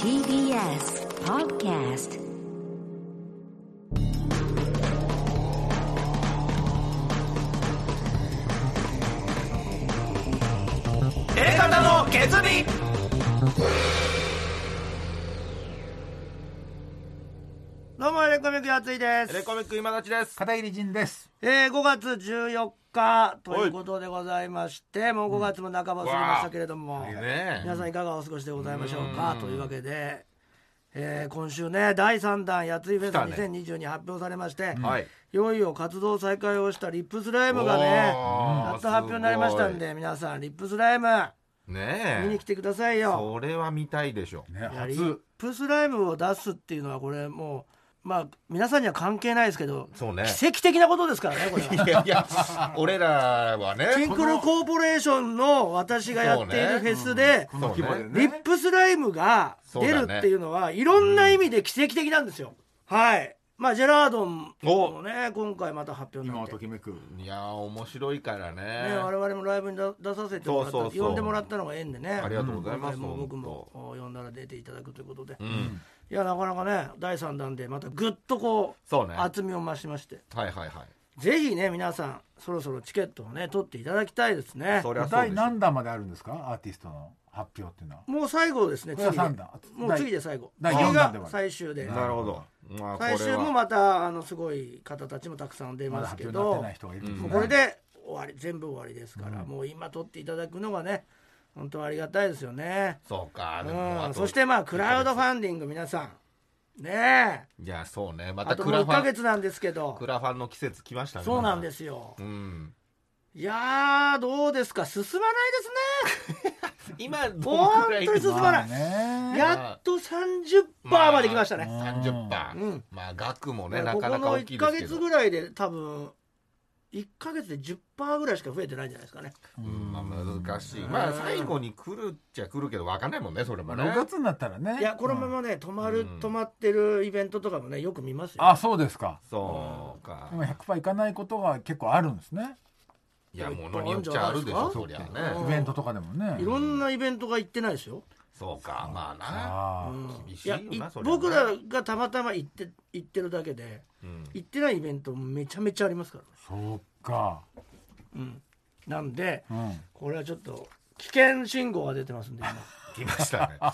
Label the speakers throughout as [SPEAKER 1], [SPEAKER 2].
[SPEAKER 1] TBS Podcast
[SPEAKER 2] 方の決意
[SPEAKER 3] どうも、エレコミックやついです。
[SPEAKER 2] レコミック今立ちです
[SPEAKER 4] 片桐仁です。
[SPEAKER 3] えー、5月14日ということでございまして、もう5月も半ば過ぎましたけれども、
[SPEAKER 2] いいね
[SPEAKER 3] 皆さんいかがお過ごしでございましょうかというわけで、えー今週ね、第3弾、やついフェス
[SPEAKER 2] 来た
[SPEAKER 3] 2022に発表されまして、
[SPEAKER 2] はい
[SPEAKER 3] いよいよ活動再開をしたリップスライムがね、
[SPEAKER 2] おー
[SPEAKER 3] やっと発表になりましたんで、皆さん、リップスライム、
[SPEAKER 2] ね
[SPEAKER 3] 見に来てくださいよ。
[SPEAKER 2] それは見たいでしょ
[SPEAKER 4] ね、
[SPEAKER 3] いやリッ
[SPEAKER 4] 初。
[SPEAKER 3] プスライムを出すっていうのは、これもう、まあ、皆さんには関係ないですけど、
[SPEAKER 2] そうね
[SPEAKER 3] 奇跡的なことですからね、これは。
[SPEAKER 2] いやいや俺らはね
[SPEAKER 3] シンクロコーポレーションの私がやっているフェスで、
[SPEAKER 2] この規模で
[SPEAKER 3] リップスライムが出るっていうのは、いろんな意味で奇跡的なんですよ。はい。まあ、ジェラードンもね、今回また発表に
[SPEAKER 4] 今
[SPEAKER 3] なっ
[SPEAKER 4] を
[SPEAKER 3] て。
[SPEAKER 4] と
[SPEAKER 3] ね、
[SPEAKER 4] きめく。
[SPEAKER 2] いや面白いからね
[SPEAKER 3] 我々もライブに出出させてもらった
[SPEAKER 2] そうそうそう
[SPEAKER 3] 呼んでもらったのが縁でね
[SPEAKER 2] ありがとうございます
[SPEAKER 3] 今回も僕も
[SPEAKER 2] 本
[SPEAKER 3] お呼んだら出ていただくということで、
[SPEAKER 2] う
[SPEAKER 3] い
[SPEAKER 2] ん
[SPEAKER 3] やなかなかね第3弾でまたぐっとこう
[SPEAKER 2] そうねはい
[SPEAKER 3] 厚みを増しまして
[SPEAKER 2] はいはい
[SPEAKER 3] ぜひね皆さんそろそろチケットをね取っていただきたいですね
[SPEAKER 2] そりゃそうで
[SPEAKER 4] 第
[SPEAKER 2] しょ
[SPEAKER 4] 何弾まであるんですか、アーティストの発表っていうのは。
[SPEAKER 3] もう最後ですね
[SPEAKER 4] これは
[SPEAKER 3] 次で
[SPEAKER 4] 三段
[SPEAKER 3] もう次で最後
[SPEAKER 4] 第
[SPEAKER 3] 次
[SPEAKER 4] 四段
[SPEAKER 3] が
[SPEAKER 4] でもある
[SPEAKER 3] 最終で
[SPEAKER 2] なるほどまあこれ
[SPEAKER 3] 最
[SPEAKER 2] は
[SPEAKER 3] 終もまたあのすごい方たちもたくさん出
[SPEAKER 4] ま
[SPEAKER 3] ま
[SPEAKER 4] だ
[SPEAKER 3] すけ
[SPEAKER 4] 発
[SPEAKER 3] ど、
[SPEAKER 4] 表になってない人がいるんです
[SPEAKER 3] も
[SPEAKER 4] ね。
[SPEAKER 3] うこれで終わり全部終わりですから、もう今撮っていただくのがね本当ありがたいですよね、
[SPEAKER 2] そうかでも
[SPEAKER 3] う
[SPEAKER 2] あ
[SPEAKER 3] ん、
[SPEAKER 2] と
[SPEAKER 3] そしてまあクラウドファンディング皆さんねえ
[SPEAKER 2] いやそうねま
[SPEAKER 3] あ
[SPEAKER 2] た
[SPEAKER 3] と
[SPEAKER 2] ク
[SPEAKER 3] もう1
[SPEAKER 2] ラファ
[SPEAKER 3] か
[SPEAKER 2] ン
[SPEAKER 3] 月なんですけど
[SPEAKER 2] クラファンの季節来ましたね
[SPEAKER 3] そうなんですすよ
[SPEAKER 2] うん
[SPEAKER 3] いやーどうですか進まないですね
[SPEAKER 2] 今
[SPEAKER 3] どんくらい本当に進まない
[SPEAKER 4] まあね
[SPEAKER 3] やっと30%まで来ましたね、
[SPEAKER 2] 30パ
[SPEAKER 3] うん
[SPEAKER 2] まあ額も
[SPEAKER 3] ね
[SPEAKER 2] ねな
[SPEAKER 3] こ
[SPEAKER 2] か
[SPEAKER 3] こ
[SPEAKER 2] なか
[SPEAKER 3] の
[SPEAKER 2] 大
[SPEAKER 3] 1
[SPEAKER 2] きいで
[SPEAKER 3] か
[SPEAKER 2] すけ
[SPEAKER 3] 月
[SPEAKER 2] ど
[SPEAKER 3] ぐらいで多分1か月で10%ぐらいしか増えてないんじゃないですかね
[SPEAKER 2] うんまあ難しいまあ最後に来るっちゃ来るけど分かんないもんねそれ
[SPEAKER 4] ま
[SPEAKER 2] も
[SPEAKER 4] あ、
[SPEAKER 2] ね
[SPEAKER 4] 6月になったらね。
[SPEAKER 3] いやこのま
[SPEAKER 4] うん
[SPEAKER 3] まね止まる、
[SPEAKER 2] うん
[SPEAKER 3] 止まってるイベントとかもねよく見ますよ
[SPEAKER 4] あ、そうですか。
[SPEAKER 2] そうか
[SPEAKER 4] でも100パーいかないことが結構あるんですね。
[SPEAKER 2] いやものによっちゃあるでしょそりゃね
[SPEAKER 3] うん
[SPEAKER 4] イベントとかでもね。
[SPEAKER 3] いろんなイベントが行ってないですよ、
[SPEAKER 2] そうかまあ
[SPEAKER 4] あ
[SPEAKER 3] うん
[SPEAKER 4] あ、
[SPEAKER 2] 厳しいよない
[SPEAKER 3] やい
[SPEAKER 2] それはね
[SPEAKER 3] 僕らがたまたま行って行ってるだけで
[SPEAKER 2] なうん
[SPEAKER 3] 行ってないイベントもめちゃめちゃありますからね、
[SPEAKER 4] そうか。
[SPEAKER 3] うん、なんで
[SPEAKER 4] うん。
[SPEAKER 3] これはちょっと危険信号が出てます んで
[SPEAKER 2] 来ましたね
[SPEAKER 3] 今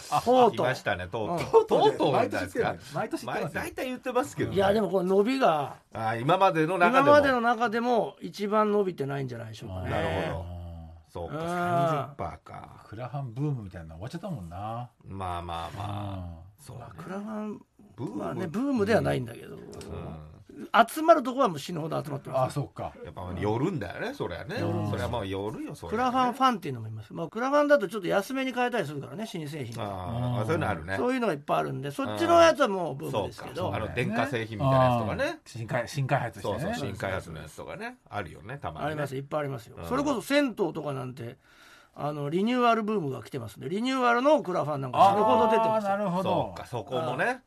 [SPEAKER 3] とう
[SPEAKER 2] 来
[SPEAKER 3] と
[SPEAKER 2] ま
[SPEAKER 3] う
[SPEAKER 2] したねとうとうと
[SPEAKER 4] とう
[SPEAKER 2] うとう
[SPEAKER 4] 毎
[SPEAKER 2] じゃないで
[SPEAKER 4] 年言
[SPEAKER 2] す
[SPEAKER 4] ってる
[SPEAKER 2] か
[SPEAKER 4] ね毎年言
[SPEAKER 2] 前
[SPEAKER 4] ってますよ
[SPEAKER 2] 大体言ってますけど
[SPEAKER 3] いやで
[SPEAKER 2] も
[SPEAKER 3] もこの伸びが
[SPEAKER 2] あ今までの中で
[SPEAKER 3] 今
[SPEAKER 2] も
[SPEAKER 3] までの中でも一番伸びてないんじゃないでしょうかね
[SPEAKER 2] なるほど
[SPEAKER 4] あ
[SPEAKER 2] そうか
[SPEAKER 3] うん
[SPEAKER 2] 30パーか
[SPEAKER 4] ークラファンブームみたいなの終わっちゃったもんな。
[SPEAKER 2] まあまあまあそうね
[SPEAKER 3] クラファン
[SPEAKER 2] ブーム
[SPEAKER 3] まあねブームではないんだけど、
[SPEAKER 2] うん
[SPEAKER 3] 集まるとこはもう死ぬほど集まって
[SPEAKER 4] あ
[SPEAKER 3] ま
[SPEAKER 4] あ、
[SPEAKER 3] す
[SPEAKER 4] そうか。
[SPEAKER 2] やっぱ寄るんだよねそりゃねそりゃまあ寄るよそ
[SPEAKER 3] ク
[SPEAKER 2] れ
[SPEAKER 3] ラ
[SPEAKER 2] は
[SPEAKER 3] ファンファンっていうのもいます、まあ、クラファンだとちょっと安めに買えたりするからね新製品とか
[SPEAKER 2] ああそういうのあるね
[SPEAKER 3] そういうのがいっぱいあるんでそっちのやつはもうブームですけ
[SPEAKER 2] そう
[SPEAKER 3] ど
[SPEAKER 2] かあの
[SPEAKER 4] ね
[SPEAKER 2] 電化製品みたいなやつとかね
[SPEAKER 4] うん新開新開発して
[SPEAKER 2] そ
[SPEAKER 4] ね
[SPEAKER 2] うそう新開発のやつとかねあるよねたまに
[SPEAKER 3] あり
[SPEAKER 2] ね
[SPEAKER 3] ますいっぱいありますよ、
[SPEAKER 2] うん
[SPEAKER 3] それこそ銭湯とかなんてあのリニューアルブームが来てますんでリニューアルのクラファンなんか
[SPEAKER 4] あ
[SPEAKER 3] 死ぬほど出てま
[SPEAKER 4] ー
[SPEAKER 3] す
[SPEAKER 4] な
[SPEAKER 3] よ
[SPEAKER 4] るほ
[SPEAKER 2] そ
[SPEAKER 4] ど
[SPEAKER 2] うかそこもね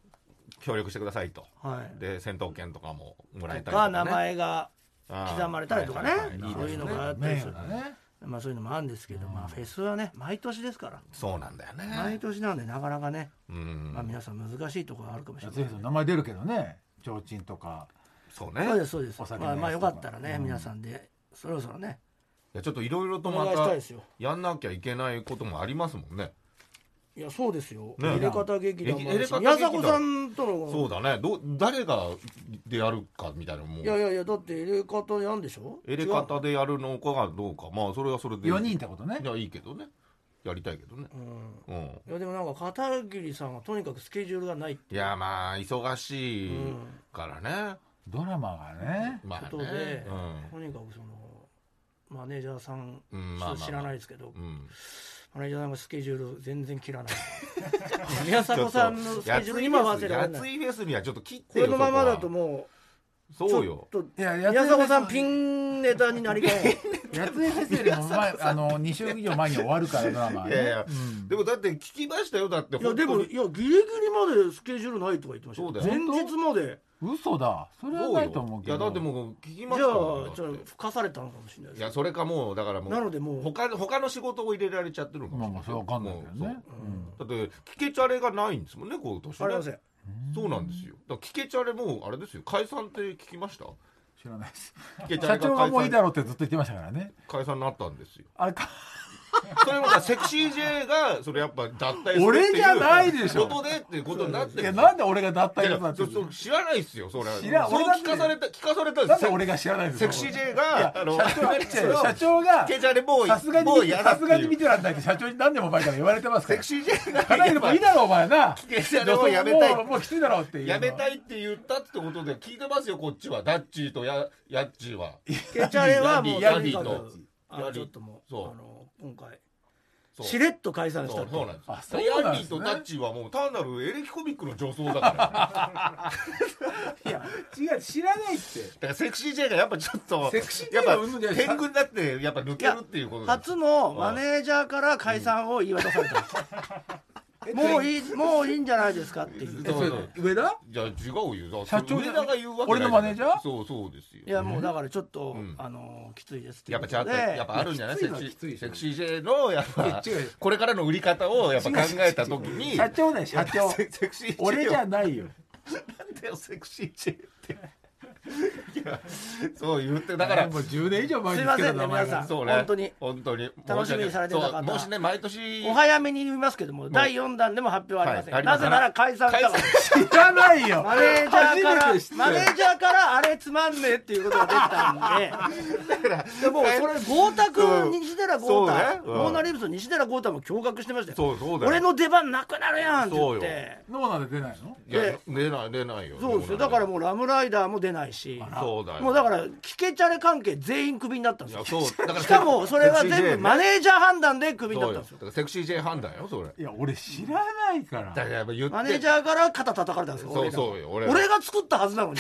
[SPEAKER 2] 協力してくださいと
[SPEAKER 3] はい
[SPEAKER 2] で戦闘権とかももらえ
[SPEAKER 3] と
[SPEAKER 2] たりと
[SPEAKER 3] か
[SPEAKER 2] か
[SPEAKER 3] 名
[SPEAKER 2] ね
[SPEAKER 3] 前が
[SPEAKER 2] あー
[SPEAKER 3] 刻まれたりとかね
[SPEAKER 2] はいはいはい
[SPEAKER 3] そ
[SPEAKER 2] いいう
[SPEAKER 3] いうの
[SPEAKER 2] です
[SPEAKER 3] が
[SPEAKER 2] ね
[SPEAKER 3] あった
[SPEAKER 4] 名
[SPEAKER 3] りす
[SPEAKER 4] 誉
[SPEAKER 3] る、
[SPEAKER 4] だね
[SPEAKER 3] まあ、そういうのもあるんですけど、まあ、フェスはね毎年ですから
[SPEAKER 2] そうなんだよ
[SPEAKER 3] 毎
[SPEAKER 2] ね
[SPEAKER 3] 年なんでなかなかね、
[SPEAKER 2] うん
[SPEAKER 3] まあ、皆さん難しいところがあるかもしれ
[SPEAKER 4] 夏
[SPEAKER 3] ない
[SPEAKER 4] フェスの名前出るけどね提灯とか
[SPEAKER 2] そう
[SPEAKER 3] そうで
[SPEAKER 2] ね
[SPEAKER 3] すそうです
[SPEAKER 4] お。酒の
[SPEAKER 3] まあ
[SPEAKER 4] やつ
[SPEAKER 3] まあよかったらね、皆さんでそろそろね
[SPEAKER 2] いやちょっといろいろと
[SPEAKER 3] お
[SPEAKER 2] ま
[SPEAKER 3] 願いしたいです
[SPEAKER 2] た
[SPEAKER 3] よ。
[SPEAKER 2] やんなきゃいけないこともありますもんね
[SPEAKER 3] いやそうですよ。
[SPEAKER 2] ね
[SPEAKER 3] 入れ方劇団もあるし
[SPEAKER 2] 入れ
[SPEAKER 3] 矢
[SPEAKER 2] 方劇
[SPEAKER 3] 迫
[SPEAKER 2] 団
[SPEAKER 3] さんとの
[SPEAKER 2] そうだねどう誰がでやるかみたいなのも
[SPEAKER 3] いやいうやいやだって入れ方やんでしょ。
[SPEAKER 2] エレ
[SPEAKER 3] 違う
[SPEAKER 2] 方でやるのかがどうかまあそれはそれで
[SPEAKER 4] 4人ってことね
[SPEAKER 2] いやいいけどねやりたいけどね
[SPEAKER 3] うん。
[SPEAKER 2] うん
[SPEAKER 3] いやでもなんか片桐さんはとにかくスケジュールがないって
[SPEAKER 2] いやまあ忙しい
[SPEAKER 3] うん
[SPEAKER 2] からね、
[SPEAKER 4] ドラマがね
[SPEAKER 2] まあ
[SPEAKER 3] ことで、
[SPEAKER 2] ね
[SPEAKER 3] とにかくそのマネージャーさんち
[SPEAKER 2] うんまあまあまあ
[SPEAKER 3] ょっと知らないですけど、
[SPEAKER 2] うん、うん、
[SPEAKER 3] マネージャーさんがスケジュール全然切ら ない。宮迫さんのスケジュールにも合わせられ
[SPEAKER 2] や
[SPEAKER 3] な
[SPEAKER 2] つ
[SPEAKER 3] い。
[SPEAKER 2] いフェスにはちょっと切って
[SPEAKER 3] こ
[SPEAKER 2] よ
[SPEAKER 3] れのままだと
[SPEAKER 2] そこ
[SPEAKER 3] も
[SPEAKER 2] は
[SPEAKER 3] うち
[SPEAKER 2] そう
[SPEAKER 3] ょ
[SPEAKER 2] よ
[SPEAKER 3] っと
[SPEAKER 4] いや
[SPEAKER 3] 宮迫さん
[SPEAKER 4] ン
[SPEAKER 3] ピンネタになりか ね
[SPEAKER 4] 八重先生よりも前あの2週以上前に終わるからドラマはね
[SPEAKER 2] いやいや
[SPEAKER 4] うん
[SPEAKER 2] でもだって聞きましたよだって
[SPEAKER 3] いや
[SPEAKER 2] 本当
[SPEAKER 3] で
[SPEAKER 2] に
[SPEAKER 3] もいやギリギリまでスケジュールないとか言ってました
[SPEAKER 2] そう
[SPEAKER 3] よ
[SPEAKER 2] だ
[SPEAKER 3] 前
[SPEAKER 2] よ
[SPEAKER 3] 日まで
[SPEAKER 4] 嘘だそれは
[SPEAKER 2] どう
[SPEAKER 4] な
[SPEAKER 2] よ
[SPEAKER 4] いと思うけ
[SPEAKER 2] いや
[SPEAKER 4] ど
[SPEAKER 2] だってもう聞きまし
[SPEAKER 3] じ
[SPEAKER 2] た
[SPEAKER 3] ゃあ
[SPEAKER 2] もん
[SPEAKER 3] ちょっと吹かされたのかもしれない
[SPEAKER 2] い
[SPEAKER 3] で
[SPEAKER 2] や
[SPEAKER 3] す
[SPEAKER 2] それかもうだからもう
[SPEAKER 3] なのでもう
[SPEAKER 2] 他他の仕事を入れられちゃってるのかも
[SPEAKER 4] まあ
[SPEAKER 2] しれ
[SPEAKER 4] ま
[SPEAKER 2] ない
[SPEAKER 4] あそれは分かんないけど
[SPEAKER 2] も
[SPEAKER 4] ね
[SPEAKER 2] うそうだって聞けちゃれがないんですもんね今年
[SPEAKER 3] ありま
[SPEAKER 2] ね
[SPEAKER 3] せん
[SPEAKER 2] そうなんですよだから聞けちゃれもうあれですよ解散って聞きました
[SPEAKER 4] 知らないです
[SPEAKER 2] 聞けちゃ
[SPEAKER 4] 社
[SPEAKER 2] れ
[SPEAKER 4] 長が
[SPEAKER 2] が
[SPEAKER 4] もう
[SPEAKER 2] 解
[SPEAKER 4] いいだ
[SPEAKER 2] 散
[SPEAKER 4] ろうってずっと言ってましたからね
[SPEAKER 2] 解散になったんですよ
[SPEAKER 4] あれか
[SPEAKER 2] それもさセクシー J がそれやっぱ脱退するっていう
[SPEAKER 4] 俺じゃないでしょ
[SPEAKER 2] ことでっていうことになって
[SPEAKER 4] い
[SPEAKER 2] る
[SPEAKER 4] や
[SPEAKER 2] んですよ
[SPEAKER 4] なんで俺が脱退
[SPEAKER 2] い
[SPEAKER 4] だ
[SPEAKER 2] や
[SPEAKER 4] ったって
[SPEAKER 2] そうそう知らないですよそれは
[SPEAKER 4] 知ら
[SPEAKER 2] そう
[SPEAKER 4] 俺だって
[SPEAKER 2] 聞かされた聞かされたんで
[SPEAKER 4] なん
[SPEAKER 2] す
[SPEAKER 4] で
[SPEAKER 2] よ
[SPEAKER 4] 俺が知らないんです
[SPEAKER 2] セ
[SPEAKER 4] か
[SPEAKER 2] クシー
[SPEAKER 4] い
[SPEAKER 2] J があの
[SPEAKER 4] や社長
[SPEAKER 2] それを
[SPEAKER 4] が社長が
[SPEAKER 2] 聞けちゃれもう
[SPEAKER 4] さすがに
[SPEAKER 2] もう
[SPEAKER 4] 見て
[SPEAKER 2] やだ
[SPEAKER 4] さ
[SPEAKER 2] って
[SPEAKER 4] す
[SPEAKER 2] いう
[SPEAKER 4] がに見てらんないって社長に何年も前から言われてます
[SPEAKER 2] セ
[SPEAKER 4] か ら
[SPEAKER 2] クシー J が
[SPEAKER 4] かなりでもいいだろうお前な
[SPEAKER 2] 聞けちゃれをやめたい
[SPEAKER 4] もうもうきついだろうっていう
[SPEAKER 2] やめた
[SPEAKER 4] い
[SPEAKER 2] いって言ったってことで聞いてますよこっちはダッチーとヤヤッチーは
[SPEAKER 3] ケチャレはもう
[SPEAKER 2] ヤ
[SPEAKER 3] と
[SPEAKER 2] リ
[SPEAKER 3] にか
[SPEAKER 2] ーと
[SPEAKER 3] くあのちょっともう
[SPEAKER 2] そう
[SPEAKER 3] あの今回
[SPEAKER 2] そう
[SPEAKER 3] しれっと解散し
[SPEAKER 2] そ
[SPEAKER 3] た
[SPEAKER 2] う
[SPEAKER 3] と
[SPEAKER 2] そうなんです
[SPEAKER 4] あそう
[SPEAKER 2] ヤ
[SPEAKER 4] なん
[SPEAKER 2] リ
[SPEAKER 4] で
[SPEAKER 2] ー
[SPEAKER 4] すね
[SPEAKER 2] とダッチーはもう単なるエレキコミックの女装だからだか
[SPEAKER 4] や違う知らないって
[SPEAKER 2] らセクシー J がやっぱちょっと
[SPEAKER 4] セクシー J
[SPEAKER 2] やっぱ
[SPEAKER 4] はうんぬんじゃない
[SPEAKER 2] 天狗になってやっぱ抜けるっていうことです
[SPEAKER 3] 初のマネージャーから解散を言い渡されたんですもういいもういいんじゃないですかっていう
[SPEAKER 2] そうそう
[SPEAKER 4] 上田
[SPEAKER 2] じゃあ違うよ
[SPEAKER 4] 社長じゃ
[SPEAKER 2] 上田が言うわけない
[SPEAKER 4] 俺のマネージャー
[SPEAKER 2] そうそうですよ
[SPEAKER 3] いやもうだからちょっと、
[SPEAKER 2] ん
[SPEAKER 3] あのきついですってい
[SPEAKER 2] や
[SPEAKER 3] う
[SPEAKER 2] っ
[SPEAKER 3] こ
[SPEAKER 2] ぱ
[SPEAKER 3] と
[SPEAKER 2] ちゃんと
[SPEAKER 3] で
[SPEAKER 2] やっぱあるんじゃないセク
[SPEAKER 4] きついの
[SPEAKER 2] シー
[SPEAKER 4] はきついでし
[SPEAKER 2] セ
[SPEAKER 4] ょ
[SPEAKER 2] クシー J のやっぱ
[SPEAKER 4] いや違うよ
[SPEAKER 2] これからの売り方をやっぱ考えた時に
[SPEAKER 4] 社長ね 社長
[SPEAKER 2] セセクシー J を
[SPEAKER 4] 俺じゃないよ
[SPEAKER 2] なんだよセクシー J っていやそう言ってだから
[SPEAKER 4] もう10年以上前
[SPEAKER 3] すい
[SPEAKER 4] に
[SPEAKER 3] ま
[SPEAKER 4] つけ
[SPEAKER 3] せ
[SPEAKER 4] た
[SPEAKER 3] んね
[SPEAKER 4] 名前
[SPEAKER 3] 皆さ
[SPEAKER 4] が
[SPEAKER 3] ん
[SPEAKER 2] そうね
[SPEAKER 3] 本当に
[SPEAKER 2] 本当に
[SPEAKER 3] 楽しみにされてた方
[SPEAKER 2] そうもしね毎年
[SPEAKER 3] お早めに言いますけども第4弾でも発表はありません、
[SPEAKER 2] はいあり
[SPEAKER 3] な
[SPEAKER 2] ませ
[SPEAKER 3] ぜ
[SPEAKER 2] ん
[SPEAKER 3] なら解散したから
[SPEAKER 2] 解
[SPEAKER 4] 知らないよ
[SPEAKER 3] マネージャーから
[SPEAKER 4] 初めて知った
[SPEAKER 3] マネージャーからあれつまんねえっていうことが出たんででもうそれ豪太君西寺豪太、
[SPEAKER 2] そうねうん
[SPEAKER 3] モーナリブス西寺豪太も驚愕してましたよ
[SPEAKER 2] そうそうだよ
[SPEAKER 3] 俺の出番なくなるやんって言っ
[SPEAKER 2] そう
[SPEAKER 3] て
[SPEAKER 2] よ
[SPEAKER 4] ノーナで出ないの
[SPEAKER 2] いや出ない出ないよ
[SPEAKER 3] そうですよだからもうラムライダーも出ないし
[SPEAKER 2] そうだよ
[SPEAKER 3] もうだから聞けちゃれ関係全員クビになったん
[SPEAKER 2] い
[SPEAKER 3] です
[SPEAKER 2] や
[SPEAKER 3] よ
[SPEAKER 2] そうだから
[SPEAKER 3] しかもそれは
[SPEAKER 2] セクシー J
[SPEAKER 3] 全
[SPEAKER 2] ね
[SPEAKER 3] 部マネージャー判断でクビにな
[SPEAKER 2] そ
[SPEAKER 3] っ
[SPEAKER 2] う
[SPEAKER 3] たんで
[SPEAKER 2] よ
[SPEAKER 3] すよ
[SPEAKER 2] だからセクシー J 判断よそれ
[SPEAKER 4] いや俺知らないから
[SPEAKER 2] だからやっぱ言って
[SPEAKER 3] マネージャーから肩叩かれたんですよ
[SPEAKER 2] そうそう
[SPEAKER 3] 俺が
[SPEAKER 2] よ俺
[SPEAKER 3] 俺が作ったはずなのに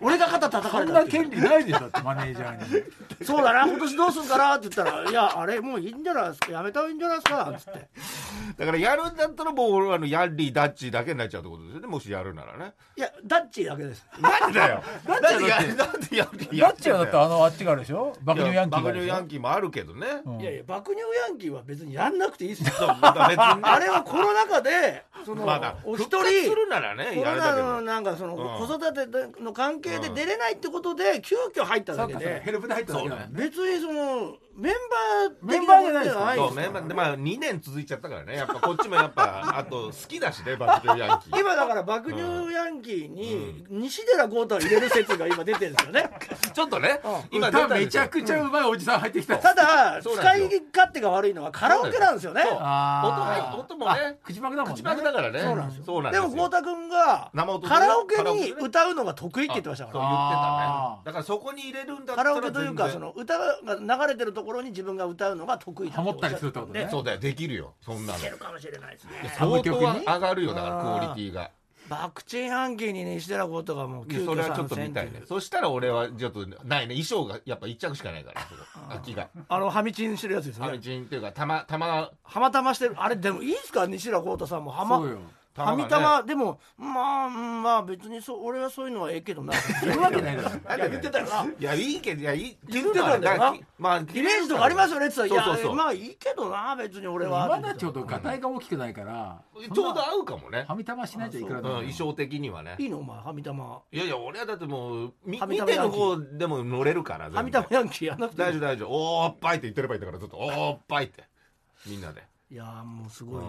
[SPEAKER 3] 俺が肩叩か
[SPEAKER 4] そ
[SPEAKER 3] れ
[SPEAKER 4] ん
[SPEAKER 3] たっ
[SPEAKER 4] な
[SPEAKER 3] ていう
[SPEAKER 4] 権利ないでしょってマネージャーに
[SPEAKER 3] そうだな今年どうするかなって言ったら「いやあれもういいんじゃないですかやめた方がいいんじゃないですか」っつって
[SPEAKER 2] だからやるんだったらもう俺はあのヤンリーダッチーだけになっちゃうってことですよねもしやるならね
[SPEAKER 3] いやダッチだけです
[SPEAKER 2] なんでだよなんで
[SPEAKER 4] だ
[SPEAKER 2] や
[SPEAKER 4] って
[SPEAKER 2] なんでヤンリー
[SPEAKER 4] ラ
[SPEAKER 2] や
[SPEAKER 4] ッチはだって
[SPEAKER 2] よ
[SPEAKER 4] あのあっちがあるでしょ爆乳ヤンキーが
[SPEAKER 2] 爆
[SPEAKER 4] あ
[SPEAKER 2] 乳
[SPEAKER 4] るでし
[SPEAKER 2] ヤ
[SPEAKER 4] ょ
[SPEAKER 2] ンキーもあるけどね、
[SPEAKER 4] うん
[SPEAKER 3] いやいや爆乳ヤンキーは別にやんなくていい ですよ
[SPEAKER 2] そうだから別に
[SPEAKER 3] あれはコロナ禍でその、
[SPEAKER 2] まだ
[SPEAKER 3] お一
[SPEAKER 2] 復活
[SPEAKER 3] 人
[SPEAKER 2] するならね
[SPEAKER 3] コ
[SPEAKER 2] や
[SPEAKER 3] ロ
[SPEAKER 2] る
[SPEAKER 3] ナ
[SPEAKER 2] だけ
[SPEAKER 3] の
[SPEAKER 2] ど
[SPEAKER 3] なんかその
[SPEAKER 2] うん
[SPEAKER 3] 子育ての関係で出れないってことで急遽入っただ
[SPEAKER 4] そう
[SPEAKER 3] け
[SPEAKER 4] かそうかヘ
[SPEAKER 3] で
[SPEAKER 4] ルプで入っただけだもんね
[SPEAKER 3] 別にそのメンバー
[SPEAKER 4] メンバーじゃないですか
[SPEAKER 3] 的
[SPEAKER 2] そ
[SPEAKER 3] こ
[SPEAKER 2] う
[SPEAKER 3] とで
[SPEAKER 2] ね
[SPEAKER 3] はな
[SPEAKER 2] ま
[SPEAKER 3] いですから
[SPEAKER 2] あでまあ2年続いちゃったからねやっぱこっちもやっぱ あと好きだしね爆乳ヤンキー
[SPEAKER 3] 今だから爆乳ヤンキーに西寺豪太を入れる説が今出てるんですよね
[SPEAKER 2] ちょっとね
[SPEAKER 3] う
[SPEAKER 2] 今出た
[SPEAKER 4] 歌
[SPEAKER 2] んですよ
[SPEAKER 4] めちゃくちゃうまいおじさん入ってきた
[SPEAKER 3] ただ
[SPEAKER 2] そ
[SPEAKER 3] 使
[SPEAKER 2] うなん
[SPEAKER 3] い
[SPEAKER 2] ですよ
[SPEAKER 3] 勝手が悪いのはカラオケなんですよね
[SPEAKER 2] そう音
[SPEAKER 4] あー
[SPEAKER 2] 入音もね
[SPEAKER 4] 口パクだもんね
[SPEAKER 2] 口パクだからね
[SPEAKER 3] そうなんですよ
[SPEAKER 2] そうなんで
[SPEAKER 3] ですも
[SPEAKER 2] よ
[SPEAKER 3] 豪太君が
[SPEAKER 2] 生音でね
[SPEAKER 3] カラオケ
[SPEAKER 2] カラオケ
[SPEAKER 3] に
[SPEAKER 2] でね
[SPEAKER 3] 歌うのが得意って言ってました
[SPEAKER 2] そう
[SPEAKER 3] か
[SPEAKER 2] 言ってた
[SPEAKER 4] あ
[SPEAKER 2] ね
[SPEAKER 4] ー
[SPEAKER 2] だからそこに入れる
[SPEAKER 3] ら
[SPEAKER 2] んだった
[SPEAKER 3] カ
[SPEAKER 2] ら
[SPEAKER 3] ラオケというか
[SPEAKER 2] 全然
[SPEAKER 3] その歌が流れてるところに自分が歌うのが得意だ
[SPEAKER 4] ハモったりするってことね
[SPEAKER 2] そうだよできるよそんなの
[SPEAKER 3] いけるかもしれないですね
[SPEAKER 4] サブ
[SPEAKER 2] 相当
[SPEAKER 4] 曲に
[SPEAKER 2] は上がるよだからクオリティが
[SPEAKER 3] バクチンヤンキーに西寺豪太がもう
[SPEAKER 2] い
[SPEAKER 3] 急
[SPEAKER 2] やそれ
[SPEAKER 3] 遽
[SPEAKER 2] はち
[SPEAKER 3] 参
[SPEAKER 2] ょっと見
[SPEAKER 3] 戦って
[SPEAKER 2] た
[SPEAKER 3] い
[SPEAKER 2] いね
[SPEAKER 3] う
[SPEAKER 2] そしたら俺はちょっとないね衣装がやっぱ一着しかないからそこ秋が
[SPEAKER 3] あのハミチンしてるやつです
[SPEAKER 2] ハミ
[SPEAKER 3] ね
[SPEAKER 2] チンっていうかたまたま
[SPEAKER 3] ハマたましてるあれでもいいですか西寺豪太さんもハマ
[SPEAKER 4] そうよ
[SPEAKER 3] ハミたまでもまあうんまあ別にそう俺はそういうのはええけ どない
[SPEAKER 4] 言うわけないだろ
[SPEAKER 3] や言ってたよない
[SPEAKER 2] やいいけどいやいい
[SPEAKER 3] 言ってたんだよな
[SPEAKER 2] 着るのはまあイ
[SPEAKER 3] イメージとかありますよねって言ったら「
[SPEAKER 2] そ
[SPEAKER 3] い
[SPEAKER 2] うそう
[SPEAKER 3] や
[SPEAKER 2] そう
[SPEAKER 3] まあいいけどな別に俺は」
[SPEAKER 4] まだちょっとガタイが大きくないから
[SPEAKER 2] ちょうど合うかもね
[SPEAKER 4] はみたましないといく
[SPEAKER 2] う
[SPEAKER 4] ら
[SPEAKER 2] ん
[SPEAKER 4] でも
[SPEAKER 2] 衣装的にはね
[SPEAKER 3] いいのお前ハミたま
[SPEAKER 2] いやいや俺はだってもうみ
[SPEAKER 3] ハミ
[SPEAKER 2] 見
[SPEAKER 3] タマ
[SPEAKER 2] て
[SPEAKER 3] ヤン
[SPEAKER 2] の
[SPEAKER 3] キー
[SPEAKER 2] 方でも乗れるから全部
[SPEAKER 3] ハミたまヤンキーやんなくていい
[SPEAKER 2] 大丈夫大丈夫おーっぱいって言ってればいいんだからずっとおーっぱいってみんなで
[SPEAKER 3] いやーもうすごい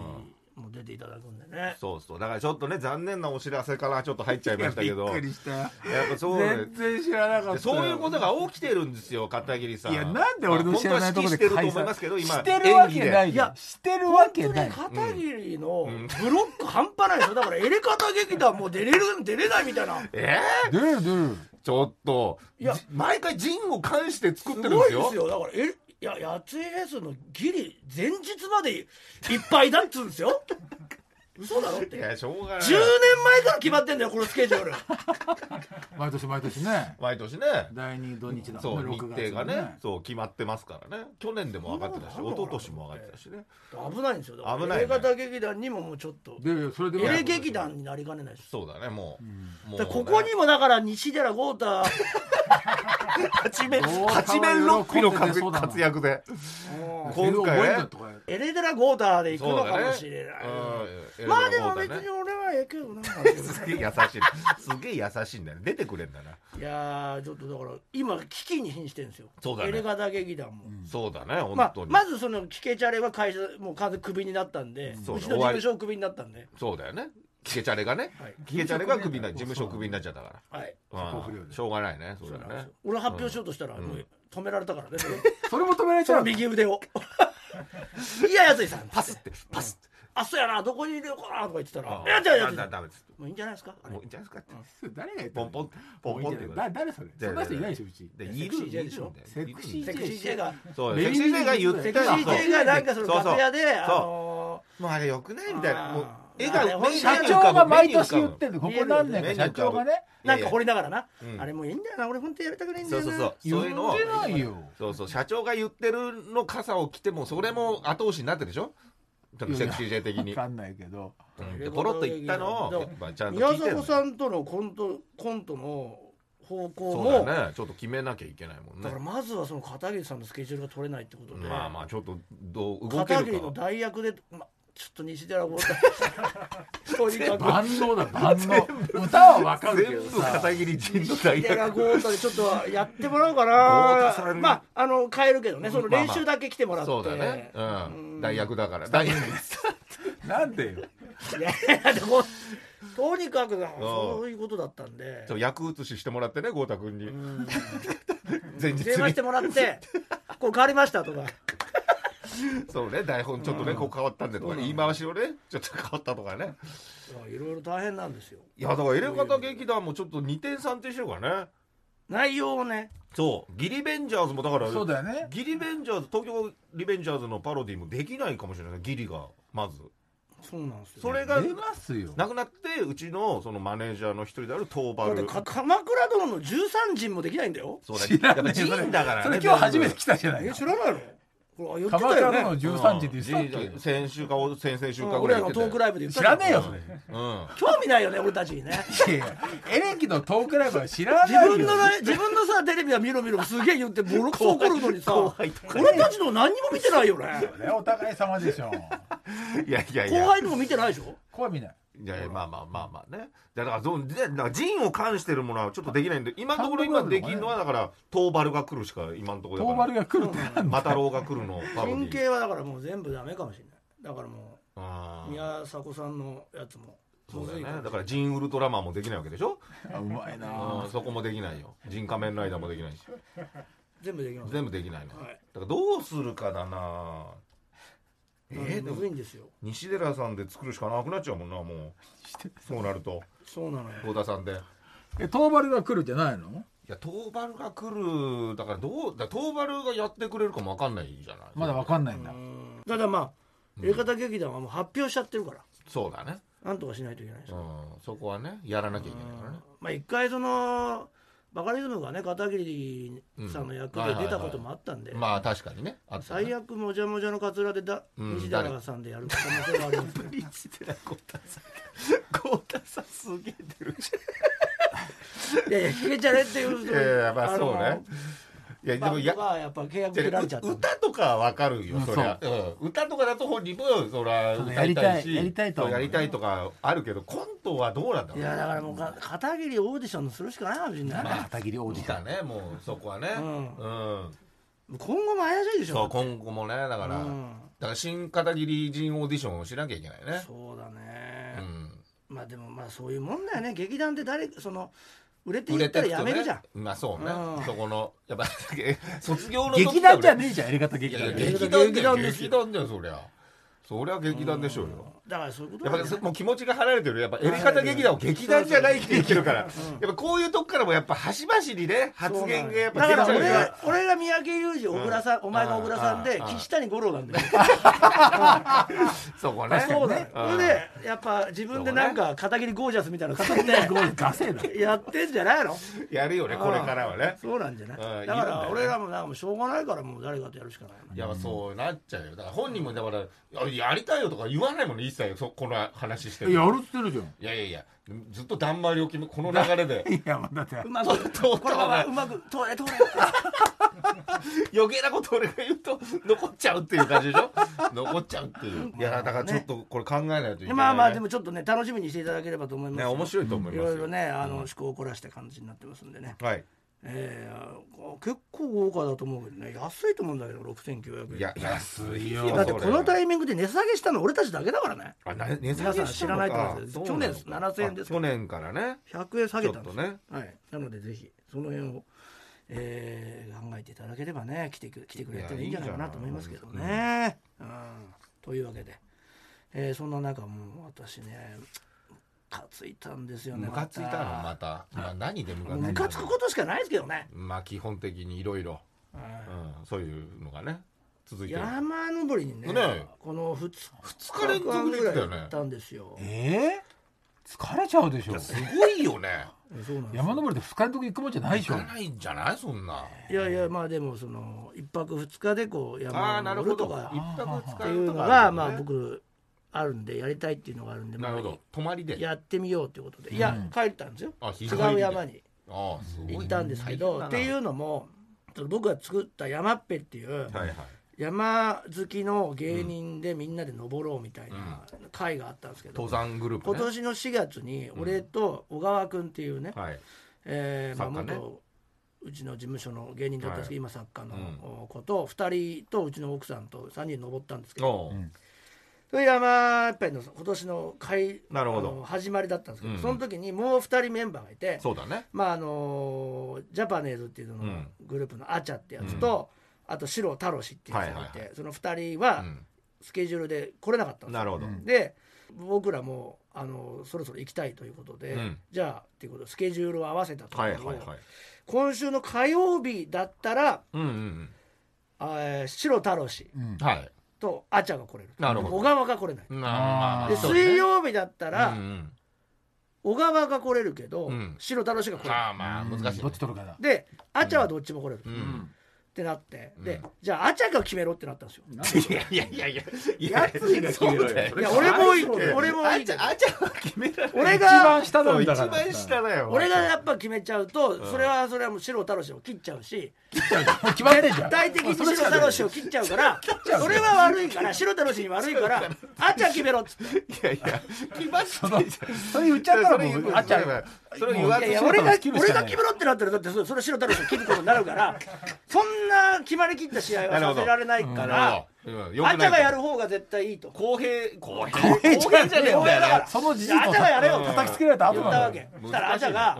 [SPEAKER 3] もう出ていただくんでね
[SPEAKER 2] そうそうだからちょっとね残念なお知らせからちょっと入っちゃいましたけど
[SPEAKER 4] いや
[SPEAKER 2] や
[SPEAKER 4] びっ
[SPEAKER 2] っ
[SPEAKER 4] くりしたよ
[SPEAKER 2] ぱそうね
[SPEAKER 4] 全然知らなかった
[SPEAKER 2] で
[SPEAKER 4] よ
[SPEAKER 2] そういうことが起きてるんですよ片桐さん
[SPEAKER 4] いやなんで俺の知らないとこ
[SPEAKER 2] ま
[SPEAKER 4] ろで
[SPEAKER 2] あ本当は指揮し
[SPEAKER 4] 解
[SPEAKER 2] てると思い
[SPEAKER 4] 散
[SPEAKER 2] ますけど今
[SPEAKER 4] してるわけな
[SPEAKER 2] 演技で
[SPEAKER 4] い
[SPEAKER 3] いや
[SPEAKER 4] よしてるわ
[SPEAKER 3] 本当
[SPEAKER 4] け
[SPEAKER 3] に
[SPEAKER 4] ない
[SPEAKER 3] 片桐のブロック半端ないですよだからエレカタ劇団もう出れる 出れないみたいな
[SPEAKER 2] え
[SPEAKER 4] 出る出る
[SPEAKER 2] ー、ちょっと
[SPEAKER 3] いや
[SPEAKER 2] じ毎回陣を関して作って
[SPEAKER 3] す
[SPEAKER 2] るんで
[SPEAKER 3] ごい
[SPEAKER 2] す
[SPEAKER 3] で
[SPEAKER 2] よ
[SPEAKER 3] すよだからえいや やついレースのギリ前日までいっぱいだっつうんですよ嘘だろっ
[SPEAKER 2] い
[SPEAKER 3] て10
[SPEAKER 2] やしょうがない
[SPEAKER 3] 年前から決まってんだよこのスケジュール
[SPEAKER 4] 毎年毎年ね
[SPEAKER 2] 毎年ね
[SPEAKER 4] 第二土日だ
[SPEAKER 2] そ
[SPEAKER 4] も
[SPEAKER 2] うん
[SPEAKER 4] ね
[SPEAKER 2] 日
[SPEAKER 4] 6
[SPEAKER 2] 程
[SPEAKER 4] 月
[SPEAKER 2] がねそう決まってますからね去年でも分かってたし
[SPEAKER 3] そん
[SPEAKER 2] 一
[SPEAKER 3] なことある
[SPEAKER 2] 昨年も分かってたしね
[SPEAKER 3] 危ないんですよだから
[SPEAKER 2] 危ないね
[SPEAKER 3] 映画大劇団にももうちょっと
[SPEAKER 4] でそれで
[SPEAKER 3] エ
[SPEAKER 4] も
[SPEAKER 3] レ劇団になりかねないです
[SPEAKER 2] そうだねもう,、もう
[SPEAKER 3] だ
[SPEAKER 2] ね
[SPEAKER 3] からここにもだから西寺豪 太
[SPEAKER 2] 八面
[SPEAKER 4] どう考え
[SPEAKER 2] 八面六臂の活
[SPEAKER 4] 喜んでそうだな
[SPEAKER 2] 活躍で
[SPEAKER 3] もう
[SPEAKER 4] 今
[SPEAKER 2] 今
[SPEAKER 4] 回
[SPEAKER 2] 回ね
[SPEAKER 4] 覚えるんだとか
[SPEAKER 3] エレ寺豪太で行く
[SPEAKER 2] そう
[SPEAKER 3] の
[SPEAKER 2] だ
[SPEAKER 3] か
[SPEAKER 2] ね
[SPEAKER 3] もしれない、
[SPEAKER 2] うん
[SPEAKER 3] まあでも別
[SPEAKER 2] エレベーター
[SPEAKER 3] に
[SPEAKER 2] ね
[SPEAKER 3] 俺はええけ どない
[SPEAKER 2] すげえ優しいすげえ優しいんだよね出てくれんだな
[SPEAKER 3] やーちょっとだから今危機に瀕してるんですよ
[SPEAKER 2] そうだね
[SPEAKER 3] エレガ大劇団も、
[SPEAKER 2] そうだね
[SPEAKER 3] ま
[SPEAKER 2] 本
[SPEAKER 3] あ
[SPEAKER 2] 当、に
[SPEAKER 3] まずそのキケチャレは会社もう完全にクビになったんでうち
[SPEAKER 2] そ
[SPEAKER 3] の
[SPEAKER 2] うだ
[SPEAKER 3] 事務所をクビになったんで
[SPEAKER 2] そうだよねキケチャレがね
[SPEAKER 3] はい
[SPEAKER 2] キケチャレがクビな事務所クビになっちゃったから
[SPEAKER 3] はい
[SPEAKER 4] そこ不良
[SPEAKER 2] うん
[SPEAKER 4] で
[SPEAKER 2] しょうがないねそれは
[SPEAKER 3] なんです
[SPEAKER 2] ね
[SPEAKER 3] よ俺発表しようとしたら、もう止められた からねそれ
[SPEAKER 4] それも止められち
[SPEAKER 3] そ
[SPEAKER 4] ゃ
[SPEAKER 3] の
[SPEAKER 4] う
[SPEAKER 3] 右腕をいややついさん
[SPEAKER 2] パスってパスって
[SPEAKER 3] あそうやなどこに入れようかなとか言ってたら「
[SPEAKER 2] あ
[SPEAKER 3] いや違う違う違
[SPEAKER 2] だ
[SPEAKER 3] う
[SPEAKER 2] ダメです
[SPEAKER 3] もういいんじゃないですかあれ
[SPEAKER 2] もういいんじゃないですかって
[SPEAKER 4] 誰が言った
[SPEAKER 2] ポ
[SPEAKER 4] の
[SPEAKER 2] ンポンポンポンって言うから
[SPEAKER 4] だ誰それそんな人いないでしょうち
[SPEAKER 2] で
[SPEAKER 3] いやセ
[SPEAKER 2] い
[SPEAKER 3] クシ
[SPEAKER 2] る
[SPEAKER 3] ー J でしょ
[SPEAKER 2] いるんだよ
[SPEAKER 4] セクシー
[SPEAKER 2] いる
[SPEAKER 3] セクシ
[SPEAKER 2] んだよ
[SPEAKER 3] ー J が
[SPEAKER 2] そう
[SPEAKER 4] メ
[SPEAKER 2] セ
[SPEAKER 4] イン
[SPEAKER 2] クシー J が言って
[SPEAKER 3] セク
[SPEAKER 2] た
[SPEAKER 3] シー J がなんかその
[SPEAKER 2] そうそう
[SPEAKER 3] 楽屋であ
[SPEAKER 2] そう
[SPEAKER 3] の
[SPEAKER 2] もうあれよくないみたいなもう
[SPEAKER 3] あー
[SPEAKER 2] 絵が
[SPEAKER 3] あれ
[SPEAKER 2] 目に
[SPEAKER 4] 社
[SPEAKER 2] 浮かぶ
[SPEAKER 4] 長が毎年言ってるの
[SPEAKER 3] 見
[SPEAKER 4] こ
[SPEAKER 3] える
[SPEAKER 4] こ
[SPEAKER 3] んだよ
[SPEAKER 4] 何年か社長がね
[SPEAKER 3] ーなんか掘りながらな
[SPEAKER 2] うん
[SPEAKER 3] あれもういいんだよな俺本当やりたくないんだ
[SPEAKER 2] そう
[SPEAKER 3] よ
[SPEAKER 2] そう
[SPEAKER 3] な
[SPEAKER 2] そう
[SPEAKER 4] 言
[SPEAKER 2] そ
[SPEAKER 4] っ
[SPEAKER 2] ういうのを
[SPEAKER 4] てないよ
[SPEAKER 2] そうそう社長が言ってるの傘を着てもそれも後押しになってるでしょセクシー J 的
[SPEAKER 4] 分
[SPEAKER 2] に
[SPEAKER 4] かんないけど
[SPEAKER 2] うんでポロッと言ったのをやっぱちゃんと聞
[SPEAKER 3] 宮
[SPEAKER 2] いてる
[SPEAKER 3] 迫さんとのコントコントの方向
[SPEAKER 2] そう
[SPEAKER 3] もだ,、
[SPEAKER 2] だねちょっと決めなきゃいけないもんね
[SPEAKER 3] からまずはその片桐さんのスケジュールが取れないってことで、
[SPEAKER 2] まあまあちょっとどう動け
[SPEAKER 3] 片桐
[SPEAKER 2] る
[SPEAKER 3] の
[SPEAKER 2] か
[SPEAKER 3] 代役で、ま、ちょっと西寺豪太 とにかく
[SPEAKER 4] 万能だ万能歌は分かるけ
[SPEAKER 2] 全
[SPEAKER 4] ど
[SPEAKER 2] 部
[SPEAKER 4] さ
[SPEAKER 2] 片桐仁の代
[SPEAKER 3] 西寺
[SPEAKER 2] 役
[SPEAKER 3] 豪太でちょっとやってもらおうか
[SPEAKER 2] 豪太さ
[SPEAKER 3] なんまああの変えるけどねその練習だけ来てもらって、
[SPEAKER 2] そうだねうん代役だから代役
[SPEAKER 4] なんでよ
[SPEAKER 3] いやいやでもとにかくなそういうことだったんで
[SPEAKER 2] そう役移ししてもらってね豪太君に前日
[SPEAKER 3] 電話
[SPEAKER 2] に
[SPEAKER 3] してもらって「こう変わりました」とか
[SPEAKER 2] そうね台本ちょっとねこう変わったんでとか言い回しをねちょっと変わったとかね
[SPEAKER 3] いろいろ大変なんですよ
[SPEAKER 2] いやだからエレガタ劇団もちょっと二点三点してるからね
[SPEAKER 3] 内容をね
[SPEAKER 2] そうギリベンジャーズもだから
[SPEAKER 4] そうだよね
[SPEAKER 2] ギリベンジャーズ東京リベンジャーズのパロディもできないかもしれないギリがまず
[SPEAKER 3] そうなんですよ
[SPEAKER 2] それが
[SPEAKER 4] 出ますよ
[SPEAKER 2] なくなってうちのそのマネージャーの一人であるトーバ
[SPEAKER 3] だって
[SPEAKER 2] ル
[SPEAKER 3] か鎌倉殿の13人もできないんだよ
[SPEAKER 2] そうだ
[SPEAKER 4] 知ら
[SPEAKER 2] やっ
[SPEAKER 4] な
[SPEAKER 2] ぱ
[SPEAKER 4] いそれ
[SPEAKER 2] 人だからね
[SPEAKER 4] それ今日初めて来たじゃない
[SPEAKER 3] え
[SPEAKER 4] か
[SPEAKER 3] 知らないのこれ言って
[SPEAKER 4] 鎌
[SPEAKER 3] た
[SPEAKER 4] 倉
[SPEAKER 3] よ
[SPEAKER 4] 殿の
[SPEAKER 3] ね
[SPEAKER 4] 13時って言ってたっ
[SPEAKER 2] うん
[SPEAKER 4] け
[SPEAKER 2] 先週か先々週
[SPEAKER 3] うん
[SPEAKER 2] かぐ
[SPEAKER 3] 俺
[SPEAKER 2] らい
[SPEAKER 3] らのトークライブで言った
[SPEAKER 4] 知
[SPEAKER 3] じゃ
[SPEAKER 4] ら
[SPEAKER 3] ん
[SPEAKER 4] ねえよそれ
[SPEAKER 2] うん
[SPEAKER 3] 興味ないよね俺たちにね
[SPEAKER 4] いやいやエレキのトークライブは知ら
[SPEAKER 3] 自
[SPEAKER 4] ないよ
[SPEAKER 3] 分のね自分のさテレビは見ろ見ろすげえ言ってボロクソ怒るのにさ
[SPEAKER 2] 後輩とかね
[SPEAKER 3] 俺たちの何にも見てないよね
[SPEAKER 4] それはお互い様でしょ
[SPEAKER 2] いやいやい
[SPEAKER 3] 後
[SPEAKER 2] や
[SPEAKER 3] 輩のも見てないでしょ
[SPEAKER 4] こは見ない
[SPEAKER 2] いやいやまあまあまあまあねだからそうでだから陣を冠してるものはちょっとできないんで今のところ今できるのはだからトーバルが来るしか今 のとこ
[SPEAKER 4] ト
[SPEAKER 2] ろだ
[SPEAKER 4] ー
[SPEAKER 2] か
[SPEAKER 4] バ
[SPEAKER 2] ら
[SPEAKER 4] ルが来るってなんだ
[SPEAKER 2] マタロウが来るのパロデ
[SPEAKER 3] 神
[SPEAKER 2] ィ
[SPEAKER 3] 経はだからもう全部ダメかもしれないだからも
[SPEAKER 2] あ
[SPEAKER 3] う
[SPEAKER 2] ー
[SPEAKER 3] 宮迫さんのやつも
[SPEAKER 2] そうだよ
[SPEAKER 3] むずい
[SPEAKER 2] ね
[SPEAKER 3] か
[SPEAKER 2] だ
[SPEAKER 3] ら
[SPEAKER 2] からジンウルトラマンもできないわけでしょ
[SPEAKER 4] あうまいな
[SPEAKER 2] あーそこもできないよ人仮面ライダーもできないし
[SPEAKER 3] 全部できます
[SPEAKER 2] 全部できないの、
[SPEAKER 3] はい
[SPEAKER 2] だからどうするかだなえー、で
[SPEAKER 3] む
[SPEAKER 2] も
[SPEAKER 3] ずいんですよ
[SPEAKER 2] 西寺さんで作るしかなくなっちゃうもんなもうそうなると
[SPEAKER 3] そうなのよ
[SPEAKER 2] 幸田さんでい
[SPEAKER 4] えトーバルが来るじゃないの
[SPEAKER 2] や東原が来るだからどうだ東原がやってくれるかも分かんないじゃない
[SPEAKER 4] まだわかんないんだ
[SPEAKER 3] うんただまあ映画方劇団はもう発表しちゃってるから
[SPEAKER 2] そうだね
[SPEAKER 3] なんとかしないといけないです
[SPEAKER 2] う
[SPEAKER 3] よ
[SPEAKER 2] んそこはねやらなきゃいけないからね
[SPEAKER 3] まあ一回そのバカリズムがね片桐さんの役で出たこともあったんで
[SPEAKER 2] まあ確かにねあったね
[SPEAKER 3] 最悪もじゃもじゃのカツラでだ
[SPEAKER 2] うん
[SPEAKER 3] 西田さんでやる可能性がありますよ
[SPEAKER 2] 西寺幸田さん幸田さんすげえ出るじ
[SPEAKER 3] いやいや聞けちゃねっていう
[SPEAKER 2] いやいやまあそう
[SPEAKER 3] あ
[SPEAKER 2] ね
[SPEAKER 3] の
[SPEAKER 2] いやで
[SPEAKER 3] バ
[SPEAKER 2] も
[SPEAKER 3] ン
[SPEAKER 2] や
[SPEAKER 3] ドがやっぱ契約
[SPEAKER 2] じゃ
[SPEAKER 3] 切ら
[SPEAKER 2] あ
[SPEAKER 3] れ
[SPEAKER 2] ね
[SPEAKER 3] ちゃった
[SPEAKER 2] う歌とかはわかるよ、
[SPEAKER 4] うん
[SPEAKER 2] そりゃ、うん歌とかだと本人もそりゃ歌いたいし
[SPEAKER 4] やりたいやりたいと
[SPEAKER 2] そ
[SPEAKER 4] は
[SPEAKER 2] う
[SPEAKER 4] 思う
[SPEAKER 2] やりたいとかあるけどコントはどうなんだろ
[SPEAKER 3] いうやだからもうか片桐オーディションするしかないかもしれない、
[SPEAKER 4] 片桐王子
[SPEAKER 2] 来たねもうそこはね
[SPEAKER 3] う
[SPEAKER 2] うんん、
[SPEAKER 3] 今後も怪しいでしょ
[SPEAKER 2] そう今後もねだから、
[SPEAKER 3] うん
[SPEAKER 2] だから新片桐人オーディションをしなきゃいけないね
[SPEAKER 3] そうだ
[SPEAKER 2] う
[SPEAKER 3] ね、
[SPEAKER 2] ん
[SPEAKER 3] まあでもまあそういうもんだよね劇団って誰その売れて
[SPEAKER 2] 売
[SPEAKER 3] いっ
[SPEAKER 2] れ
[SPEAKER 3] たら
[SPEAKER 2] てく
[SPEAKER 3] や
[SPEAKER 2] と
[SPEAKER 3] める
[SPEAKER 2] ね
[SPEAKER 3] じゃん
[SPEAKER 2] まあそうね、
[SPEAKER 3] うん
[SPEAKER 2] そこのやっぱ 卒業の時
[SPEAKER 4] 劇団じゃ
[SPEAKER 2] ね
[SPEAKER 4] ねえじゃんやり方劇
[SPEAKER 2] いや
[SPEAKER 4] 団
[SPEAKER 2] 劇
[SPEAKER 3] 団
[SPEAKER 2] 団だよ劇団だよそりゃそりゃ劇団でしょうよ、
[SPEAKER 3] だからそういうこと
[SPEAKER 2] やっ
[SPEAKER 3] だよ
[SPEAKER 2] ぱ
[SPEAKER 3] ね
[SPEAKER 2] そもう気持ちが離れてるやっぱエリカタ劇団を劇団じゃないって言ってるから、やっぱこういうとこからもやっぱ端々にね発言がやっぱ
[SPEAKER 3] だから
[SPEAKER 2] ちゃ
[SPEAKER 3] 俺
[SPEAKER 2] うから
[SPEAKER 3] が俺が三宅裕二小倉さん、お前が小倉さんで
[SPEAKER 2] うんうん
[SPEAKER 3] 岸谷五郎なんだよ
[SPEAKER 2] そこね
[SPEAKER 3] そうだよ
[SPEAKER 2] ん
[SPEAKER 3] それでやっぱ自分でなんか片桐ゴージャスみたいなの買って
[SPEAKER 4] ゴール出せな
[SPEAKER 3] やってんじゃないの
[SPEAKER 2] やるよねこれからはね
[SPEAKER 3] そうなんじゃない
[SPEAKER 2] うん
[SPEAKER 3] だか
[SPEAKER 2] いるんだよ
[SPEAKER 3] ら
[SPEAKER 2] ね
[SPEAKER 3] 俺らもなんかもうしょうがないからもう誰かとやるしかない
[SPEAKER 2] いやそうなっちゃうよだから本人もだからいややりたいよとか言わないもんね一切そこの話してる
[SPEAKER 4] やるって言ってるじゃ
[SPEAKER 2] いや
[SPEAKER 4] ん
[SPEAKER 2] いやいやずっとだんまりを決めこの流れで
[SPEAKER 4] いやまあだって
[SPEAKER 3] うま
[SPEAKER 2] そう
[SPEAKER 3] く
[SPEAKER 2] そう
[SPEAKER 3] これはうまく通れ通れ
[SPEAKER 2] 余計なこと俺が言うと残っちゃうっていう感じでしょ 残っちゃうっていういやだからちょっとこれ考えないといけない、ね、
[SPEAKER 3] まあまあでもちょっとね楽しみにしていただければと思います
[SPEAKER 2] ね面白いと思い
[SPEAKER 3] い
[SPEAKER 2] ますよ
[SPEAKER 3] ろいろねあの趣向を凝らした感じになってますんでね、
[SPEAKER 2] はい
[SPEAKER 3] えー結構豪華だと思うけどね安いと思うんだけど6900円
[SPEAKER 2] いや安いよ
[SPEAKER 3] だってこのタ
[SPEAKER 2] イ
[SPEAKER 3] イミングで値下げしたの俺たちだけだからね
[SPEAKER 2] あな値下
[SPEAKER 3] 皆さ
[SPEAKER 2] げ
[SPEAKER 3] ん
[SPEAKER 2] した
[SPEAKER 3] 知
[SPEAKER 2] の
[SPEAKER 3] らな
[SPEAKER 2] か
[SPEAKER 3] いと思います
[SPEAKER 2] あ
[SPEAKER 3] よ
[SPEAKER 2] そう
[SPEAKER 3] 去
[SPEAKER 2] な
[SPEAKER 3] 年
[SPEAKER 2] の
[SPEAKER 3] 7000円です
[SPEAKER 2] あ去年からね
[SPEAKER 3] 100円下げたんです
[SPEAKER 2] ちょっとね
[SPEAKER 3] はい、なのでぜひその辺を、えー考えていただければね来てく来てくれてもいいんじゃないかなと思いますけどね。うんというわけで、えーそんな中もう私ねムカついたんですよね。
[SPEAKER 2] ムカついたのまた、まあ、何でムカついた
[SPEAKER 3] もう
[SPEAKER 2] の
[SPEAKER 3] ムカつくことしかないですけどね。
[SPEAKER 2] まあ基本的にいろいろそういうのがね続いてる
[SPEAKER 3] 山登りにね
[SPEAKER 2] ね
[SPEAKER 3] この2日
[SPEAKER 2] 二日連続で行ってたよね
[SPEAKER 3] 行ったんですよ。
[SPEAKER 4] えー、疲れちゃうでしょ
[SPEAKER 2] すごいよね
[SPEAKER 3] そうなんですよ
[SPEAKER 4] 山登りで二日のとこ行くもんじゃないで
[SPEAKER 2] 行
[SPEAKER 4] しょ
[SPEAKER 2] かないんじゃないそんない
[SPEAKER 3] やいやまあでもその一泊二日でこう
[SPEAKER 2] あ
[SPEAKER 3] 山
[SPEAKER 2] あ
[SPEAKER 3] を
[SPEAKER 2] なる
[SPEAKER 3] 登る
[SPEAKER 2] ほ
[SPEAKER 3] と
[SPEAKER 2] ど
[SPEAKER 3] か
[SPEAKER 2] 一泊二日と
[SPEAKER 3] っ
[SPEAKER 2] か
[SPEAKER 3] ていうの
[SPEAKER 2] る
[SPEAKER 3] が
[SPEAKER 2] ん
[SPEAKER 3] ま
[SPEAKER 2] だね
[SPEAKER 3] あ僕あるんでやりたいっていうのがあるんで
[SPEAKER 2] なるほ
[SPEAKER 3] ま
[SPEAKER 2] ど泊まり
[SPEAKER 3] あ
[SPEAKER 2] で
[SPEAKER 3] やってみようということでいや帰ったんですよ
[SPEAKER 2] あ日帰りで
[SPEAKER 3] 違う山に
[SPEAKER 2] ああすご
[SPEAKER 3] 行
[SPEAKER 2] い
[SPEAKER 3] ったんですけどっていううのもちょっと僕が作った山っぺっていう
[SPEAKER 2] はいはい
[SPEAKER 3] 山好きの芸人でみんなで登ろうみたいな会があったんですけ
[SPEAKER 2] 登
[SPEAKER 3] ど
[SPEAKER 2] 山グループ
[SPEAKER 3] 今
[SPEAKER 2] ね
[SPEAKER 3] 年の4月に俺と小川君っていうね
[SPEAKER 2] はい
[SPEAKER 3] えーまあ、
[SPEAKER 2] 作家ね
[SPEAKER 3] 元うちの事務所の芸人だったんですけど、今作家
[SPEAKER 2] う
[SPEAKER 3] の子と2人とうちの奥さんと3人登ったんですけど、
[SPEAKER 2] おう
[SPEAKER 4] うん
[SPEAKER 3] それ山やっぱりの今年の会
[SPEAKER 2] なるほど
[SPEAKER 3] あの始まりだったんですけど、
[SPEAKER 2] うん
[SPEAKER 3] その時にもう2人メンバーがいて、
[SPEAKER 2] そうだね
[SPEAKER 3] まああのジャパネーズっていうのの
[SPEAKER 2] うん
[SPEAKER 3] グループのアチャってやつと、あとシロタロシっていうやつがいて、
[SPEAKER 2] はいはい
[SPEAKER 3] その2人
[SPEAKER 2] う
[SPEAKER 3] は
[SPEAKER 2] ん
[SPEAKER 3] スケジュールで来れなかったんですよ
[SPEAKER 2] なるほど
[SPEAKER 4] うん
[SPEAKER 3] で僕らもあのそろそろ行きたいということで、
[SPEAKER 2] うん
[SPEAKER 3] じゃあっていうことでスケジュールを合わせたとこ
[SPEAKER 2] はい
[SPEAKER 3] ろ
[SPEAKER 2] はいはい
[SPEAKER 3] 今週の火曜日だったら
[SPEAKER 2] うんうん
[SPEAKER 3] あー白太郎氏
[SPEAKER 4] うん
[SPEAKER 2] うんはい
[SPEAKER 3] とあちゃが来れる
[SPEAKER 2] なるほど
[SPEAKER 3] 小川が来れない
[SPEAKER 2] なまあ
[SPEAKER 3] で
[SPEAKER 2] そうね
[SPEAKER 3] 水曜日だったら
[SPEAKER 2] うんうん
[SPEAKER 3] 小川が来れるけど
[SPEAKER 2] うん
[SPEAKER 3] 白太郎氏が来れ
[SPEAKER 2] ま
[SPEAKER 3] な
[SPEAKER 2] あまあ難しい
[SPEAKER 4] どっち取るかだ
[SPEAKER 3] いであちゃはどっちも来れる
[SPEAKER 2] う
[SPEAKER 3] っ
[SPEAKER 2] ん
[SPEAKER 3] てなって
[SPEAKER 2] うん
[SPEAKER 3] でじゃああちゃが決めろってなったんですよ
[SPEAKER 2] いやいやいやいやいや
[SPEAKER 4] やつにが決めろよ
[SPEAKER 2] そうだ
[SPEAKER 3] いや俺もいい
[SPEAKER 4] そうだよ
[SPEAKER 3] 俺もいいけど
[SPEAKER 2] あちゃは決められ
[SPEAKER 3] 俺
[SPEAKER 4] 一
[SPEAKER 3] が
[SPEAKER 4] 番下なんだから
[SPEAKER 2] 一番下だよ
[SPEAKER 3] 俺がやっぱ決めちゃうとそれはそれはもう白太郎氏を切っちゃうし
[SPEAKER 4] もう決まってんじゃ
[SPEAKER 3] 具
[SPEAKER 4] ん
[SPEAKER 3] 体的に白太郎氏を切っちゃうからそれは悪いから白太郎氏に悪いからあちゃ決めろっつって。
[SPEAKER 2] いやいや決まってんじゃん
[SPEAKER 4] それ言っちゃったらも
[SPEAKER 2] それ言
[SPEAKER 4] う
[SPEAKER 2] う
[SPEAKER 4] あっちゃう
[SPEAKER 2] それ言わ
[SPEAKER 3] いや
[SPEAKER 2] ずに
[SPEAKER 3] いや
[SPEAKER 4] 白
[SPEAKER 3] 俺
[SPEAKER 4] 太郎
[SPEAKER 3] が
[SPEAKER 4] を切るし
[SPEAKER 3] 俺
[SPEAKER 4] かない
[SPEAKER 3] が決めろってなったらだってそそれ白太郎さん切ることになるからそんな決まりきった試合はさせられないから、
[SPEAKER 2] うん
[SPEAKER 3] あちゃがやる方が絶対いいと
[SPEAKER 2] 公平公平公
[SPEAKER 4] 平
[SPEAKER 2] 平
[SPEAKER 4] じ
[SPEAKER 2] じ
[SPEAKER 4] ゃ
[SPEAKER 2] ゃ
[SPEAKER 4] ね
[SPEAKER 2] ね
[SPEAKER 4] え
[SPEAKER 2] え
[SPEAKER 4] ん
[SPEAKER 2] ん
[SPEAKER 4] だ
[SPEAKER 2] だ
[SPEAKER 4] よ
[SPEAKER 2] よ
[SPEAKER 3] だから
[SPEAKER 4] その事
[SPEAKER 3] じゃああ
[SPEAKER 4] 実を
[SPEAKER 3] ちゃがやれよ
[SPEAKER 2] うん
[SPEAKER 4] 叩きつけられた後
[SPEAKER 3] 言
[SPEAKER 4] な
[SPEAKER 3] っ
[SPEAKER 4] ん
[SPEAKER 3] たわ
[SPEAKER 4] だよ
[SPEAKER 3] けそしたらあちゃが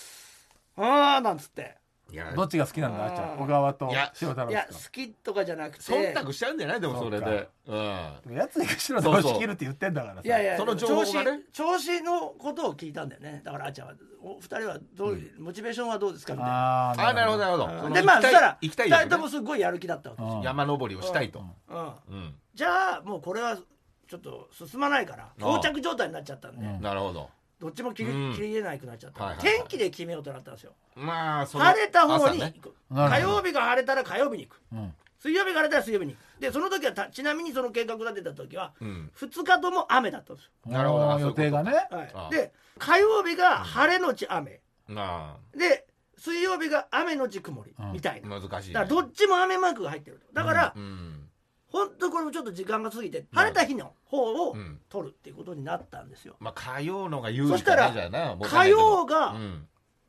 [SPEAKER 3] 「ああ」なんつって
[SPEAKER 2] いや
[SPEAKER 4] どっちが好きなんだあっちゃ
[SPEAKER 3] うん
[SPEAKER 4] ん小川と
[SPEAKER 2] いや
[SPEAKER 4] 白
[SPEAKER 3] 「
[SPEAKER 4] 太
[SPEAKER 3] い
[SPEAKER 4] 郎
[SPEAKER 3] や
[SPEAKER 4] で
[SPEAKER 3] 好
[SPEAKER 4] す
[SPEAKER 3] き」とかじゃなくて
[SPEAKER 2] 忖度しちゃうんじゃないでもそれでうん
[SPEAKER 4] かやつに白太郎仕切るって言ってんだからさ
[SPEAKER 3] いやいや
[SPEAKER 2] その情
[SPEAKER 3] 調
[SPEAKER 2] 報
[SPEAKER 3] 子
[SPEAKER 2] がね
[SPEAKER 3] 調子のことを聞いたんだよねだからあちゃはお二人はどういう、モチベーションはどうですかみたいな。
[SPEAKER 4] あ
[SPEAKER 2] あ
[SPEAKER 4] ー
[SPEAKER 2] なるほどなるほどそ
[SPEAKER 3] うん
[SPEAKER 2] の
[SPEAKER 3] でまあ
[SPEAKER 2] 行
[SPEAKER 3] そした
[SPEAKER 2] き
[SPEAKER 3] た
[SPEAKER 2] い
[SPEAKER 3] ら
[SPEAKER 2] 行きたい
[SPEAKER 3] 二
[SPEAKER 2] よ
[SPEAKER 3] 人と
[SPEAKER 2] ね
[SPEAKER 3] もすごいやる気だったわけですよ、
[SPEAKER 4] うん
[SPEAKER 2] 山登りをしたいと
[SPEAKER 3] うん
[SPEAKER 2] うん
[SPEAKER 3] じゃあもうこれはちょっと進まないから
[SPEAKER 2] ああ
[SPEAKER 3] 膠着状態になっちゃったんで、
[SPEAKER 4] うん
[SPEAKER 2] なるほど
[SPEAKER 3] どっちも切り,、
[SPEAKER 2] うん
[SPEAKER 3] 切り入れなくなっちゃった、
[SPEAKER 2] はいはいはい
[SPEAKER 3] 天気で決めようとなったんですよ
[SPEAKER 2] まあその
[SPEAKER 3] 晴れた方に
[SPEAKER 2] 朝
[SPEAKER 3] 行
[SPEAKER 2] ね
[SPEAKER 3] く、
[SPEAKER 4] なるほど
[SPEAKER 3] 火曜日が晴れたら火曜日に行く
[SPEAKER 4] うん
[SPEAKER 3] 水曜日が晴れたら水曜日に行くでその時はたちなみにその計画立てた時は
[SPEAKER 2] うん
[SPEAKER 3] 2日とも雨だったんです
[SPEAKER 2] なるほど
[SPEAKER 4] あー予定がね
[SPEAKER 3] よ、はい
[SPEAKER 2] ああ
[SPEAKER 3] で火曜日が晴れのち雨、
[SPEAKER 2] なあ
[SPEAKER 3] で水曜日が雨のち曇りみたいな、
[SPEAKER 2] 難しいね
[SPEAKER 3] だからどっちも雨マークが入ってるとだから、
[SPEAKER 2] うん
[SPEAKER 3] 本当これもちょっと時間が過ぎて晴れた日の方を
[SPEAKER 2] うん
[SPEAKER 3] 取るっていうことになったんですよ、
[SPEAKER 2] まあ火曜のが有利
[SPEAKER 3] そしたら
[SPEAKER 2] かなじゃあな
[SPEAKER 3] 火曜
[SPEAKER 2] が
[SPEAKER 3] が
[SPEAKER 2] うん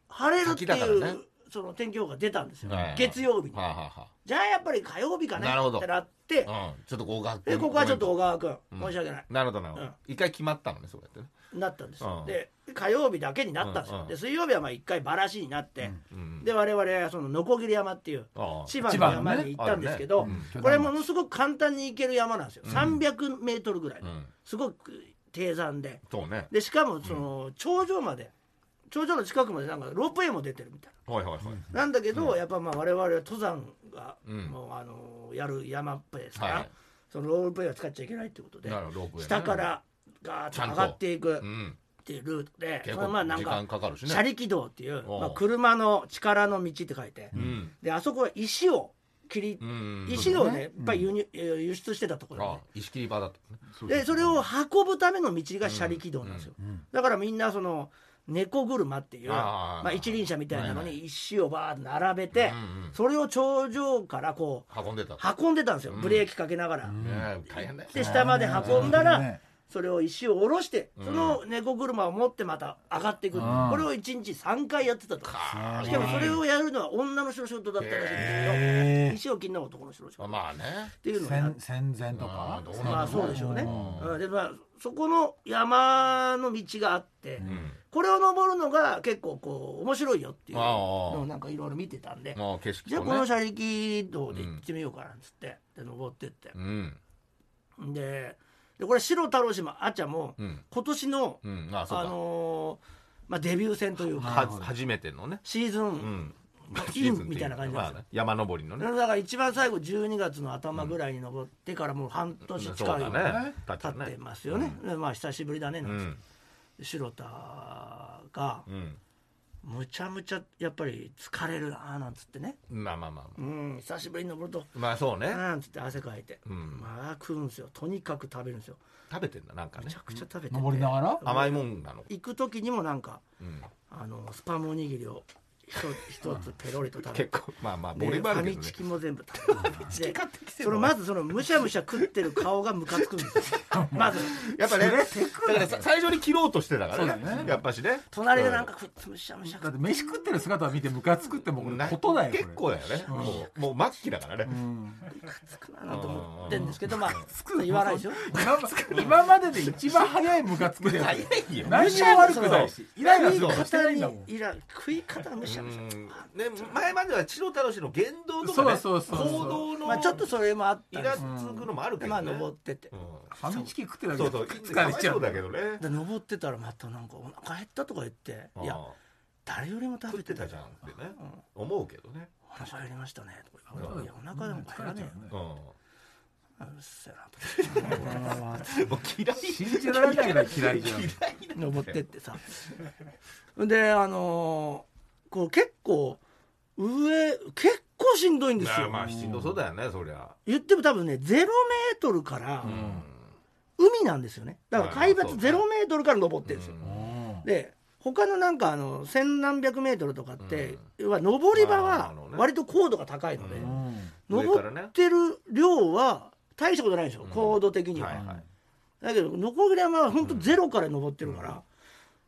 [SPEAKER 3] 晴れるって
[SPEAKER 2] 先だか
[SPEAKER 3] いう、
[SPEAKER 2] らね
[SPEAKER 3] その天気予報が出たんですよ、
[SPEAKER 2] はいはい
[SPEAKER 3] 月曜日に、
[SPEAKER 2] はあは
[SPEAKER 3] じゃあやっぱり火曜日かね
[SPEAKER 2] なるほど
[SPEAKER 3] ってなって
[SPEAKER 2] あ、はあうんちょっと合格
[SPEAKER 3] でここはちょっと小川君、
[SPEAKER 2] うん
[SPEAKER 3] 申し訳ない
[SPEAKER 2] なるほどなるほ
[SPEAKER 3] うん
[SPEAKER 2] ど一回決まったのねそうやってね
[SPEAKER 3] なったんですよ、
[SPEAKER 2] うん
[SPEAKER 3] で火曜日だけになったんですよ、
[SPEAKER 2] うんうん
[SPEAKER 3] で水曜日はまあ一回バラシになって、
[SPEAKER 4] うん
[SPEAKER 2] うん
[SPEAKER 3] で我々はそのノコギリ山っていう
[SPEAKER 2] ああ
[SPEAKER 3] 千葉の山に行ったんですけど、
[SPEAKER 2] 千葉のね
[SPEAKER 4] あるねうん
[SPEAKER 3] これものすごく簡単に行ける山なんですよ、
[SPEAKER 2] うん
[SPEAKER 3] 300メートルぐらい、
[SPEAKER 2] うん
[SPEAKER 3] すごく低山で
[SPEAKER 2] そうね
[SPEAKER 3] でしかもその頂上まで頂上の近くまでなんかロープウェイも出てるみたい
[SPEAKER 2] はいはいはい
[SPEAKER 3] ななんだけど、やっぱまあ我々は登山が、
[SPEAKER 2] うん
[SPEAKER 3] もうあのやる山っぽいですから、
[SPEAKER 2] はい
[SPEAKER 3] そのロープウェイは使っちゃいけないってことで
[SPEAKER 2] なるほどロープウェイね
[SPEAKER 3] 下からガーッと上がっていく
[SPEAKER 2] うん
[SPEAKER 3] っていうルートで、
[SPEAKER 2] 結
[SPEAKER 3] それはまあ
[SPEAKER 2] 構
[SPEAKER 3] なん
[SPEAKER 2] 時間
[SPEAKER 3] か
[SPEAKER 2] かかるしね
[SPEAKER 3] 車力道っていう、
[SPEAKER 2] おう
[SPEAKER 3] まあ、車の力の道って書いて、
[SPEAKER 2] うん
[SPEAKER 3] であそこは石を切り、
[SPEAKER 2] うん
[SPEAKER 3] 石をねやっ
[SPEAKER 4] うん
[SPEAKER 3] ぱり輸入、えー輸出してたとこ
[SPEAKER 2] あ
[SPEAKER 3] ろ
[SPEAKER 2] 石切り場だったね
[SPEAKER 4] そう
[SPEAKER 3] で,、
[SPEAKER 4] そう
[SPEAKER 3] でそれを運ぶための道が車力道なんですよ、だからみんなその猫車っていう
[SPEAKER 2] あー
[SPEAKER 3] まあ、一輪車みたいなの
[SPEAKER 2] はいは
[SPEAKER 3] に石をバーッと並べて、
[SPEAKER 2] うんうん
[SPEAKER 3] それを頂上からこう
[SPEAKER 2] 運んでた
[SPEAKER 3] 運んでたんですよブレーキかけながら。
[SPEAKER 2] ねえ大変だよ
[SPEAKER 3] で下まで運んだら、
[SPEAKER 4] ね
[SPEAKER 3] それを石を下ろしてその猫車を持ってまた上がっていく、
[SPEAKER 4] ん
[SPEAKER 3] これを1日3回やってたと
[SPEAKER 2] か
[SPEAKER 3] しかもそれをやるのは女の人の仕事だったらしいん
[SPEAKER 4] へー
[SPEAKER 3] ですけど石を切るのは男の人の仕事っ
[SPEAKER 2] まあね
[SPEAKER 3] ていうのをやっ
[SPEAKER 4] 戦戦前とか
[SPEAKER 2] うんどうなんだろ
[SPEAKER 3] まあそうでしょうね、
[SPEAKER 2] う
[SPEAKER 3] うんでまあ、そこの山の道があって、
[SPEAKER 2] うん
[SPEAKER 3] これを登るのが結構こう面白いよっていう
[SPEAKER 2] ああ
[SPEAKER 3] のをなんかいろいろ見てたんで、
[SPEAKER 2] まあ景色
[SPEAKER 3] じゃあ
[SPEAKER 2] と
[SPEAKER 3] この
[SPEAKER 2] ね
[SPEAKER 3] 車力道で行ってみようかなんつって、で登ってって
[SPEAKER 2] う、ん
[SPEAKER 3] ででこれ白太郎氏もあっちゃんも、
[SPEAKER 2] うん
[SPEAKER 3] 今年の、
[SPEAKER 2] うんあそう
[SPEAKER 3] あ
[SPEAKER 2] か
[SPEAKER 3] のーまあ、デビュー戦という
[SPEAKER 2] は
[SPEAKER 3] か
[SPEAKER 2] 初めてのね
[SPEAKER 3] シーズ
[SPEAKER 2] う
[SPEAKER 3] ン、
[SPEAKER 2] ん
[SPEAKER 3] インみたいな感じなんですよ
[SPEAKER 2] まあね山登りのね
[SPEAKER 3] だから一番最後12月の頭ぐらいに登ってからもう半年
[SPEAKER 2] そう
[SPEAKER 3] 近い
[SPEAKER 2] だね
[SPEAKER 3] 経
[SPEAKER 2] だ
[SPEAKER 3] ってますよね、でまあ久しぶりだねな
[SPEAKER 2] うん
[SPEAKER 3] て、
[SPEAKER 2] ん
[SPEAKER 3] 白田が
[SPEAKER 2] うん
[SPEAKER 3] むちゃむちゃやっぱり疲れるなーなんつってね
[SPEAKER 2] まあまあまあま
[SPEAKER 3] うん久しぶりに登ると
[SPEAKER 2] あまあそ
[SPEAKER 3] あ
[SPEAKER 2] う
[SPEAKER 3] ー
[SPEAKER 2] ね
[SPEAKER 3] なんつって汗かいて、
[SPEAKER 2] うん
[SPEAKER 3] まあ食うんですよとにかく食べるんですよ
[SPEAKER 2] 食べてんだなんか
[SPEAKER 3] め
[SPEAKER 2] ね
[SPEAKER 3] ちゃくちゃ食べてて
[SPEAKER 4] 登りながら
[SPEAKER 2] 甘いもんなの
[SPEAKER 3] 行く時にもなんか
[SPEAKER 2] うん
[SPEAKER 3] あのスパムおにぎりを一 つ一つペロリと食べて
[SPEAKER 2] 結構まあまあボ
[SPEAKER 3] で
[SPEAKER 2] リ
[SPEAKER 3] フ
[SPEAKER 2] バ
[SPEAKER 3] ァ
[SPEAKER 2] ルけ
[SPEAKER 3] ミ
[SPEAKER 2] どね
[SPEAKER 3] チキも全部食べてでそのまずそのむしゃむしゃ食ってる顔がムカつくんです よまず
[SPEAKER 2] やっぱねだからさ最初に切ろうとしてたから
[SPEAKER 4] そうだ
[SPEAKER 2] ね
[SPEAKER 4] ね
[SPEAKER 2] やっぱしね
[SPEAKER 3] 隣でなんかこうやってむしゃむしゃ
[SPEAKER 4] だ
[SPEAKER 3] 食
[SPEAKER 4] っ
[SPEAKER 3] って
[SPEAKER 4] て飯食ってる姿を見てムカつくってもうこれことだよこれ
[SPEAKER 2] 結構だよねもうもう末期だからね
[SPEAKER 4] うん
[SPEAKER 3] つくなと思ってんですけ どまあ言わないですよ
[SPEAKER 4] 今ま今までで一番早いムカつきだよこれ
[SPEAKER 2] 早いよ
[SPEAKER 4] 何も悪くないしイライラする
[SPEAKER 3] 食
[SPEAKER 4] こと
[SPEAKER 3] い
[SPEAKER 4] してな
[SPEAKER 3] 方
[SPEAKER 4] いん
[SPEAKER 3] に
[SPEAKER 4] だもん
[SPEAKER 3] いら食い方がむしゃむしゃ
[SPEAKER 2] ね、前までは千代太郎氏の言動とか、ね、
[SPEAKER 4] そうそうそうそ
[SPEAKER 2] 行
[SPEAKER 4] う
[SPEAKER 2] 動の、
[SPEAKER 3] まあちょっとそれもあった
[SPEAKER 2] イ
[SPEAKER 3] ん
[SPEAKER 2] ラ
[SPEAKER 3] で
[SPEAKER 2] つくのもある
[SPEAKER 3] す
[SPEAKER 2] け
[SPEAKER 3] ま
[SPEAKER 2] ど
[SPEAKER 3] あ
[SPEAKER 2] ね、
[SPEAKER 3] 登ってて
[SPEAKER 2] うん
[SPEAKER 4] ファミチキ食ってるだ
[SPEAKER 2] そ
[SPEAKER 4] け
[SPEAKER 2] うそう
[SPEAKER 4] で疲れちゃ
[SPEAKER 2] そううだけどね
[SPEAKER 3] で登ってたらまたなんかお腹減ったとか言っていや
[SPEAKER 2] ああ
[SPEAKER 3] 誰よりも食
[SPEAKER 2] 食っ
[SPEAKER 3] べ
[SPEAKER 2] て
[SPEAKER 3] て
[SPEAKER 2] た
[SPEAKER 3] た
[SPEAKER 2] じ
[SPEAKER 3] じ
[SPEAKER 2] ゃ
[SPEAKER 3] ゃ
[SPEAKER 2] ん
[SPEAKER 3] ん
[SPEAKER 2] ってね、思うけどね、
[SPEAKER 3] お腹減りましたねとか言われていやお腹なんか減ら
[SPEAKER 4] 疲れち
[SPEAKER 3] ね
[SPEAKER 4] ゃうね
[SPEAKER 2] うん、
[SPEAKER 3] えようっせえなと思って
[SPEAKER 2] もう嫌い
[SPEAKER 4] 信じられないぐらい嫌いじゃん
[SPEAKER 3] 登ってってさであのーこう結構上結構しんどいんです
[SPEAKER 2] まあ
[SPEAKER 3] よ、
[SPEAKER 2] まあしんどそうだよねそりゃ、
[SPEAKER 3] 言っても多分ね0メートルから
[SPEAKER 2] うん
[SPEAKER 3] 海なんですよねだから海
[SPEAKER 2] まあまあそ
[SPEAKER 3] 抜
[SPEAKER 2] う
[SPEAKER 3] ゼ
[SPEAKER 2] だね
[SPEAKER 3] ロメートルから登ってるんですよ、
[SPEAKER 4] うん
[SPEAKER 3] で他のなんかあの千何百メートルとかって、要は登り場
[SPEAKER 2] まああ
[SPEAKER 3] は
[SPEAKER 2] のね
[SPEAKER 3] 割と高度が高いので、
[SPEAKER 2] うん上から
[SPEAKER 3] 登
[SPEAKER 2] ね
[SPEAKER 3] ってる量は大したことないんですよ、高度的には、
[SPEAKER 2] はいはい
[SPEAKER 3] だけど鋸山は本当ゼロから登ってるから、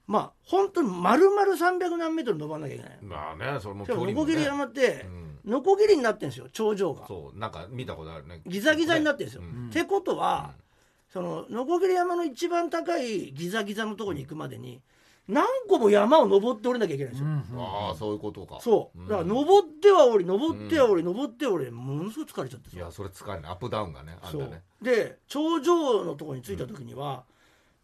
[SPEAKER 3] まあ本当に丸々300何メートル登らなきゃいけない、
[SPEAKER 2] まあねそれも
[SPEAKER 3] しか
[SPEAKER 2] 距
[SPEAKER 3] も
[SPEAKER 2] 離
[SPEAKER 3] ノコ
[SPEAKER 2] も、
[SPEAKER 3] ギリ
[SPEAKER 2] ね、
[SPEAKER 3] 山って
[SPEAKER 2] うん
[SPEAKER 3] ノコギリになってるんですよ頂上が
[SPEAKER 2] そうなんか見たことあるね
[SPEAKER 3] ギザギザになってるんですよ、
[SPEAKER 2] うん
[SPEAKER 3] ってことは、そのノコギリ山の一番高いギザギザのところに行くまでに何個も山を登って降りなきゃいけないんですよ、
[SPEAKER 2] ああそういうことか
[SPEAKER 3] そうだから登っては降り登っては降り登っては降りものすごい疲れちゃってさ
[SPEAKER 2] いやそれ疲れないアップダウンがねあん
[SPEAKER 3] そ
[SPEAKER 2] だ
[SPEAKER 3] う
[SPEAKER 2] ね
[SPEAKER 3] で頂上のところに着いた時には、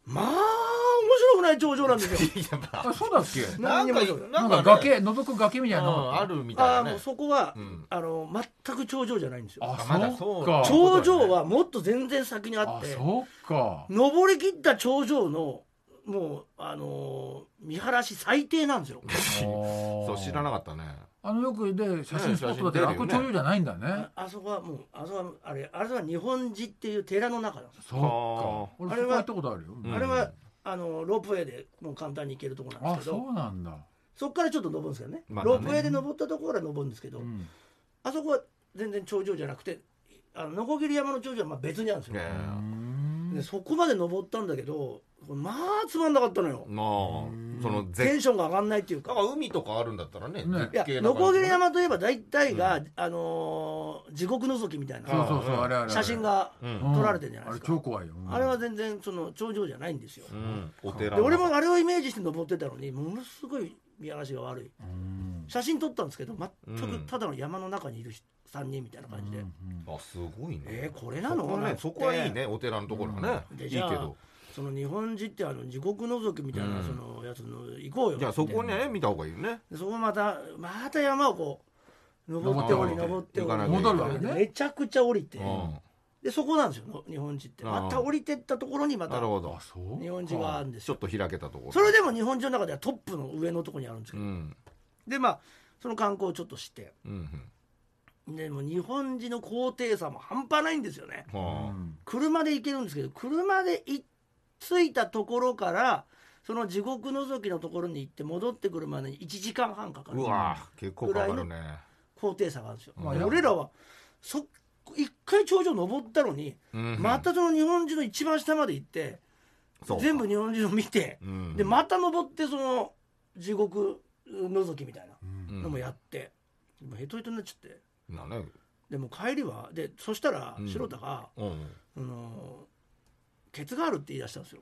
[SPEAKER 3] まあ面白くない頂上なんですよ
[SPEAKER 2] いやまあ
[SPEAKER 4] あそうだっけ
[SPEAKER 2] なんか
[SPEAKER 3] 何にも
[SPEAKER 4] なん
[SPEAKER 2] ね
[SPEAKER 4] か崖覗く崖みたいなのな
[SPEAKER 2] うん
[SPEAKER 4] か
[SPEAKER 2] あ
[SPEAKER 4] った
[SPEAKER 2] る みたい
[SPEAKER 3] あ
[SPEAKER 2] な
[SPEAKER 3] あも
[SPEAKER 2] ね
[SPEAKER 3] うそこは、
[SPEAKER 2] うん
[SPEAKER 3] あの全く頂上じゃないんですよ
[SPEAKER 2] あまだ
[SPEAKER 4] あそ
[SPEAKER 2] そう
[SPEAKER 4] う
[SPEAKER 2] か
[SPEAKER 4] か
[SPEAKER 3] 頂上はもっと全然先にあ
[SPEAKER 4] あ
[SPEAKER 3] って
[SPEAKER 4] そうか
[SPEAKER 3] 登り切った頂上のもうあのー見晴らし最低なんですよ
[SPEAKER 2] そ
[SPEAKER 4] そう
[SPEAKER 2] 知らなかったね
[SPEAKER 4] あのよくで写真スポットだって
[SPEAKER 2] ね
[SPEAKER 4] 楽頂上じゃないんだね
[SPEAKER 3] あ。あそこはもうあそこはあれあれは日本寺っていう寺の中なんですよ
[SPEAKER 4] そうか。俺
[SPEAKER 3] あれ
[SPEAKER 4] そ
[SPEAKER 3] は
[SPEAKER 4] こ行ったことあるよ。
[SPEAKER 2] うん
[SPEAKER 3] あれはあのロープウェイでもう簡単に行けるところなん
[SPEAKER 4] あ
[SPEAKER 3] ですけど
[SPEAKER 4] そうなんだ。
[SPEAKER 3] そこからちょっと登るんですけどね,、
[SPEAKER 2] まあね
[SPEAKER 3] ロープウェイで登ったところから登るんですけど、
[SPEAKER 4] うん
[SPEAKER 3] あそこは全然頂上じゃなくてあのノコギリ山の頂上はまあ別にあるんですよ、
[SPEAKER 2] ねえ
[SPEAKER 3] でそこまで登ったんだけどまあつまんなかったのよ
[SPEAKER 2] まあその
[SPEAKER 3] テ
[SPEAKER 2] 絶
[SPEAKER 3] ンションが上がんないっていう
[SPEAKER 2] だ
[SPEAKER 3] か
[SPEAKER 2] から海とかあるんだったらね
[SPEAKER 4] ね
[SPEAKER 3] いや
[SPEAKER 2] 絶景な
[SPEAKER 3] ノ
[SPEAKER 2] 感じ
[SPEAKER 3] コギリ山といえば大体が、あのー地獄のぞきみたい
[SPEAKER 4] そう
[SPEAKER 3] な
[SPEAKER 4] そうそうあれあれあれ。
[SPEAKER 3] 写真が
[SPEAKER 2] うん
[SPEAKER 4] うん
[SPEAKER 3] 撮られてるじゃない
[SPEAKER 4] あ
[SPEAKER 3] です
[SPEAKER 4] れ
[SPEAKER 3] か、
[SPEAKER 4] 超怖いよ。
[SPEAKER 3] あれは全然その頂上じゃないんですよ、
[SPEAKER 2] うんお寺
[SPEAKER 3] で俺もあれをイメージして登ってたのにものすごい見晴らしが悪い
[SPEAKER 4] うん
[SPEAKER 3] 写真撮ったんですけど全
[SPEAKER 2] う
[SPEAKER 3] く
[SPEAKER 2] ん
[SPEAKER 3] ただの山の中にいる3人みたいな感じで、
[SPEAKER 2] あすごいね
[SPEAKER 3] えーこれなの
[SPEAKER 2] そこは
[SPEAKER 3] なん
[SPEAKER 2] ね
[SPEAKER 3] て
[SPEAKER 2] そこはいいねお寺のところはね、
[SPEAKER 3] で
[SPEAKER 2] いい
[SPEAKER 3] じ
[SPEAKER 2] け
[SPEAKER 3] ゃあ
[SPEAKER 2] ど
[SPEAKER 3] その日本人ってあの地獄のぞきみたいな
[SPEAKER 2] うん
[SPEAKER 3] そのやつの行こうよ
[SPEAKER 2] じゃあそこね見た方がいいよね
[SPEAKER 3] でそこまたまた山をこう登って降り登
[SPEAKER 2] 登
[SPEAKER 3] っ
[SPEAKER 2] ってて
[SPEAKER 3] 降
[SPEAKER 2] 降り
[SPEAKER 3] り
[SPEAKER 4] 行かなきゃいけない戻るわけね
[SPEAKER 3] めちゃくちゃ降りて、
[SPEAKER 2] うん
[SPEAKER 3] でそこなんですよ日本人って
[SPEAKER 2] あ
[SPEAKER 3] ま
[SPEAKER 2] ー
[SPEAKER 3] た降りてったところにまた
[SPEAKER 2] なるほど
[SPEAKER 4] あそう
[SPEAKER 3] 日本人があるんです
[SPEAKER 2] ちょ
[SPEAKER 3] よ
[SPEAKER 2] っと開けたところ
[SPEAKER 3] それでも日本人の中ではトップの上のとこにあるんですけ
[SPEAKER 2] う
[SPEAKER 3] ど、
[SPEAKER 2] ん
[SPEAKER 3] でまあその観光をちょっとして
[SPEAKER 2] うんうん
[SPEAKER 3] でもう日本人の高低差も半端ないんですよね
[SPEAKER 4] う
[SPEAKER 2] は
[SPEAKER 4] ん
[SPEAKER 3] 車で行けるんですけど車でい着いたところからその地獄のぞきのところに行って戻ってくるまでに1時間半か
[SPEAKER 2] あ
[SPEAKER 3] かる
[SPEAKER 2] うわ結構かかるね
[SPEAKER 3] 高低差があるんですよ、
[SPEAKER 2] まあ
[SPEAKER 3] で
[SPEAKER 2] やっぱ
[SPEAKER 3] 俺らはそ一回頂上登ったのに、
[SPEAKER 2] うん
[SPEAKER 3] またその日本人の一番下まで行って
[SPEAKER 2] そうか
[SPEAKER 3] 全部日本人を見て、
[SPEAKER 2] うん
[SPEAKER 3] でまた登ってその地獄のぞきみたいなのもやって、もうヘトヘトになっちゃって
[SPEAKER 2] なね
[SPEAKER 3] でもう帰りはでそしたら
[SPEAKER 2] うん
[SPEAKER 3] 白田が、
[SPEAKER 2] うん
[SPEAKER 3] あのケツがあるって言い出したんですよ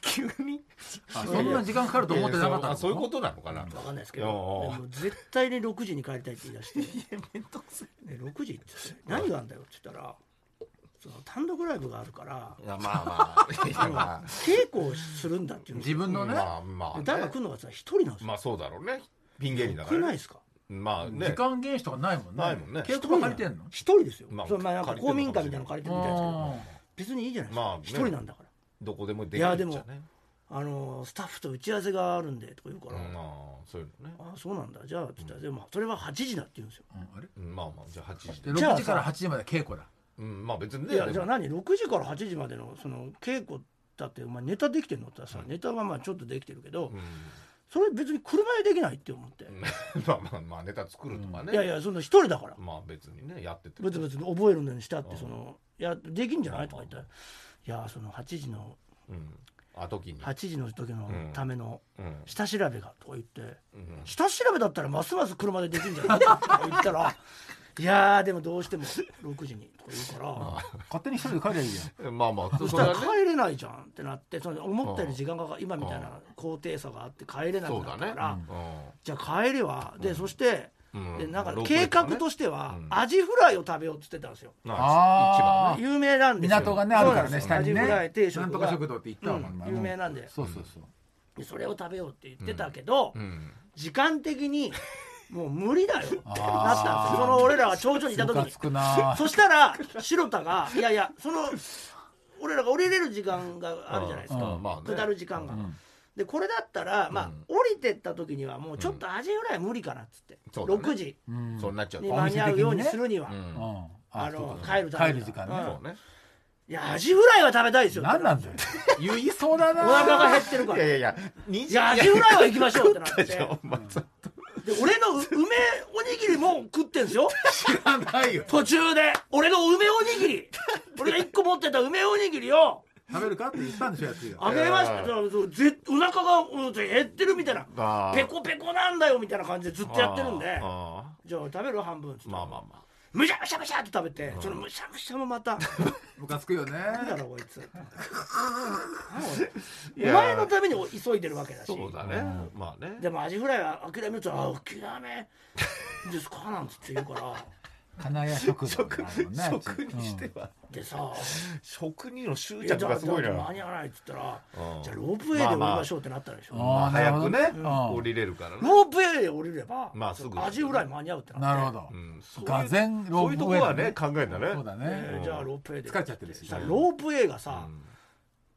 [SPEAKER 2] 急に
[SPEAKER 4] あそんな時間かかると思ってなかった
[SPEAKER 2] いやそ
[SPEAKER 4] の
[SPEAKER 2] うあそういうことなのかな
[SPEAKER 3] 分かんないですけど
[SPEAKER 2] い
[SPEAKER 3] で
[SPEAKER 2] やああ
[SPEAKER 3] も絶対に6時に帰りたいって言い出 して
[SPEAKER 2] めんどくせ
[SPEAKER 3] 「ね6時?」って言って「何があんだよ」って言ったらその単独ライブがあるから
[SPEAKER 2] えいやま あまあいやまあ
[SPEAKER 3] 稽古をするんだっていうの
[SPEAKER 4] 自分のね、
[SPEAKER 2] まあまあね
[SPEAKER 3] 誰が来るのがさ一人なんですよ、
[SPEAKER 2] まあそうだろうねピン芸人だか
[SPEAKER 3] 来
[SPEAKER 2] ら
[SPEAKER 3] ない
[SPEAKER 2] ね
[SPEAKER 3] ですか
[SPEAKER 2] まあ
[SPEAKER 4] 時
[SPEAKER 2] ね
[SPEAKER 4] 間厳守とかないもんね
[SPEAKER 2] ないもんね
[SPEAKER 4] 稽古場借りてんの
[SPEAKER 3] 一人ですよ、
[SPEAKER 2] まあ
[SPEAKER 3] それまあなんか
[SPEAKER 2] 借りて
[SPEAKER 3] 公
[SPEAKER 2] ん
[SPEAKER 3] 民
[SPEAKER 2] のか
[SPEAKER 3] 館
[SPEAKER 2] も
[SPEAKER 3] み
[SPEAKER 2] し
[SPEAKER 3] いな
[SPEAKER 2] たれな
[SPEAKER 3] の借
[SPEAKER 2] い
[SPEAKER 3] りてるみたいですけど別にいいじゃないですか
[SPEAKER 2] まあね
[SPEAKER 3] 一、人なんだから
[SPEAKER 2] どこでもできる
[SPEAKER 3] いやでも
[SPEAKER 2] っちゃね
[SPEAKER 3] あのスタッフと打ち合わせがあるんでとか言うか
[SPEAKER 2] う
[SPEAKER 3] ら、
[SPEAKER 2] んああそういうのね
[SPEAKER 3] ああそうなんだじゃあって言ったら、でもそれは8時だって言うんですよ、
[SPEAKER 4] うんあれ
[SPEAKER 2] うんまあまあじゃあ8時で
[SPEAKER 4] で
[SPEAKER 3] じゃあ
[SPEAKER 4] 6時から8時まで稽古だ
[SPEAKER 2] うんまあ別に
[SPEAKER 3] い
[SPEAKER 2] ね
[SPEAKER 3] やじ
[SPEAKER 2] で
[SPEAKER 3] ゃあ
[SPEAKER 2] も
[SPEAKER 3] 何6時から8時までのその稽古だってお前ネタできてんのって言ったらさ、ネタはまあちょっとできてるけど、
[SPEAKER 2] うん
[SPEAKER 3] それ別に車でできないって思って、
[SPEAKER 2] まあまあまあネタ作るとかね
[SPEAKER 3] いやいやその一人だから
[SPEAKER 2] まあ別にねやってて
[SPEAKER 3] ブツブツ覚えるのにしたってそのいやできんじゃないとか言ったら「いやその8時の
[SPEAKER 2] うんあ時に
[SPEAKER 3] 8時の時のための
[SPEAKER 2] うん
[SPEAKER 3] 下調べが」とか言って
[SPEAKER 2] うん
[SPEAKER 3] 「下調べだったらますます車でできんじゃない?」とか言った ら「いやーでもどうしても6時に」とか言うから。
[SPEAKER 4] 勝手に一人で帰りゃいいじゃん
[SPEAKER 2] えまあまあ
[SPEAKER 3] そし
[SPEAKER 2] そ
[SPEAKER 3] た
[SPEAKER 2] れ
[SPEAKER 3] ら
[SPEAKER 2] はね
[SPEAKER 3] 帰れないじゃんってなってその思ったより時間がかか今みたいな高低差があって帰れな
[SPEAKER 2] そ
[SPEAKER 3] く
[SPEAKER 2] う
[SPEAKER 3] な
[SPEAKER 2] だ
[SPEAKER 3] った
[SPEAKER 2] ね
[SPEAKER 3] から、
[SPEAKER 2] うん
[SPEAKER 3] じゃあ帰りはでそして、
[SPEAKER 2] うん
[SPEAKER 3] でなんか
[SPEAKER 2] ロープウェ
[SPEAKER 3] 計
[SPEAKER 2] イとか
[SPEAKER 3] 画
[SPEAKER 2] ね
[SPEAKER 3] としては、
[SPEAKER 2] うん
[SPEAKER 3] アジフライを食べようって言ってたんですよ
[SPEAKER 2] ま
[SPEAKER 4] あー
[SPEAKER 2] あ
[SPEAKER 3] 有名なんですよ
[SPEAKER 4] 港がねあるからね
[SPEAKER 3] そうな
[SPEAKER 4] 下
[SPEAKER 3] んです
[SPEAKER 4] に
[SPEAKER 3] よアジフライ
[SPEAKER 4] ね
[SPEAKER 3] 定食が
[SPEAKER 4] なんとか食堂って言ったわ
[SPEAKER 3] うん
[SPEAKER 4] 前
[SPEAKER 3] 有名なんで
[SPEAKER 4] そうそうそう
[SPEAKER 3] でそれを食べようって言ってたけど、
[SPEAKER 2] 一番ねうん
[SPEAKER 3] 時間的にもう無理だよってなったんです
[SPEAKER 4] あ
[SPEAKER 3] よ
[SPEAKER 4] ー
[SPEAKER 3] その俺らが頂上にいた
[SPEAKER 4] ム
[SPEAKER 3] 時
[SPEAKER 4] カ
[SPEAKER 3] に
[SPEAKER 4] つく な
[SPEAKER 3] そしたら白田がいやいやその俺らが降りれる時間があるじゃないですか、
[SPEAKER 2] うんうんまあね
[SPEAKER 3] 下る時間が、
[SPEAKER 4] うん
[SPEAKER 3] でこれだったら、まあ
[SPEAKER 2] うん
[SPEAKER 3] 降りてった時にはもうちょっとアジフライ無理かなっつって、
[SPEAKER 2] そうだね
[SPEAKER 3] 6時
[SPEAKER 4] うん
[SPEAKER 2] そうなっちゃうと
[SPEAKER 3] に
[SPEAKER 2] う
[SPEAKER 3] 間に合うようにするには、
[SPEAKER 2] ん
[SPEAKER 4] うんあ
[SPEAKER 3] あ
[SPEAKER 4] そう
[SPEAKER 3] の
[SPEAKER 4] か
[SPEAKER 3] 帰るため
[SPEAKER 4] 帰
[SPEAKER 3] に
[SPEAKER 4] る時間
[SPEAKER 3] うん
[SPEAKER 4] ね
[SPEAKER 2] そうね
[SPEAKER 3] いやアジフライは食べたいですよ
[SPEAKER 4] 何なんだよ言いそうだな
[SPEAKER 3] お腹が減ってるか
[SPEAKER 2] い
[SPEAKER 3] ら
[SPEAKER 2] や
[SPEAKER 3] い
[SPEAKER 2] いやいや2時
[SPEAKER 3] やアジフライは行きましょうってなって
[SPEAKER 2] じゃあお前ちょっ
[SPEAKER 3] で俺のう梅おにぎりも食ってんすよ
[SPEAKER 4] 知らな いよ
[SPEAKER 3] 途中で俺の梅おにぎり俺が1個持ってた梅おにぎりを
[SPEAKER 4] 食べるかって言ったんでしょやつが
[SPEAKER 3] あげまし
[SPEAKER 2] いや
[SPEAKER 3] た
[SPEAKER 2] ー
[SPEAKER 3] そうそうぜお腹がうん減ってるみたいな
[SPEAKER 2] とあー
[SPEAKER 3] ペコペコなんだよみたいな感じでずっとやってるんで
[SPEAKER 2] あーあ
[SPEAKER 3] じゃあ食べる半分っつっ
[SPEAKER 2] ー
[SPEAKER 3] て
[SPEAKER 2] まあまあま
[SPEAKER 3] むしゃむしゃむしゃって食べてそのむしゃむしゃもまた
[SPEAKER 4] ムカつくよね
[SPEAKER 3] なんだろこい つ
[SPEAKER 2] い
[SPEAKER 3] お
[SPEAKER 2] やー
[SPEAKER 3] 前のために急いでるわけだ
[SPEAKER 2] あ
[SPEAKER 3] し
[SPEAKER 2] そうだねまあね
[SPEAKER 3] でもアジフライは諦めるとあ諦めですかなんつって言うから
[SPEAKER 4] 金谷食堂ってあるもんね
[SPEAKER 2] 食にしては
[SPEAKER 3] で さ
[SPEAKER 2] 食にの執
[SPEAKER 3] いや
[SPEAKER 2] 着
[SPEAKER 3] じゃあ
[SPEAKER 2] がすごい
[SPEAKER 3] じゃあ間
[SPEAKER 2] な
[SPEAKER 3] に合わないっつったら
[SPEAKER 2] うん
[SPEAKER 3] じゃあロープウェイで降りましょうってなったでしょ、
[SPEAKER 4] まあまああーなる
[SPEAKER 2] 早
[SPEAKER 4] ほど
[SPEAKER 2] く
[SPEAKER 4] ね
[SPEAKER 2] ね
[SPEAKER 4] うん
[SPEAKER 2] 降りれるからね
[SPEAKER 3] ロープウェイで降りれば、
[SPEAKER 2] まあすぐ
[SPEAKER 3] アジフライ間に合うってなって
[SPEAKER 4] なるほど
[SPEAKER 2] うんそういう
[SPEAKER 4] がぜんロ
[SPEAKER 2] そういう
[SPEAKER 4] ープ
[SPEAKER 2] と
[SPEAKER 4] ウ
[SPEAKER 2] こ
[SPEAKER 4] ェイ
[SPEAKER 2] は
[SPEAKER 4] だ
[SPEAKER 2] ね
[SPEAKER 4] ね
[SPEAKER 2] 考えんだね
[SPEAKER 4] そうだ
[SPEAKER 3] えー
[SPEAKER 4] ね
[SPEAKER 3] じゃあロープウェイで
[SPEAKER 4] 疲れちゃってるし
[SPEAKER 3] さロープウェイがさ、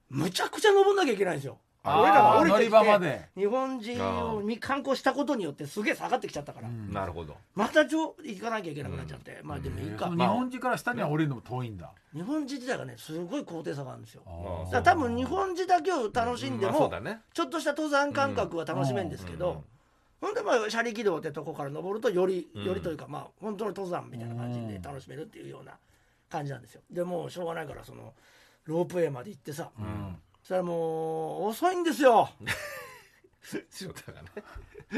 [SPEAKER 3] むちゃくちゃ登んなきゃいけないんですよ
[SPEAKER 4] あー
[SPEAKER 3] 俺らが降りてき
[SPEAKER 4] 乗り場まで
[SPEAKER 3] て日本人を見観光したことによってすげえ下がってきちゃったから、
[SPEAKER 2] うんなるほど
[SPEAKER 3] またちょ行かなきゃいけなくなっちゃって、まあでもいい
[SPEAKER 4] そ
[SPEAKER 3] か、
[SPEAKER 4] の日本人から下には降りるのも遠いんだ
[SPEAKER 3] 日本人自体がねすごい高低差があるんですよ
[SPEAKER 2] ー
[SPEAKER 3] だから多分日本人だけを楽しんで
[SPEAKER 2] まあそ
[SPEAKER 3] も、
[SPEAKER 2] うだね
[SPEAKER 3] ちょっとした登山感覚は楽しめるんですけど、
[SPEAKER 2] うんうん
[SPEAKER 3] ほんでまあ車力道ってとこから登るとよりよりというかまあ本当の登山みたいな感じで楽しめるっていうような感じなんですよでもうしょうがないからそのロープウェイまで行ってさ、そしたらもう遅いんですよ
[SPEAKER 2] 白田がね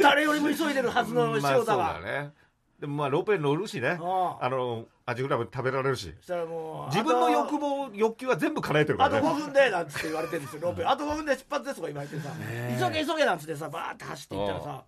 [SPEAKER 3] 誰よりも急いでるはずの
[SPEAKER 2] まあそ
[SPEAKER 3] 塩
[SPEAKER 2] う
[SPEAKER 3] 田が、
[SPEAKER 2] だねでもまあロープウェイ乗るしね
[SPEAKER 3] ああ
[SPEAKER 2] あのアジフライも食べられるし
[SPEAKER 3] そしたらもう
[SPEAKER 2] 自分の欲
[SPEAKER 3] 望
[SPEAKER 2] 望欲求は全部叶えてるか
[SPEAKER 3] あと
[SPEAKER 2] らね
[SPEAKER 3] 5分でなんつって言われてるんですよロープウェイあと5分で出発ですとか言われてさ、急げ急げなんつってさバーって走っていったらさ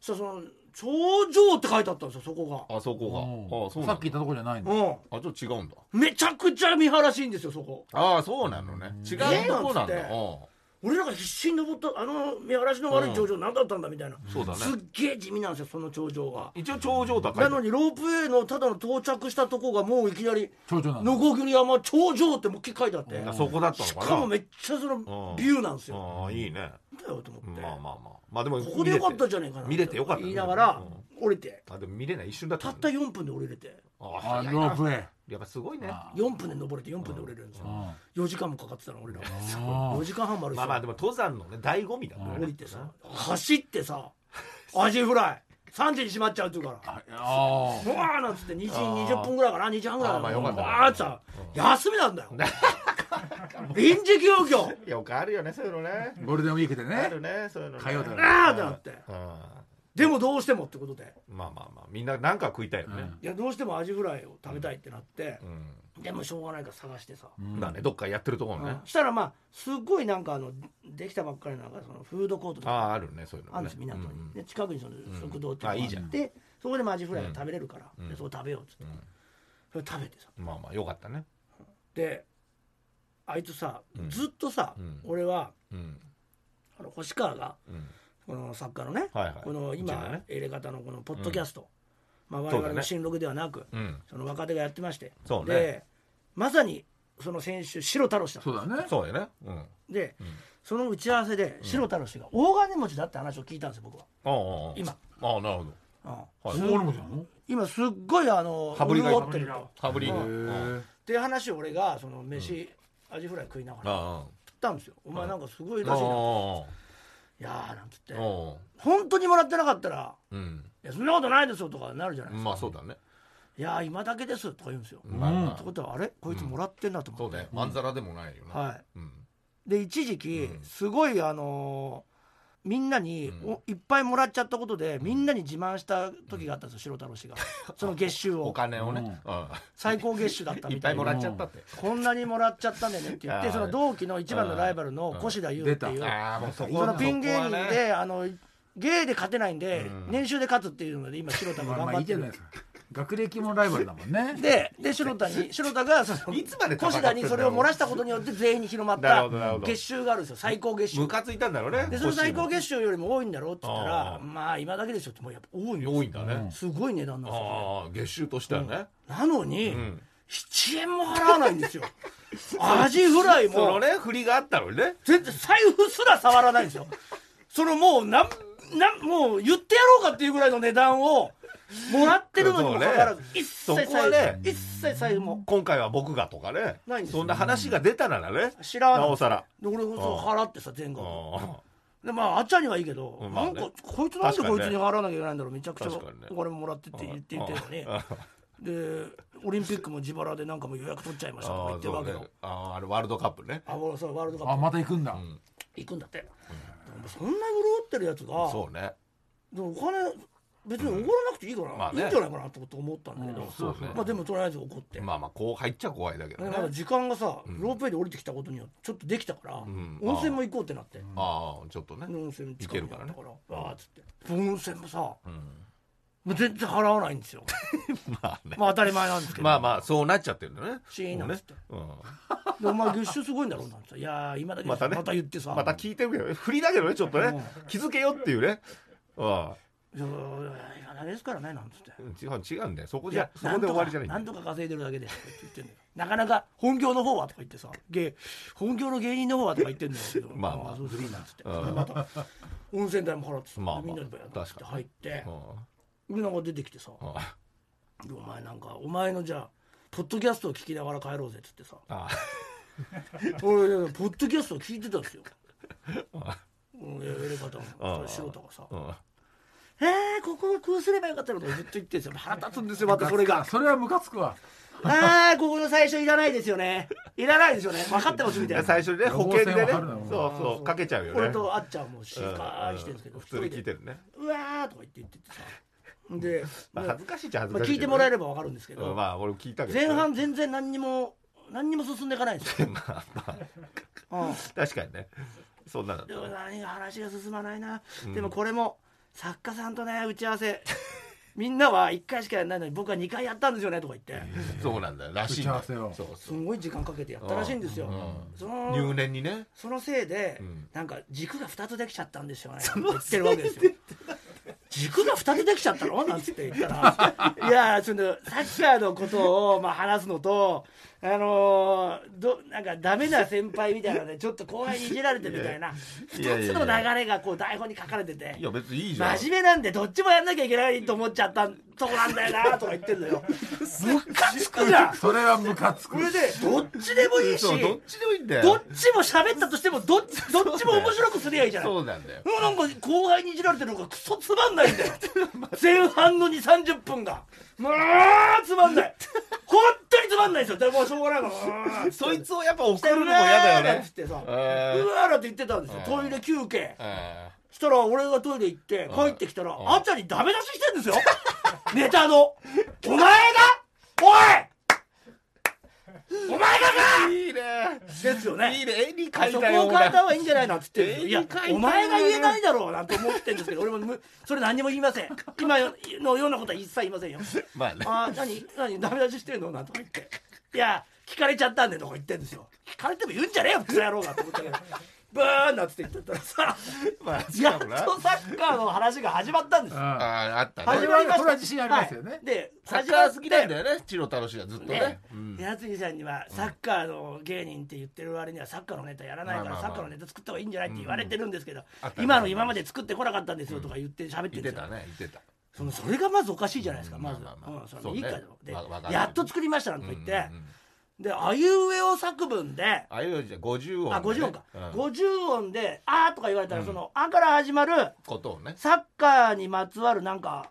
[SPEAKER 3] そしたらその頂上って書いてあったんですよそこ
[SPEAKER 2] あそこがあそう
[SPEAKER 4] さ
[SPEAKER 2] な
[SPEAKER 4] っ
[SPEAKER 2] ん
[SPEAKER 4] き言ったとこじゃない
[SPEAKER 3] が
[SPEAKER 4] の
[SPEAKER 3] う
[SPEAKER 2] あちょっと違うんだ
[SPEAKER 3] んめちゃくちゃ見晴らしいんですよそこ
[SPEAKER 2] ああそうなのね違うとこなんだ
[SPEAKER 3] えーなんつって
[SPEAKER 2] うん
[SPEAKER 3] 俺らが必死に登ったあの見晴らしの悪い頂上何だったんだみたいな、
[SPEAKER 2] そうだね
[SPEAKER 3] すっげえ地味なんですよその頂上が
[SPEAKER 2] 一応頂上高
[SPEAKER 3] ないのにロープウェイのただの到着したとこがもういきなり
[SPEAKER 4] 頂上
[SPEAKER 3] 「
[SPEAKER 4] な
[SPEAKER 3] の
[SPEAKER 4] の
[SPEAKER 3] こぎり山頂上」ってもう一回書いてあって
[SPEAKER 2] あそこだったの
[SPEAKER 3] し
[SPEAKER 2] かな
[SPEAKER 3] かもめっちゃそのビューなんですよ
[SPEAKER 2] ああいいね
[SPEAKER 3] なんだよと思って、
[SPEAKER 2] まあまあまあまあでも
[SPEAKER 3] ここでよかったじゃねえかな
[SPEAKER 2] 見れてよかったね
[SPEAKER 3] 言いながら降りて
[SPEAKER 2] あでも見れない一瞬だったた
[SPEAKER 3] った
[SPEAKER 2] ね
[SPEAKER 3] 4分で降りれて
[SPEAKER 2] あ
[SPEAKER 4] あ
[SPEAKER 2] 早い
[SPEAKER 4] ロープウ
[SPEAKER 2] な
[SPEAKER 4] ェイ
[SPEAKER 2] やっぱすごいね
[SPEAKER 4] あ
[SPEAKER 3] 4分で登れて4分で降りれるんですよ
[SPEAKER 4] うん
[SPEAKER 3] 4時間もかかってたの俺ら
[SPEAKER 4] うん
[SPEAKER 3] 4時間半もあるんで
[SPEAKER 2] ますあ
[SPEAKER 3] よ
[SPEAKER 2] まあでも登山のね醍醐味だ
[SPEAKER 3] 降
[SPEAKER 2] ね
[SPEAKER 3] りてさ走ってさアジフライ3時に閉まっちゃうって言うから
[SPEAKER 4] ああ
[SPEAKER 3] うわーなんつって2時20分ぐらいかな2時半ぐらいかな
[SPEAKER 2] あーまあよかった
[SPEAKER 3] わーってさ休みなんだよ臨時休業
[SPEAKER 2] よくあるよねそういうのね
[SPEAKER 4] ゴールデンウィークで
[SPEAKER 2] あ
[SPEAKER 4] ね
[SPEAKER 2] るねそういうのね
[SPEAKER 4] 火曜だから
[SPEAKER 3] あーってなって
[SPEAKER 2] うん
[SPEAKER 3] でもどうしてもってことで
[SPEAKER 2] まあまあまあみんななんか食いたいよね
[SPEAKER 3] いやどうしてもアジフライを食べたいってなって
[SPEAKER 2] うん
[SPEAKER 3] でもしょうがないから探してさ
[SPEAKER 2] だねどっかやってるところね
[SPEAKER 3] うんしたらまあすっごいなんかあのできたばっかりなんかそのフードコートと
[SPEAKER 2] あ
[SPEAKER 3] か
[SPEAKER 2] ああるねそういうの
[SPEAKER 3] あ
[SPEAKER 2] ね
[SPEAKER 3] るんです港に、
[SPEAKER 2] うん
[SPEAKER 3] で近くにその食堂っていうのが
[SPEAKER 2] あ
[SPEAKER 3] あ
[SPEAKER 2] いい
[SPEAKER 3] っ
[SPEAKER 2] じ
[SPEAKER 3] て、
[SPEAKER 2] ゃん
[SPEAKER 3] そこでもアジフライが食べれるから、
[SPEAKER 2] うん
[SPEAKER 3] でそこ食べようっつって、それ食べてさ
[SPEAKER 2] まあまあよかったね
[SPEAKER 3] であいつさ、
[SPEAKER 2] ん
[SPEAKER 3] ずっとさ、
[SPEAKER 2] うん
[SPEAKER 3] 俺は
[SPEAKER 2] うん
[SPEAKER 3] あの星川が
[SPEAKER 2] うん
[SPEAKER 3] この作家のね、
[SPEAKER 2] はいはい
[SPEAKER 3] この
[SPEAKER 2] うちの
[SPEAKER 3] 今
[SPEAKER 2] ね
[SPEAKER 3] 入れ方のこのポッドキャスト、まあ、我
[SPEAKER 2] そうだ
[SPEAKER 3] 々
[SPEAKER 2] ね
[SPEAKER 3] の新録ではなくそ,、
[SPEAKER 2] うん
[SPEAKER 3] の若手がやってまして、
[SPEAKER 2] そうね
[SPEAKER 3] でまさにその先週白太郎氏だった
[SPEAKER 4] そうだね
[SPEAKER 2] そうだよねうん
[SPEAKER 3] で、その打ち合わせで白太郎氏が大金持ちだって話を聞いたんですよ僕は、
[SPEAKER 2] ああああ
[SPEAKER 3] 今
[SPEAKER 2] ああなるほど
[SPEAKER 3] うん
[SPEAKER 2] は
[SPEAKER 4] 大
[SPEAKER 2] い
[SPEAKER 4] 金持ちなの
[SPEAKER 3] 今すっごいあの
[SPEAKER 2] 羽振りがいい
[SPEAKER 3] 潤ってるとっ
[SPEAKER 2] 羽振りが
[SPEAKER 4] へえ
[SPEAKER 3] ていう話を俺がその飯、アジフライ食いながら
[SPEAKER 2] あ
[SPEAKER 3] 食ったんですよお前なんかすごい
[SPEAKER 2] あああ
[SPEAKER 3] らしいな、い
[SPEAKER 2] あ
[SPEAKER 3] やーなんつって
[SPEAKER 2] ああ
[SPEAKER 3] 本当にもらってなかったら
[SPEAKER 2] うん
[SPEAKER 3] いやそんなことないですよとかなるじゃないですか、
[SPEAKER 2] まあそうだね
[SPEAKER 3] いやー今だけですとか言うんですよ、
[SPEAKER 2] まあま
[SPEAKER 3] って
[SPEAKER 2] あ
[SPEAKER 3] ことはあれこいつもらってんなと思
[SPEAKER 2] そう
[SPEAKER 3] って、
[SPEAKER 2] ねまんざらでもないよね
[SPEAKER 3] はい
[SPEAKER 2] うん
[SPEAKER 3] で一時期すごいあのーみんなにおいっぱいもらっちゃったことでみんなに自慢した時があったんですよ白太郎 氏がその月収
[SPEAKER 2] お
[SPEAKER 3] を
[SPEAKER 2] 金をね
[SPEAKER 4] うん
[SPEAKER 2] う
[SPEAKER 3] 最高月収だった
[SPEAKER 2] んいっ
[SPEAKER 3] み
[SPEAKER 2] ぱ
[SPEAKER 3] た
[SPEAKER 2] い
[SPEAKER 3] い
[SPEAKER 2] もら
[SPEAKER 3] な
[SPEAKER 2] っちゃったって
[SPEAKER 3] こんなにもらっちゃったんだよねって言っ
[SPEAKER 2] あ
[SPEAKER 3] て
[SPEAKER 2] ー
[SPEAKER 3] その同期の一番のライバルの越田優っていう
[SPEAKER 4] 出
[SPEAKER 2] ああもうそこ
[SPEAKER 3] そのピン芸人
[SPEAKER 2] そこはね
[SPEAKER 3] であの芸で勝てないんで
[SPEAKER 2] うん
[SPEAKER 3] 年収で勝つっていうので今白田が
[SPEAKER 4] まあ
[SPEAKER 3] 頑
[SPEAKER 4] まあ
[SPEAKER 3] 張っ
[SPEAKER 4] いい
[SPEAKER 3] て
[SPEAKER 4] じゃない
[SPEAKER 3] る
[SPEAKER 4] ですか学歴もライバルだもんね
[SPEAKER 3] でで白田 に白田がその
[SPEAKER 2] いつまで戦っ
[SPEAKER 3] 越
[SPEAKER 2] てんだ
[SPEAKER 3] 田
[SPEAKER 2] よ
[SPEAKER 3] にそれを漏らしたことによって全員に広まった
[SPEAKER 2] なるほどなるほど
[SPEAKER 3] 月収があるんですよ最高月収
[SPEAKER 2] ムカついたんだろうね
[SPEAKER 3] でその最高
[SPEAKER 2] 欲し
[SPEAKER 3] 月収よりも多いんだろうって言った
[SPEAKER 2] あ
[SPEAKER 3] ら
[SPEAKER 2] ー
[SPEAKER 3] まあ今だけですよってもうやっぱ多いん
[SPEAKER 2] い
[SPEAKER 3] で
[SPEAKER 2] の多いんだね
[SPEAKER 3] すすごい値段なんですよ
[SPEAKER 2] ああ月収としてはね
[SPEAKER 3] なのに、
[SPEAKER 2] ん
[SPEAKER 3] 7円も払わないん ですよアジフライ
[SPEAKER 2] その
[SPEAKER 3] も
[SPEAKER 2] ね振りがあったのにね
[SPEAKER 3] 全然財布すら触らないんですよそのもうなんなんもう言ってやろうかっていうぐらいの値段をもらってるのにもかかわらず、一切
[SPEAKER 2] そ
[SPEAKER 3] 財
[SPEAKER 2] こはね
[SPEAKER 3] 布一切財布も
[SPEAKER 2] 今回は僕がとかね
[SPEAKER 3] ないんですよ
[SPEAKER 2] そんな話が出たならね
[SPEAKER 3] 知らない
[SPEAKER 2] なおさら
[SPEAKER 3] で俺もそう払ってさ全額
[SPEAKER 2] あ
[SPEAKER 3] でまああっちゃんにはいいけど、
[SPEAKER 2] うんまあね
[SPEAKER 3] なんかこいつなんで
[SPEAKER 2] 確か
[SPEAKER 3] こ
[SPEAKER 2] に
[SPEAKER 3] いつ
[SPEAKER 2] ね
[SPEAKER 3] に払わなきゃいけないんだろうめちゃくちゃ
[SPEAKER 2] 確かにね
[SPEAKER 3] お金もらってって言って言ってるのに
[SPEAKER 2] あ
[SPEAKER 3] でオリンピックも自腹でなんかもう予約取っちゃいましたとか言
[SPEAKER 2] あ
[SPEAKER 3] ってる
[SPEAKER 2] そ
[SPEAKER 3] わ
[SPEAKER 2] う
[SPEAKER 3] け
[SPEAKER 2] ね
[SPEAKER 3] よ
[SPEAKER 2] あああれワールドカップね
[SPEAKER 3] あ俺そうワールドカッ
[SPEAKER 4] あ
[SPEAKER 3] プ
[SPEAKER 4] また行くんだ
[SPEAKER 2] ん
[SPEAKER 3] 行くんだって、そんなに潤ってるやつが
[SPEAKER 2] そうね
[SPEAKER 3] でもお金別におごらなくていいから、
[SPEAKER 2] まあね
[SPEAKER 3] いいんじゃないかなってこと思ったんだけど、
[SPEAKER 2] そうね
[SPEAKER 3] まあでもとりあえず怒って、
[SPEAKER 2] まあまあこう入っちゃ怖いだけど
[SPEAKER 3] で
[SPEAKER 2] ね
[SPEAKER 3] まだ時間がさ、ロープウェイで降りてきたことによってちょっとできたから、
[SPEAKER 2] ん
[SPEAKER 3] 温泉も行こうってなって、
[SPEAKER 2] ああちょっとね
[SPEAKER 3] 温泉近くにあったから
[SPEAKER 2] 行け
[SPEAKER 3] わーっつって温泉もさ、もう全然払わないんですよ
[SPEAKER 2] まあね
[SPEAKER 3] まあ当たり前なんですけど、
[SPEAKER 2] まあまあそうなっちゃってるんだよね
[SPEAKER 3] シーンなんですって
[SPEAKER 2] もうね
[SPEAKER 3] でお前月収すごいんだろうなんてさいやー今だけです
[SPEAKER 2] またね
[SPEAKER 3] また言って
[SPEAKER 2] う
[SPEAKER 3] さ
[SPEAKER 2] んまた聞いてるけどね振りだけどねちょっとね気づけよっていうねああ
[SPEAKER 3] いやいやいやですからねなんつって
[SPEAKER 2] うん違う違うんだよそこ
[SPEAKER 3] い
[SPEAKER 2] じゃ
[SPEAKER 3] や
[SPEAKER 2] そこで終わりじゃないんだ
[SPEAKER 3] な
[SPEAKER 2] よ
[SPEAKER 3] んとか稼いでるだけですとか言ってんだよなかなか本業の方はとか言ってさ芸本業の芸人の方はとか言ってんだよけど
[SPEAKER 2] まあまあ
[SPEAKER 3] そうフリーなんつってまた温泉代も払ってさ、
[SPEAKER 2] まあまあ
[SPEAKER 3] みんなでバーって入って
[SPEAKER 2] う
[SPEAKER 3] 俺なんか出てきてさ
[SPEAKER 2] んうんあ
[SPEAKER 3] でお前なんかお前のじゃあポッドキャストを聞きながら帰ろうぜっつってさ
[SPEAKER 2] あ
[SPEAKER 3] 俺ポッドキャストを聞いてたんですようんやれ方
[SPEAKER 2] あ
[SPEAKER 3] も
[SPEAKER 2] あ
[SPEAKER 3] 素人がさ
[SPEAKER 2] うん
[SPEAKER 3] 「えー、ここはこうすればよかったの」とかずっと言ってんですよ腹立つんですよまたそれが
[SPEAKER 4] あそれはムカつくわ
[SPEAKER 3] ああ、ここの最初いらないですよね。いらないですよね。分かってますみ
[SPEAKER 2] い
[SPEAKER 3] たい
[SPEAKER 2] や
[SPEAKER 3] な。
[SPEAKER 2] 最初にね保険でね
[SPEAKER 4] 予
[SPEAKER 2] そ
[SPEAKER 4] 防線を張るの
[SPEAKER 2] う
[SPEAKER 4] も
[SPEAKER 2] そうかけちゃうよね
[SPEAKER 3] 俺とあっちゃんはもう静かにしてるんですけ
[SPEAKER 2] う
[SPEAKER 3] ど、
[SPEAKER 2] ん普通に聞いて
[SPEAKER 3] る。
[SPEAKER 2] るね
[SPEAKER 3] うわーとか言って言っててさ。で、
[SPEAKER 2] まあ
[SPEAKER 3] まあ
[SPEAKER 2] 恥ずかしいっちゃ恥ず
[SPEAKER 3] まあ
[SPEAKER 2] かしい
[SPEAKER 3] 聞い
[SPEAKER 2] け
[SPEAKER 3] て
[SPEAKER 2] どね
[SPEAKER 3] もらえれば分かるんですけ
[SPEAKER 2] うん
[SPEAKER 3] ど、
[SPEAKER 2] まあ俺も聞いたけど
[SPEAKER 3] 前半全然何にも、何にも進んでいかないん ですよ。
[SPEAKER 2] まあまあ
[SPEAKER 3] うん
[SPEAKER 2] 確かにねそんなの
[SPEAKER 3] でも何が話が進まないな。でもこれも、作家さんとね打ち合わせみんなは1回しかやらないのに僕は2回やったんですよねとか言って
[SPEAKER 2] そうなんだよらしいんだよ
[SPEAKER 4] 打ち合わせを
[SPEAKER 2] そう
[SPEAKER 3] す
[SPEAKER 2] そうん
[SPEAKER 3] ごい時間かけてやったらしいんですよ
[SPEAKER 2] う
[SPEAKER 3] そ
[SPEAKER 2] ん入
[SPEAKER 3] の
[SPEAKER 2] 念にね
[SPEAKER 3] そのせいで、
[SPEAKER 2] うん
[SPEAKER 3] なんか軸が2つできちゃったんです よねって言ってるわけですよ軸が2つできちゃったのなんつって言ったら いやそのサッカーのことをまあ話すのとあのーどなんかダメな先輩みたいなねちょっと後輩にいじられてみたいな
[SPEAKER 2] やいやい
[SPEAKER 3] 2
[SPEAKER 2] や
[SPEAKER 3] つの流れがこう台本に書かれてて
[SPEAKER 2] いや別にいいじゃん
[SPEAKER 3] 真面目なんでどっちもやんなきゃいけないと思っちゃったとこなんだよなとか言ってん だよムカつくじゃん
[SPEAKER 4] それはムカつ
[SPEAKER 3] こ
[SPEAKER 4] く
[SPEAKER 3] れでどっちでもいいし
[SPEAKER 2] そうどっちでもいいんだ
[SPEAKER 3] どっ
[SPEAKER 2] よ
[SPEAKER 3] ちも喋ったとしてもどっちどっちも面白くすりゃいいじゃないも
[SPEAKER 2] そうなんだよ
[SPEAKER 3] うなんか後輩にいじられてるのがクソつまんないんだよ前半の2 3 0分がもうつまんない本当につまんないんですよでもうしょうがないからうーん
[SPEAKER 2] そいつをやっぱ送るのも嫌だよ
[SPEAKER 3] なん
[SPEAKER 2] ね
[SPEAKER 3] つってさう
[SPEAKER 2] え
[SPEAKER 3] わ
[SPEAKER 2] ー
[SPEAKER 3] ーなんて言ってたんですよトイレ休憩
[SPEAKER 2] え
[SPEAKER 3] したら俺がトイレ行って
[SPEAKER 2] うん
[SPEAKER 3] 帰ってきたら
[SPEAKER 2] ん
[SPEAKER 3] あんたにダメ出ししてんですよネタのお前がおいお前が
[SPEAKER 2] ーいいね
[SPEAKER 3] かですよね
[SPEAKER 2] いいね絵に描い
[SPEAKER 3] そこを
[SPEAKER 2] た
[SPEAKER 3] 変
[SPEAKER 2] よ
[SPEAKER 3] え
[SPEAKER 2] う
[SPEAKER 3] た
[SPEAKER 2] な
[SPEAKER 3] 方がいいんじゃないのって言 ってるいや
[SPEAKER 2] 絵に描いたよ
[SPEAKER 3] お
[SPEAKER 2] うな
[SPEAKER 3] 前が言えないだろうなんて思ってるんですけど俺もむそれ何にも言いません今のようなことは一切言いま せんよ
[SPEAKER 2] まあね
[SPEAKER 3] あー何何ダメ出ししてんのなんとか言っていや聞かれちゃったんでとか言ってんですよ聞かれても言うんじゃねえよクソ野郎がと思ったけどブーンなんつって言ってたらさ
[SPEAKER 2] まあし
[SPEAKER 3] やっ
[SPEAKER 2] か
[SPEAKER 3] と
[SPEAKER 2] もな
[SPEAKER 3] サッカーの話が始まったんです。
[SPEAKER 2] あ
[SPEAKER 4] あ
[SPEAKER 2] ーあった
[SPEAKER 4] は
[SPEAKER 2] ね
[SPEAKER 4] い
[SPEAKER 3] 始まりました
[SPEAKER 4] それは自信ありますよね
[SPEAKER 3] はいで、
[SPEAKER 2] サッカー好きなん
[SPEAKER 3] よ。
[SPEAKER 2] だよねチロ楽しいはずっと
[SPEAKER 3] ね
[SPEAKER 2] ねうん
[SPEAKER 3] やつぎさんにはサッカーの芸人って言ってる割にはサッカーのネタやらないか
[SPEAKER 2] まあま
[SPEAKER 3] ら
[SPEAKER 2] あ
[SPEAKER 3] サ
[SPEAKER 2] まあ
[SPEAKER 3] ッカーのネタ作った方がいいんじゃないって言われてるんですけど
[SPEAKER 2] あったね
[SPEAKER 3] 今の今まで作ってこなかったんですよとか言って喋って
[SPEAKER 2] 言
[SPEAKER 3] るんです
[SPEAKER 2] って
[SPEAKER 3] よ
[SPEAKER 2] たね言ってた
[SPEAKER 3] そのそれがまずおかしいじゃないですか
[SPEAKER 2] うん
[SPEAKER 3] まず
[SPEAKER 2] まあまあまあ
[SPEAKER 3] うんそれ
[SPEAKER 2] そう
[SPEAKER 3] いい
[SPEAKER 2] ね
[SPEAKER 3] かとで
[SPEAKER 2] わわかる
[SPEAKER 3] やっと作りましたなんて言って
[SPEAKER 2] うんうんうん
[SPEAKER 3] であいうえお作文で
[SPEAKER 2] あいうえおじゃ50音
[SPEAKER 3] あ50音か
[SPEAKER 2] うん
[SPEAKER 3] 50音で「あ」とか言われたらその「あ」から始まる
[SPEAKER 2] ことをね
[SPEAKER 3] サッカーにまつわるなんか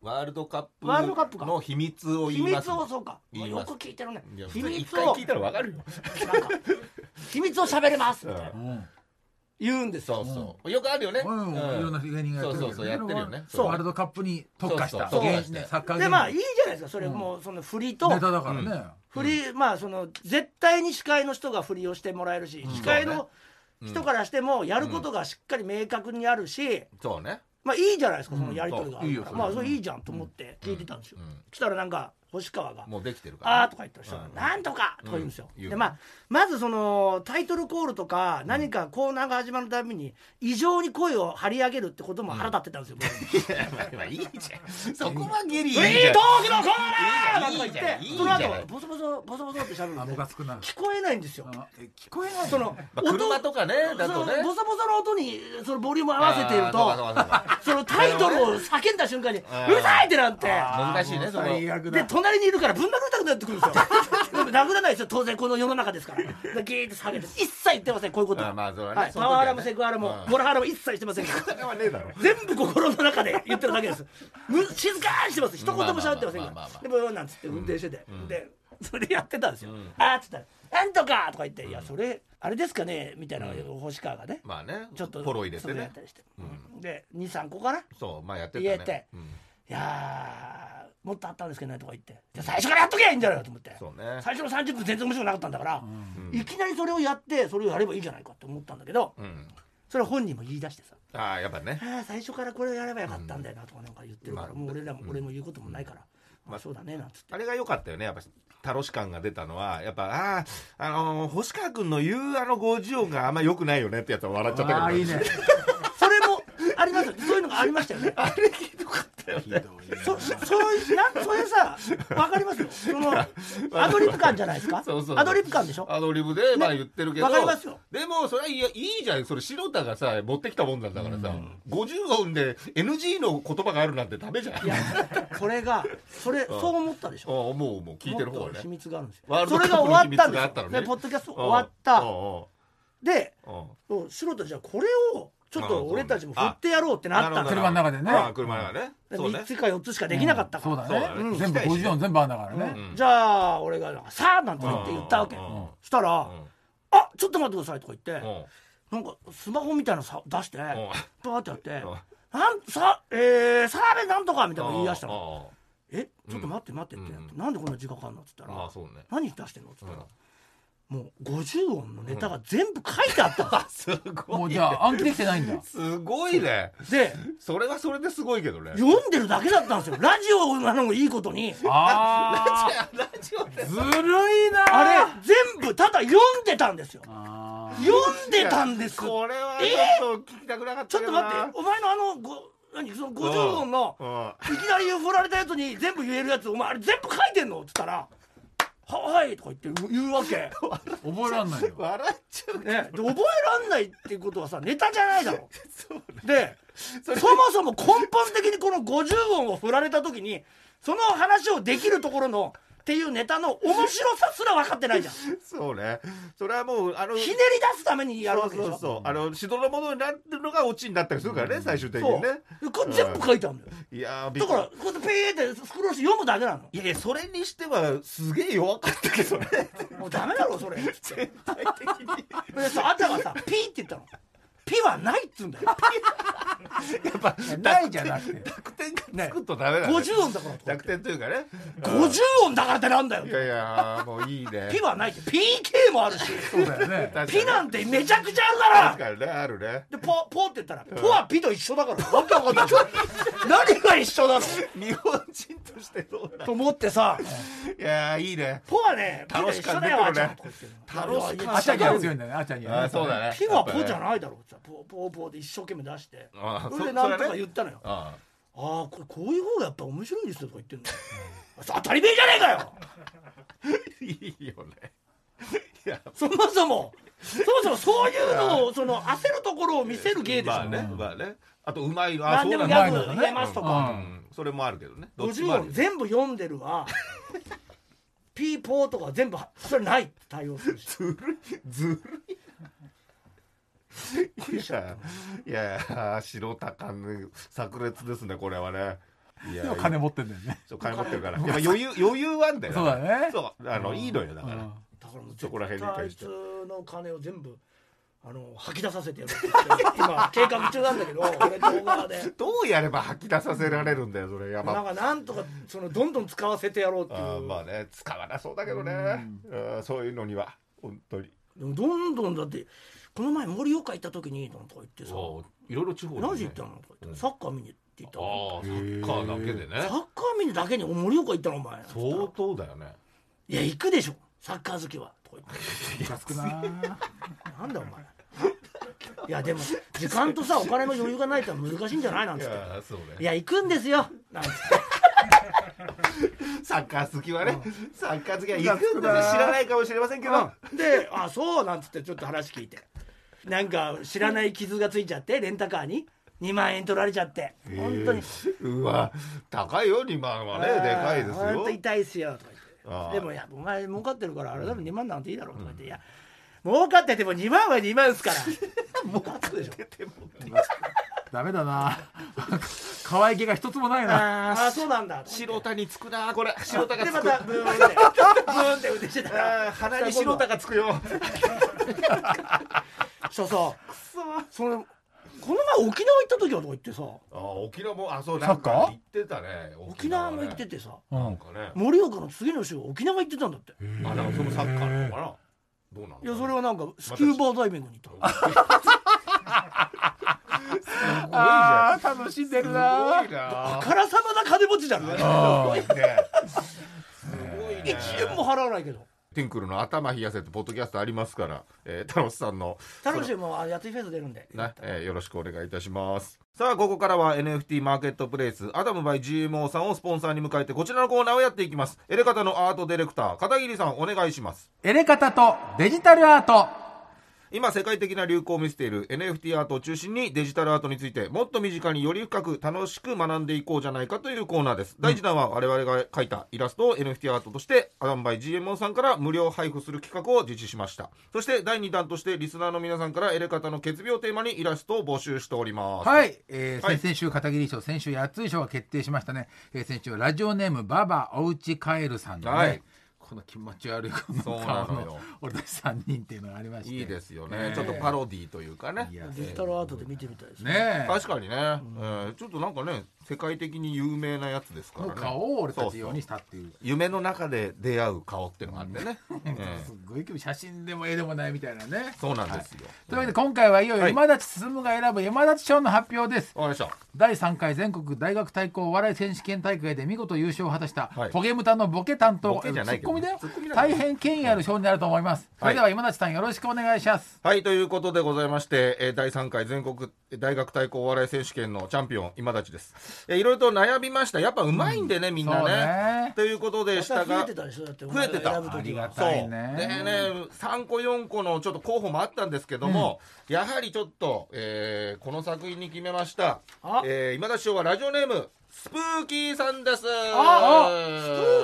[SPEAKER 2] ワールドカップ
[SPEAKER 3] ワールドカップか
[SPEAKER 2] の秘密を
[SPEAKER 3] 秘
[SPEAKER 2] 言います
[SPEAKER 3] 密をそうか
[SPEAKER 2] 言い
[SPEAKER 3] よ
[SPEAKER 2] ます
[SPEAKER 3] く聞いてるね
[SPEAKER 2] いや
[SPEAKER 3] 秘
[SPEAKER 2] 普通に一
[SPEAKER 3] 密
[SPEAKER 2] 回
[SPEAKER 3] を
[SPEAKER 2] 聞いたらわかるよ
[SPEAKER 3] なんか秘密を喋れますみたいな
[SPEAKER 2] う
[SPEAKER 4] うん
[SPEAKER 3] 言うんですよ
[SPEAKER 2] そうそうよくあるよね
[SPEAKER 4] うん、いろんな芸人がやってるけど、
[SPEAKER 2] そうそうそうやってるよね
[SPEAKER 4] そうワールドカップに特化した
[SPEAKER 2] そうそう
[SPEAKER 4] 芸人ね
[SPEAKER 2] そう
[SPEAKER 4] サッカー芸
[SPEAKER 3] で
[SPEAKER 4] 人
[SPEAKER 3] まあいい
[SPEAKER 4] ネ
[SPEAKER 3] じゃないですかそれもうその振りと
[SPEAKER 4] タだからね、
[SPEAKER 3] 振りまあその絶対に司会の人が振りをしてもらえるし司会の人からしてもやることがしっかり明確にあるし
[SPEAKER 2] そうね
[SPEAKER 3] まあいいじゃないですかそのやり取り
[SPEAKER 4] うんそういい
[SPEAKER 3] が
[SPEAKER 4] よ
[SPEAKER 3] ある
[SPEAKER 4] そ
[SPEAKER 3] から
[SPEAKER 4] れ
[SPEAKER 3] まあそれいいじゃんと思って聞いてたんですよ
[SPEAKER 2] うん
[SPEAKER 3] そしたらなんか星川が
[SPEAKER 2] もうできてる
[SPEAKER 3] 「
[SPEAKER 2] から
[SPEAKER 3] あー」とか言ったら
[SPEAKER 2] うん
[SPEAKER 3] なんとか」とか言うんですよ。
[SPEAKER 2] うん言う
[SPEAKER 3] でまあまずそのタイトルコールとか何かコーナーが始まるたびに異常に声を張り上げるってことも腹立ってたんですよ。僕
[SPEAKER 2] いや まあまあいいじゃんそこはゲリいい
[SPEAKER 3] フ
[SPEAKER 2] じゃん
[SPEAKER 3] リートークのコーナーとか
[SPEAKER 2] いいじ
[SPEAKER 3] 言
[SPEAKER 2] ゃ
[SPEAKER 3] っ
[SPEAKER 2] ん
[SPEAKER 3] て
[SPEAKER 2] いいじ
[SPEAKER 3] その
[SPEAKER 2] ゃんいいじゃん
[SPEAKER 3] 後ボソボソボソボソってしゃべるん
[SPEAKER 4] あ
[SPEAKER 3] で
[SPEAKER 4] ムカつくな
[SPEAKER 3] 聞こえないんですよ。
[SPEAKER 4] あえ聞こえない
[SPEAKER 3] その
[SPEAKER 2] まあ車とかね
[SPEAKER 3] そ
[SPEAKER 2] だ
[SPEAKER 3] の
[SPEAKER 2] とね
[SPEAKER 3] ボソボソの音にそのボリュームを合わせている
[SPEAKER 2] あーそう
[SPEAKER 3] と
[SPEAKER 2] かそうか
[SPEAKER 3] そのタイトルを叫んだ瞬間に「うる
[SPEAKER 2] ー
[SPEAKER 3] さい!」ってなって
[SPEAKER 2] ー難しいね
[SPEAKER 4] あー
[SPEAKER 2] その
[SPEAKER 4] 最
[SPEAKER 3] で
[SPEAKER 4] 悪だ
[SPEAKER 3] 隣にいるからぶん殴りたくなってくるんですよでも殴らないですよ当然この世の中ですからでギーって下げて一切言ってませんこういうこと
[SPEAKER 2] あまあそれはね
[SPEAKER 3] はい、
[SPEAKER 2] その
[SPEAKER 3] パワハ
[SPEAKER 2] 時はね
[SPEAKER 3] ラもセクハラも
[SPEAKER 2] うん
[SPEAKER 3] モラハラも一切してませんから
[SPEAKER 2] それはねえだろ
[SPEAKER 3] 全部心の中で言ってるだけですむ静かにしてます一言も喋ってません
[SPEAKER 2] ま
[SPEAKER 3] か
[SPEAKER 2] あまあまあまあま
[SPEAKER 3] ら
[SPEAKER 2] あ
[SPEAKER 3] でブーンなんつって運転してて、でそれでやってたんですよ、あーっつったら「なんとか!」とか言って「いやそれあれですかね」みたいな星川がね、
[SPEAKER 2] まあね
[SPEAKER 3] ちょっと
[SPEAKER 2] ポロ入れ
[SPEAKER 3] そ
[SPEAKER 2] て
[SPEAKER 3] やっ
[SPEAKER 2] ね
[SPEAKER 3] たりして、うんで23個かな
[SPEAKER 2] そうまあやって
[SPEAKER 3] 入れ
[SPEAKER 2] た
[SPEAKER 3] て
[SPEAKER 2] ねうん
[SPEAKER 3] いやーもっとあったんですけどねとか言ってじゃあ最初からやっとけばいいんじゃないかと思って
[SPEAKER 2] そうね
[SPEAKER 3] 最初の30分全然面白くなかったんだから、いきなりそれをやってそれをやればいいじゃないかって思ったんだけど、
[SPEAKER 2] うん
[SPEAKER 3] それは本人も言い出してさ
[SPEAKER 2] ああやっぱね
[SPEAKER 3] あー最初からこれをやればよかったんだよなとかなんか言ってるから、
[SPEAKER 2] まあ
[SPEAKER 3] もう俺らも、俺も言うこともないから、まあそうだねなんつって
[SPEAKER 2] あれが良かったよねやっぱタロシ感が出たのはやっぱあーあのー星川君の言うあの50音があんま良くないよねってやつは笑っちゃったけど
[SPEAKER 4] ああいいね
[SPEAKER 3] それもありますよそういうのがありましたよ ねあれ
[SPEAKER 4] ひどい
[SPEAKER 3] そそそういうなんそういうさわかりますよそのアドリブ感じゃないですか
[SPEAKER 2] そうそうそう
[SPEAKER 3] アドリブ感でしょ
[SPEAKER 2] アドリブで、まあ言ってるけど
[SPEAKER 3] わかりますよ
[SPEAKER 2] でもそれはいやいいじゃんそれ白田がさ持ってきたもんなんだからさ、50音で NG の言葉があるなんてダメじゃん
[SPEAKER 3] いやこれがそれそう思ったでし
[SPEAKER 2] あ
[SPEAKER 3] ょ
[SPEAKER 2] 思う思う聞いてる方
[SPEAKER 3] もっ
[SPEAKER 2] は
[SPEAKER 3] と
[SPEAKER 2] ね
[SPEAKER 3] 秘密があるんですよ
[SPEAKER 2] ワール
[SPEAKER 3] そ
[SPEAKER 2] ドカ
[SPEAKER 3] れ
[SPEAKER 2] ップ
[SPEAKER 3] が
[SPEAKER 2] の
[SPEAKER 3] 終わったん
[SPEAKER 2] 秘密があ
[SPEAKER 3] で
[SPEAKER 2] った
[SPEAKER 3] す
[SPEAKER 2] の
[SPEAKER 3] よ
[SPEAKER 2] ね
[SPEAKER 3] でポッドキャスト終わった
[SPEAKER 2] う
[SPEAKER 3] で
[SPEAKER 2] んうんうん
[SPEAKER 3] お白田じゃあこれをちょっと俺たちも振ってやろうってなったん
[SPEAKER 2] あ
[SPEAKER 3] だよ
[SPEAKER 4] 車の中でね
[SPEAKER 2] ああ車の中でねそうね
[SPEAKER 3] 3つか4つしかできなかったから、
[SPEAKER 4] そうだね
[SPEAKER 2] そうだね
[SPEAKER 4] 全部50音全部あんだからね、
[SPEAKER 2] うん
[SPEAKER 3] じゃあ俺が「さあ」なんて言って言ったわけ
[SPEAKER 2] うんうんうん
[SPEAKER 3] そしたら
[SPEAKER 2] うん
[SPEAKER 3] 「あちょっと待ってください」とか言
[SPEAKER 2] う
[SPEAKER 3] って
[SPEAKER 2] ん
[SPEAKER 3] なんかスマホみたいなのさ出して
[SPEAKER 2] う ん
[SPEAKER 3] バーってやって
[SPEAKER 2] うん
[SPEAKER 3] 「なんさえー、澤部なんとか」みたいなの言い出したの
[SPEAKER 2] あ
[SPEAKER 3] 「えちょっと待って待って」ってなって「なんでこんな時間かかんの?」っつった
[SPEAKER 2] あああ
[SPEAKER 3] ら
[SPEAKER 2] そうね
[SPEAKER 3] 「何出してんの?」っつった
[SPEAKER 2] う
[SPEAKER 3] ら
[SPEAKER 2] ん
[SPEAKER 3] もう50音のネタが全部書いてあったんです
[SPEAKER 4] も
[SPEAKER 2] ご
[SPEAKER 4] う
[SPEAKER 2] い
[SPEAKER 4] じゃあ暗記できてないんだ
[SPEAKER 2] すごいね
[SPEAKER 3] すで
[SPEAKER 2] それはそれですごいけどね
[SPEAKER 3] 読んでるだけだったんですよラジオなのもいいことに
[SPEAKER 4] あ
[SPEAKER 2] ラジオで
[SPEAKER 4] ーずるいな
[SPEAKER 3] あれ全部ただ読んでたんですよ
[SPEAKER 4] あー
[SPEAKER 3] 読んでたんです
[SPEAKER 2] これはちょっと聞きたくなかっ
[SPEAKER 3] ちょ
[SPEAKER 2] た
[SPEAKER 3] っ
[SPEAKER 2] け
[SPEAKER 3] と
[SPEAKER 2] ど
[SPEAKER 3] 待
[SPEAKER 2] な
[SPEAKER 3] ってお前のあのご何その50音のいきなり振られたやつに全部言えるやつお前あれ全部書いてんのっつったら「ははい」とか言って言う わけ、ね、
[SPEAKER 4] 覚えらんないよ
[SPEAKER 2] うん笑っちゃう
[SPEAKER 3] で覚えらんないっていうことはさネタじゃないだろ
[SPEAKER 2] そう
[SPEAKER 3] でそもそも根本的にこの50音を振られた時にその話をできるところのっていうネタの面白さすら分かってないじゃんひね
[SPEAKER 2] そうねそれはもうあの
[SPEAKER 3] り出すためにやる
[SPEAKER 2] そ
[SPEAKER 3] わ
[SPEAKER 2] う
[SPEAKER 3] けでし
[SPEAKER 2] そう
[SPEAKER 3] ょ
[SPEAKER 2] そうあのしどろものになってるのがオチになったりするからね最終的にね
[SPEAKER 3] そうこれ全部書いてあるんだよ
[SPEAKER 2] いやーびっ
[SPEAKER 3] だ
[SPEAKER 2] く
[SPEAKER 3] か
[SPEAKER 2] り
[SPEAKER 3] らこうやってペーってスクロールして読むだけなの
[SPEAKER 2] いやいやそれにしてはすげえ弱かったけどね
[SPEAKER 3] もうダメだろそれつって
[SPEAKER 2] 全体的に
[SPEAKER 3] でさあんたがさピーって言ったのピはないっつうんだよ
[SPEAKER 2] やっぱ
[SPEAKER 4] ないじゃなくて
[SPEAKER 2] 濁点がつくとダメだね
[SPEAKER 3] 50音だからと
[SPEAKER 2] 濁点というかね
[SPEAKER 3] 50音だからってなんだよ
[SPEAKER 2] いやいやもういいね
[SPEAKER 3] ピはないって PK もあるし
[SPEAKER 4] そうだよね
[SPEAKER 2] 確かに
[SPEAKER 3] ピなんてめちゃくちゃある
[SPEAKER 2] 確
[SPEAKER 3] から
[SPEAKER 2] かにねあるね
[SPEAKER 3] でポポって言ったらポはピと一緒だからわけわかんない何が一緒なの
[SPEAKER 2] 日本人としてどうだ
[SPEAKER 3] と思ってさ
[SPEAKER 2] いやーいいね
[SPEAKER 3] ポはねピと一緒だよあ
[SPEAKER 2] 楽しかったけどね
[SPEAKER 3] ちゃんとか言ってるの
[SPEAKER 2] 楽しか
[SPEAKER 4] あ
[SPEAKER 2] っ
[SPEAKER 4] ち
[SPEAKER 2] た
[SPEAKER 4] ゃ
[SPEAKER 2] け
[SPEAKER 4] に
[SPEAKER 2] ど
[SPEAKER 4] は強いんだねあちゃには
[SPEAKER 2] あそうだね
[SPEAKER 3] ピはポじゃ
[SPEAKER 2] ん
[SPEAKER 3] ないだろってさポポポで一生懸命出して
[SPEAKER 2] あ
[SPEAKER 3] それで
[SPEAKER 2] そ
[SPEAKER 3] なんと
[SPEAKER 2] それ
[SPEAKER 3] か
[SPEAKER 2] ね
[SPEAKER 3] 言ったのよ
[SPEAKER 2] あ
[SPEAKER 3] ああこれこういう方がやっぱ面白いですよとか言ってんの当たり前じゃねえかよ
[SPEAKER 2] あいいよねいや
[SPEAKER 3] そもそもそもそもそういうのをその焦るところを見せる芸でしょ、
[SPEAKER 2] まあねまあねあとうまいのあ
[SPEAKER 3] 何
[SPEAKER 2] そ
[SPEAKER 3] で
[SPEAKER 2] う
[SPEAKER 3] も
[SPEAKER 2] なん
[SPEAKER 3] ギ
[SPEAKER 2] だ
[SPEAKER 3] ャグ入れますと
[SPEAKER 2] う
[SPEAKER 3] か、
[SPEAKER 2] んそれもあるけどねどっちもあ
[SPEAKER 3] 50
[SPEAKER 2] る
[SPEAKER 3] 音
[SPEAKER 2] よ
[SPEAKER 3] 全部読んでるわピーポーとか全部それないって対応するし
[SPEAKER 2] ずるいずるいいやいや白高ね炸裂ですねこれはねい
[SPEAKER 4] で
[SPEAKER 2] や
[SPEAKER 4] も金持ってんだよね
[SPEAKER 2] そう金持ってるからやっぱ余裕余裕はあんだよ
[SPEAKER 4] そうだね
[SPEAKER 2] そうあのいいのよだから、
[SPEAKER 4] うん
[SPEAKER 3] だからもう
[SPEAKER 2] そこら
[SPEAKER 3] 絶
[SPEAKER 2] 辺
[SPEAKER 3] 対あい
[SPEAKER 2] 理解し
[SPEAKER 3] つ
[SPEAKER 2] て
[SPEAKER 3] の金を全部あの吐き出させてやるって言って今計画中なんだけど俺動画で
[SPEAKER 2] どうやれば吐き出させられるんだよそれや
[SPEAKER 3] な
[SPEAKER 2] ば
[SPEAKER 3] んかなんとかそのどんどん使わせてやろうってい
[SPEAKER 2] あー
[SPEAKER 3] う
[SPEAKER 2] まあね使わなそうだけどねうんそういうのには本当に
[SPEAKER 3] でもどんどんだってこの前盛岡行った時になんとか言ってさ
[SPEAKER 2] ういろいろ地方
[SPEAKER 3] 何時行ったのとか言っ
[SPEAKER 2] うん
[SPEAKER 3] てサッカー見に行って行ったの
[SPEAKER 2] ああサッカーだけで
[SPEAKER 3] サ
[SPEAKER 2] ね
[SPEAKER 3] ッカー見にだけに盛岡行ったのお前
[SPEAKER 2] 相当だよね
[SPEAKER 3] いや行くでしょサッカー好きはとか言っ
[SPEAKER 4] ムカつくな
[SPEAKER 3] てなんだお前いやでも時間とさお金の余裕がないと難しいんじゃないなん
[SPEAKER 2] い
[SPEAKER 3] つって
[SPEAKER 2] やそう
[SPEAKER 3] い
[SPEAKER 2] ね
[SPEAKER 3] や行くんですよなんつって
[SPEAKER 2] サッカー好きはねサッカー好きは行くんですよ
[SPEAKER 4] う
[SPEAKER 2] 知
[SPEAKER 4] ん
[SPEAKER 2] らないかもしれませんけど
[SPEAKER 3] うんで「あそう」なんつってちょっと話聞いてなんか知らない傷がついちゃってレンタカーに2万円取られちゃって本当に
[SPEAKER 2] うわ高いよ2万はねでかいです
[SPEAKER 3] あーほんと
[SPEAKER 2] よ
[SPEAKER 3] 痛いっすよ」とか言
[SPEAKER 2] あ
[SPEAKER 3] っ
[SPEAKER 2] ー
[SPEAKER 3] て「でもいやお前儲かってるからあれだろ2万なんていいだろ」とか言って「いや儲かってても2万は2万っす から」儲かってるでしょ
[SPEAKER 4] ダメだな 可愛げが一つもないな
[SPEAKER 3] ああそうなんだとか言って
[SPEAKER 2] 白田につくなこれ白田が
[SPEAKER 3] で
[SPEAKER 2] つ
[SPEAKER 3] ま
[SPEAKER 2] く
[SPEAKER 3] たブーンってブーンって腕してた
[SPEAKER 2] あー
[SPEAKER 3] ら
[SPEAKER 2] 鼻に白田がつくよ
[SPEAKER 3] そうそうそれこの前沖縄行った時はとか言ってさ
[SPEAKER 2] あー沖縄もあそう
[SPEAKER 4] サ
[SPEAKER 2] な
[SPEAKER 4] ッ
[SPEAKER 2] ん
[SPEAKER 4] カ
[SPEAKER 2] か
[SPEAKER 4] ー
[SPEAKER 2] 行ってたね
[SPEAKER 3] 沖縄も行って
[SPEAKER 2] ね
[SPEAKER 3] てさ
[SPEAKER 2] なんかね
[SPEAKER 3] 盛岡の次の週沖縄行ってたんだって
[SPEAKER 2] あなんかそのサッカーなのかなどうなん
[SPEAKER 3] い
[SPEAKER 2] だろう
[SPEAKER 3] やそれはなんかスキューバーダイビングに行った
[SPEAKER 4] あー楽しんでる
[SPEAKER 2] すごい
[SPEAKER 4] な
[SPEAKER 3] あ
[SPEAKER 2] な
[SPEAKER 3] からさまな金持ちじゃない
[SPEAKER 2] すごいねすごいね
[SPEAKER 3] 1円も払わないけど
[SPEAKER 2] ティンクルの頭冷やせってポッドキャストありますから、えー、タロスさんの
[SPEAKER 3] 楽しいもうあやついフェス出るんで
[SPEAKER 2] ね、えーよろしくお願いいたします。さあ、ここからは NFT マーケットプレイス、アダムバイ GMO さんをスポンサーに迎えて、こちらのコーナーをやっていきます。エレカタのアートディレクター、片桐さん、お願いします。
[SPEAKER 4] エレカタとデジタルアート
[SPEAKER 2] 今、世界的な流行を見せている NFT アートを中心に、デジタルアートについて、もっと身近により深く楽しく学んでいこうじゃないかというコーナーです。第1弾は、我々が描いたイラストを NFT アートとして、アダムバイ GMO さんから無料配布する企画を実施しました。そして、第2弾として、リスナーの皆さんからエレカタの決病をテーマにイラストを募集しております。
[SPEAKER 4] はい、えー
[SPEAKER 2] はい
[SPEAKER 4] 先々週片桐賞先週八つい賞が決定しましたね、えー、先週はラジオネームババおうちカエルさんのね、
[SPEAKER 2] はい
[SPEAKER 4] この気持ち悪いこの
[SPEAKER 2] そうな
[SPEAKER 4] 顔
[SPEAKER 2] の
[SPEAKER 4] の
[SPEAKER 2] よ
[SPEAKER 4] 俺たち三人っていうのがありましてい
[SPEAKER 2] いいですよね、
[SPEAKER 4] ええ
[SPEAKER 2] ちょっとパロディというかね
[SPEAKER 4] いや
[SPEAKER 3] デジタルアートで見てみたいです
[SPEAKER 4] ねえ
[SPEAKER 2] 確かにね、えーちょっとなんかね世界的に有名なやつですから
[SPEAKER 4] の
[SPEAKER 2] ね
[SPEAKER 4] 顔を俺たち用にしたっていう
[SPEAKER 2] 夢の中で出会う顔っていうのがあってね、え
[SPEAKER 4] す
[SPEAKER 2] え
[SPEAKER 4] ごいけど写真でも絵でもないみたいなね
[SPEAKER 2] そうなんですよ、
[SPEAKER 4] というわけで今回はいよいよ
[SPEAKER 2] はい
[SPEAKER 4] 山立進が選ぶ山立賞の発表です
[SPEAKER 2] わかりました
[SPEAKER 4] 第3回全国大学対抗お笑い選手権大会で見事優勝を果たした
[SPEAKER 2] はい
[SPEAKER 4] ポゲムタのボケ担当、
[SPEAKER 2] ボケじゃないけ
[SPEAKER 4] ツッ
[SPEAKER 2] ど
[SPEAKER 4] コミだよ
[SPEAKER 2] ツッコミだから
[SPEAKER 4] 大変権威ある賞になると思います、それでは今立さんよろしくお願いします
[SPEAKER 2] はい、ということでございまして、えー第3回全国大学対抗お笑い選手権のチャンピオン、今立ちです。えーいろいろと悩みました。やっぱうまいんでね、みんな
[SPEAKER 4] そう
[SPEAKER 2] ね。
[SPEAKER 4] ね
[SPEAKER 2] ということで、
[SPEAKER 3] 下
[SPEAKER 2] 下
[SPEAKER 3] 増え
[SPEAKER 2] が
[SPEAKER 3] て。たでしょだって
[SPEAKER 2] 増えてた
[SPEAKER 3] お前が選ぶ
[SPEAKER 4] あり
[SPEAKER 3] 時
[SPEAKER 4] が
[SPEAKER 3] は
[SPEAKER 2] そう。
[SPEAKER 4] た
[SPEAKER 2] でね
[SPEAKER 4] いね、
[SPEAKER 2] 3個4個のちょっと候補もあったんですけども、やはりちょっと、えーこの作品に決めました
[SPEAKER 3] あ。
[SPEAKER 2] えー、今田師匠はラジオネーム、スプーキーさんです。
[SPEAKER 3] ああ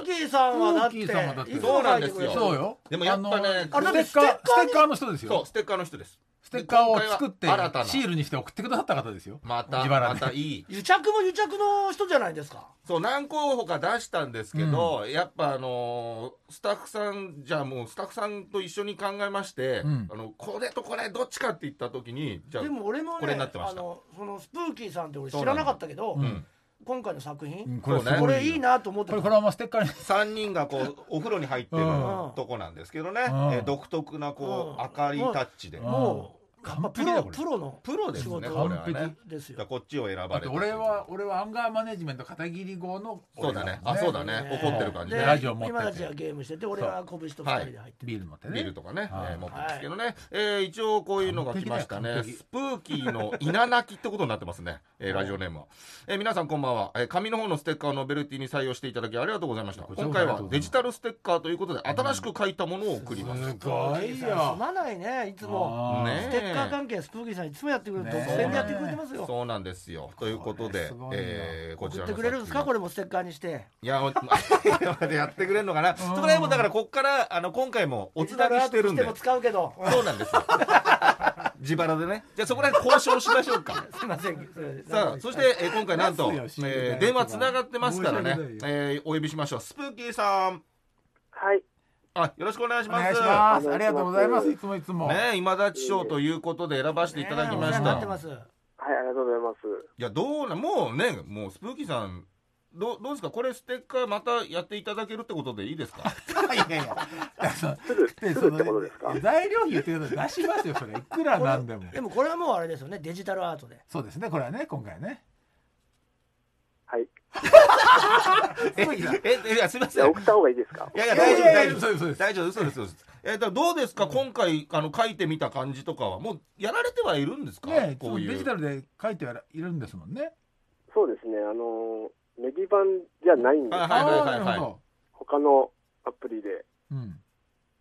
[SPEAKER 3] スプーキーさんはだって
[SPEAKER 4] スプーキーさんはだって
[SPEAKER 3] いつも書いてくれてる
[SPEAKER 4] そうよ
[SPEAKER 2] でもやっぱね
[SPEAKER 4] あの
[SPEAKER 3] あれ
[SPEAKER 4] ステッカー
[SPEAKER 3] ステッカーに
[SPEAKER 4] ステッカーの人です
[SPEAKER 2] そ
[SPEAKER 4] よ
[SPEAKER 2] う、ステッカーの人です。
[SPEAKER 4] ステッカーを作っ
[SPEAKER 2] で
[SPEAKER 4] て
[SPEAKER 2] 今回は新たな
[SPEAKER 4] シールにして送ってくださった方ですよ
[SPEAKER 2] また、
[SPEAKER 4] 自腹
[SPEAKER 2] ま
[SPEAKER 4] で
[SPEAKER 2] たいい。
[SPEAKER 3] 癒着も癒着の人じゃないですか
[SPEAKER 2] そう何候補か出したんですけど、やっぱあのースタッフさんじゃあもうスタッフさんと一緒に考えまして、
[SPEAKER 4] うん
[SPEAKER 2] あのこれとこれどっちかって言った時にじゃあ
[SPEAKER 3] でも俺も
[SPEAKER 2] これに
[SPEAKER 3] ね
[SPEAKER 2] なってまし
[SPEAKER 3] あ
[SPEAKER 2] た
[SPEAKER 3] のそのスプーキーさんって俺知らなかったけど
[SPEAKER 2] ん
[SPEAKER 3] 今回の作
[SPEAKER 4] うん
[SPEAKER 3] 品
[SPEAKER 4] これ
[SPEAKER 2] そうね
[SPEAKER 3] これいいなと思って
[SPEAKER 4] これ
[SPEAKER 3] た
[SPEAKER 4] このままステッカーに
[SPEAKER 2] 3人がこうお風呂に入ってる
[SPEAKER 4] うん
[SPEAKER 2] とこなんですけどね、
[SPEAKER 4] ん
[SPEAKER 2] えー独特な
[SPEAKER 3] う
[SPEAKER 2] こう、
[SPEAKER 3] ん
[SPEAKER 2] 明かりタッチで、
[SPEAKER 4] うん
[SPEAKER 3] もうやっぱプ
[SPEAKER 4] 完璧だ
[SPEAKER 3] ロ
[SPEAKER 4] これ
[SPEAKER 3] プロの
[SPEAKER 2] プロです
[SPEAKER 3] 仕事
[SPEAKER 2] ねこれは
[SPEAKER 4] 完
[SPEAKER 2] ね
[SPEAKER 4] 璧
[SPEAKER 3] です
[SPEAKER 2] じゃあ
[SPEAKER 3] よ
[SPEAKER 2] こっちを選ば
[SPEAKER 4] だ
[SPEAKER 2] れ
[SPEAKER 4] って
[SPEAKER 2] て
[SPEAKER 4] 俺は俺はアンガーマネジメント片桐号の
[SPEAKER 2] そうだねあそうだね怒ってる感じ
[SPEAKER 4] で
[SPEAKER 2] ね
[SPEAKER 4] ラジオ持ってて
[SPEAKER 3] 今たちはゲームしてて俺は拳と二人で入ってる
[SPEAKER 4] ビール持ってね
[SPEAKER 2] ビールとかね、
[SPEAKER 4] はい
[SPEAKER 2] えー持ってますけどね、えー一応こういうのが来ましたね
[SPEAKER 4] 完璧
[SPEAKER 2] スプーキーの稲泣きってことになってますね、えーラジオネームは、えー皆さんこんばんは、えー紙の方のステッカーをノベルティに採用していただきありがとうございました
[SPEAKER 4] こちら
[SPEAKER 2] 今
[SPEAKER 4] こそ
[SPEAKER 2] 回
[SPEAKER 4] ありが
[SPEAKER 2] は
[SPEAKER 4] とうござい
[SPEAKER 2] デ
[SPEAKER 4] ます
[SPEAKER 2] ジタルステッカーということで新しく書いたものを送ります、
[SPEAKER 4] すごいよ
[SPEAKER 3] すまないねいつも
[SPEAKER 4] あー
[SPEAKER 2] ね
[SPEAKER 3] ステッカー関係スプーキーさんいつもやってくれる
[SPEAKER 4] ね
[SPEAKER 3] 独占でやってくれてますよ
[SPEAKER 2] そうなんですよということで
[SPEAKER 4] これすごいな
[SPEAKER 2] えーこち
[SPEAKER 3] 送
[SPEAKER 2] ら
[SPEAKER 3] って
[SPEAKER 2] の
[SPEAKER 3] くれるんですか
[SPEAKER 2] 作
[SPEAKER 3] これもステッカーにして
[SPEAKER 2] 品いやおやってくれるのかなそこら辺もだからこっからあの今回もおつなぎしてるん
[SPEAKER 3] デジタルアートとしても使う
[SPEAKER 2] で
[SPEAKER 3] け ど
[SPEAKER 2] そうなんですよ自腹でねじゃあそこら辺交渉しましょうか
[SPEAKER 3] すいませんれ
[SPEAKER 2] さあそして、えー今回なんと
[SPEAKER 4] 出すよ、CD
[SPEAKER 2] えー
[SPEAKER 4] 大丈夫
[SPEAKER 2] 電話つながってますからね
[SPEAKER 4] 申し訳、ない
[SPEAKER 2] えーお呼びしましょうスプーキーさん
[SPEAKER 1] はい、
[SPEAKER 2] あよろしくお願いし
[SPEAKER 4] お
[SPEAKER 2] ます
[SPEAKER 4] 願いしますありがとうございますいつもいつも
[SPEAKER 2] ねえ今立賞ということで選ばせていただきまし
[SPEAKER 3] ねお世話にな
[SPEAKER 2] た、
[SPEAKER 3] ってます
[SPEAKER 1] はい、ありがとうございます。
[SPEAKER 2] いやどうなもうねもうスプーキーさんどうどうですかこれステッカーまたやっていただけるってことでいいですか
[SPEAKER 4] いやいやいやそう
[SPEAKER 1] すぐ、すぐ
[SPEAKER 4] で
[SPEAKER 1] っ
[SPEAKER 4] そ
[SPEAKER 1] てことですか
[SPEAKER 4] の。材料費っていうの出しますよそれいくらなんでも
[SPEAKER 3] でもこれはもうあれですよねデジタルアートで
[SPEAKER 4] そうですねこれはね今回ね
[SPEAKER 1] はい、い
[SPEAKER 2] え えいやすいません
[SPEAKER 1] や、
[SPEAKER 2] い
[SPEAKER 1] 送った方がいいですか。
[SPEAKER 2] やいや大丈夫大
[SPEAKER 4] そ
[SPEAKER 2] 丈夫
[SPEAKER 4] うですそうです
[SPEAKER 2] 大丈夫そうですそうですえー、とどうですか、今回あの書いてみた感じとかはもうやられてはいるんですか、
[SPEAKER 4] ね
[SPEAKER 2] こういう
[SPEAKER 4] デジタルで書いてはいるんですもんね
[SPEAKER 1] そうですね、あのー、ネギ版じゃないんで
[SPEAKER 2] あ
[SPEAKER 1] す。
[SPEAKER 2] はいはい
[SPEAKER 4] あー
[SPEAKER 2] はいはい
[SPEAKER 4] なるほど
[SPEAKER 1] 他のアプリで
[SPEAKER 4] うん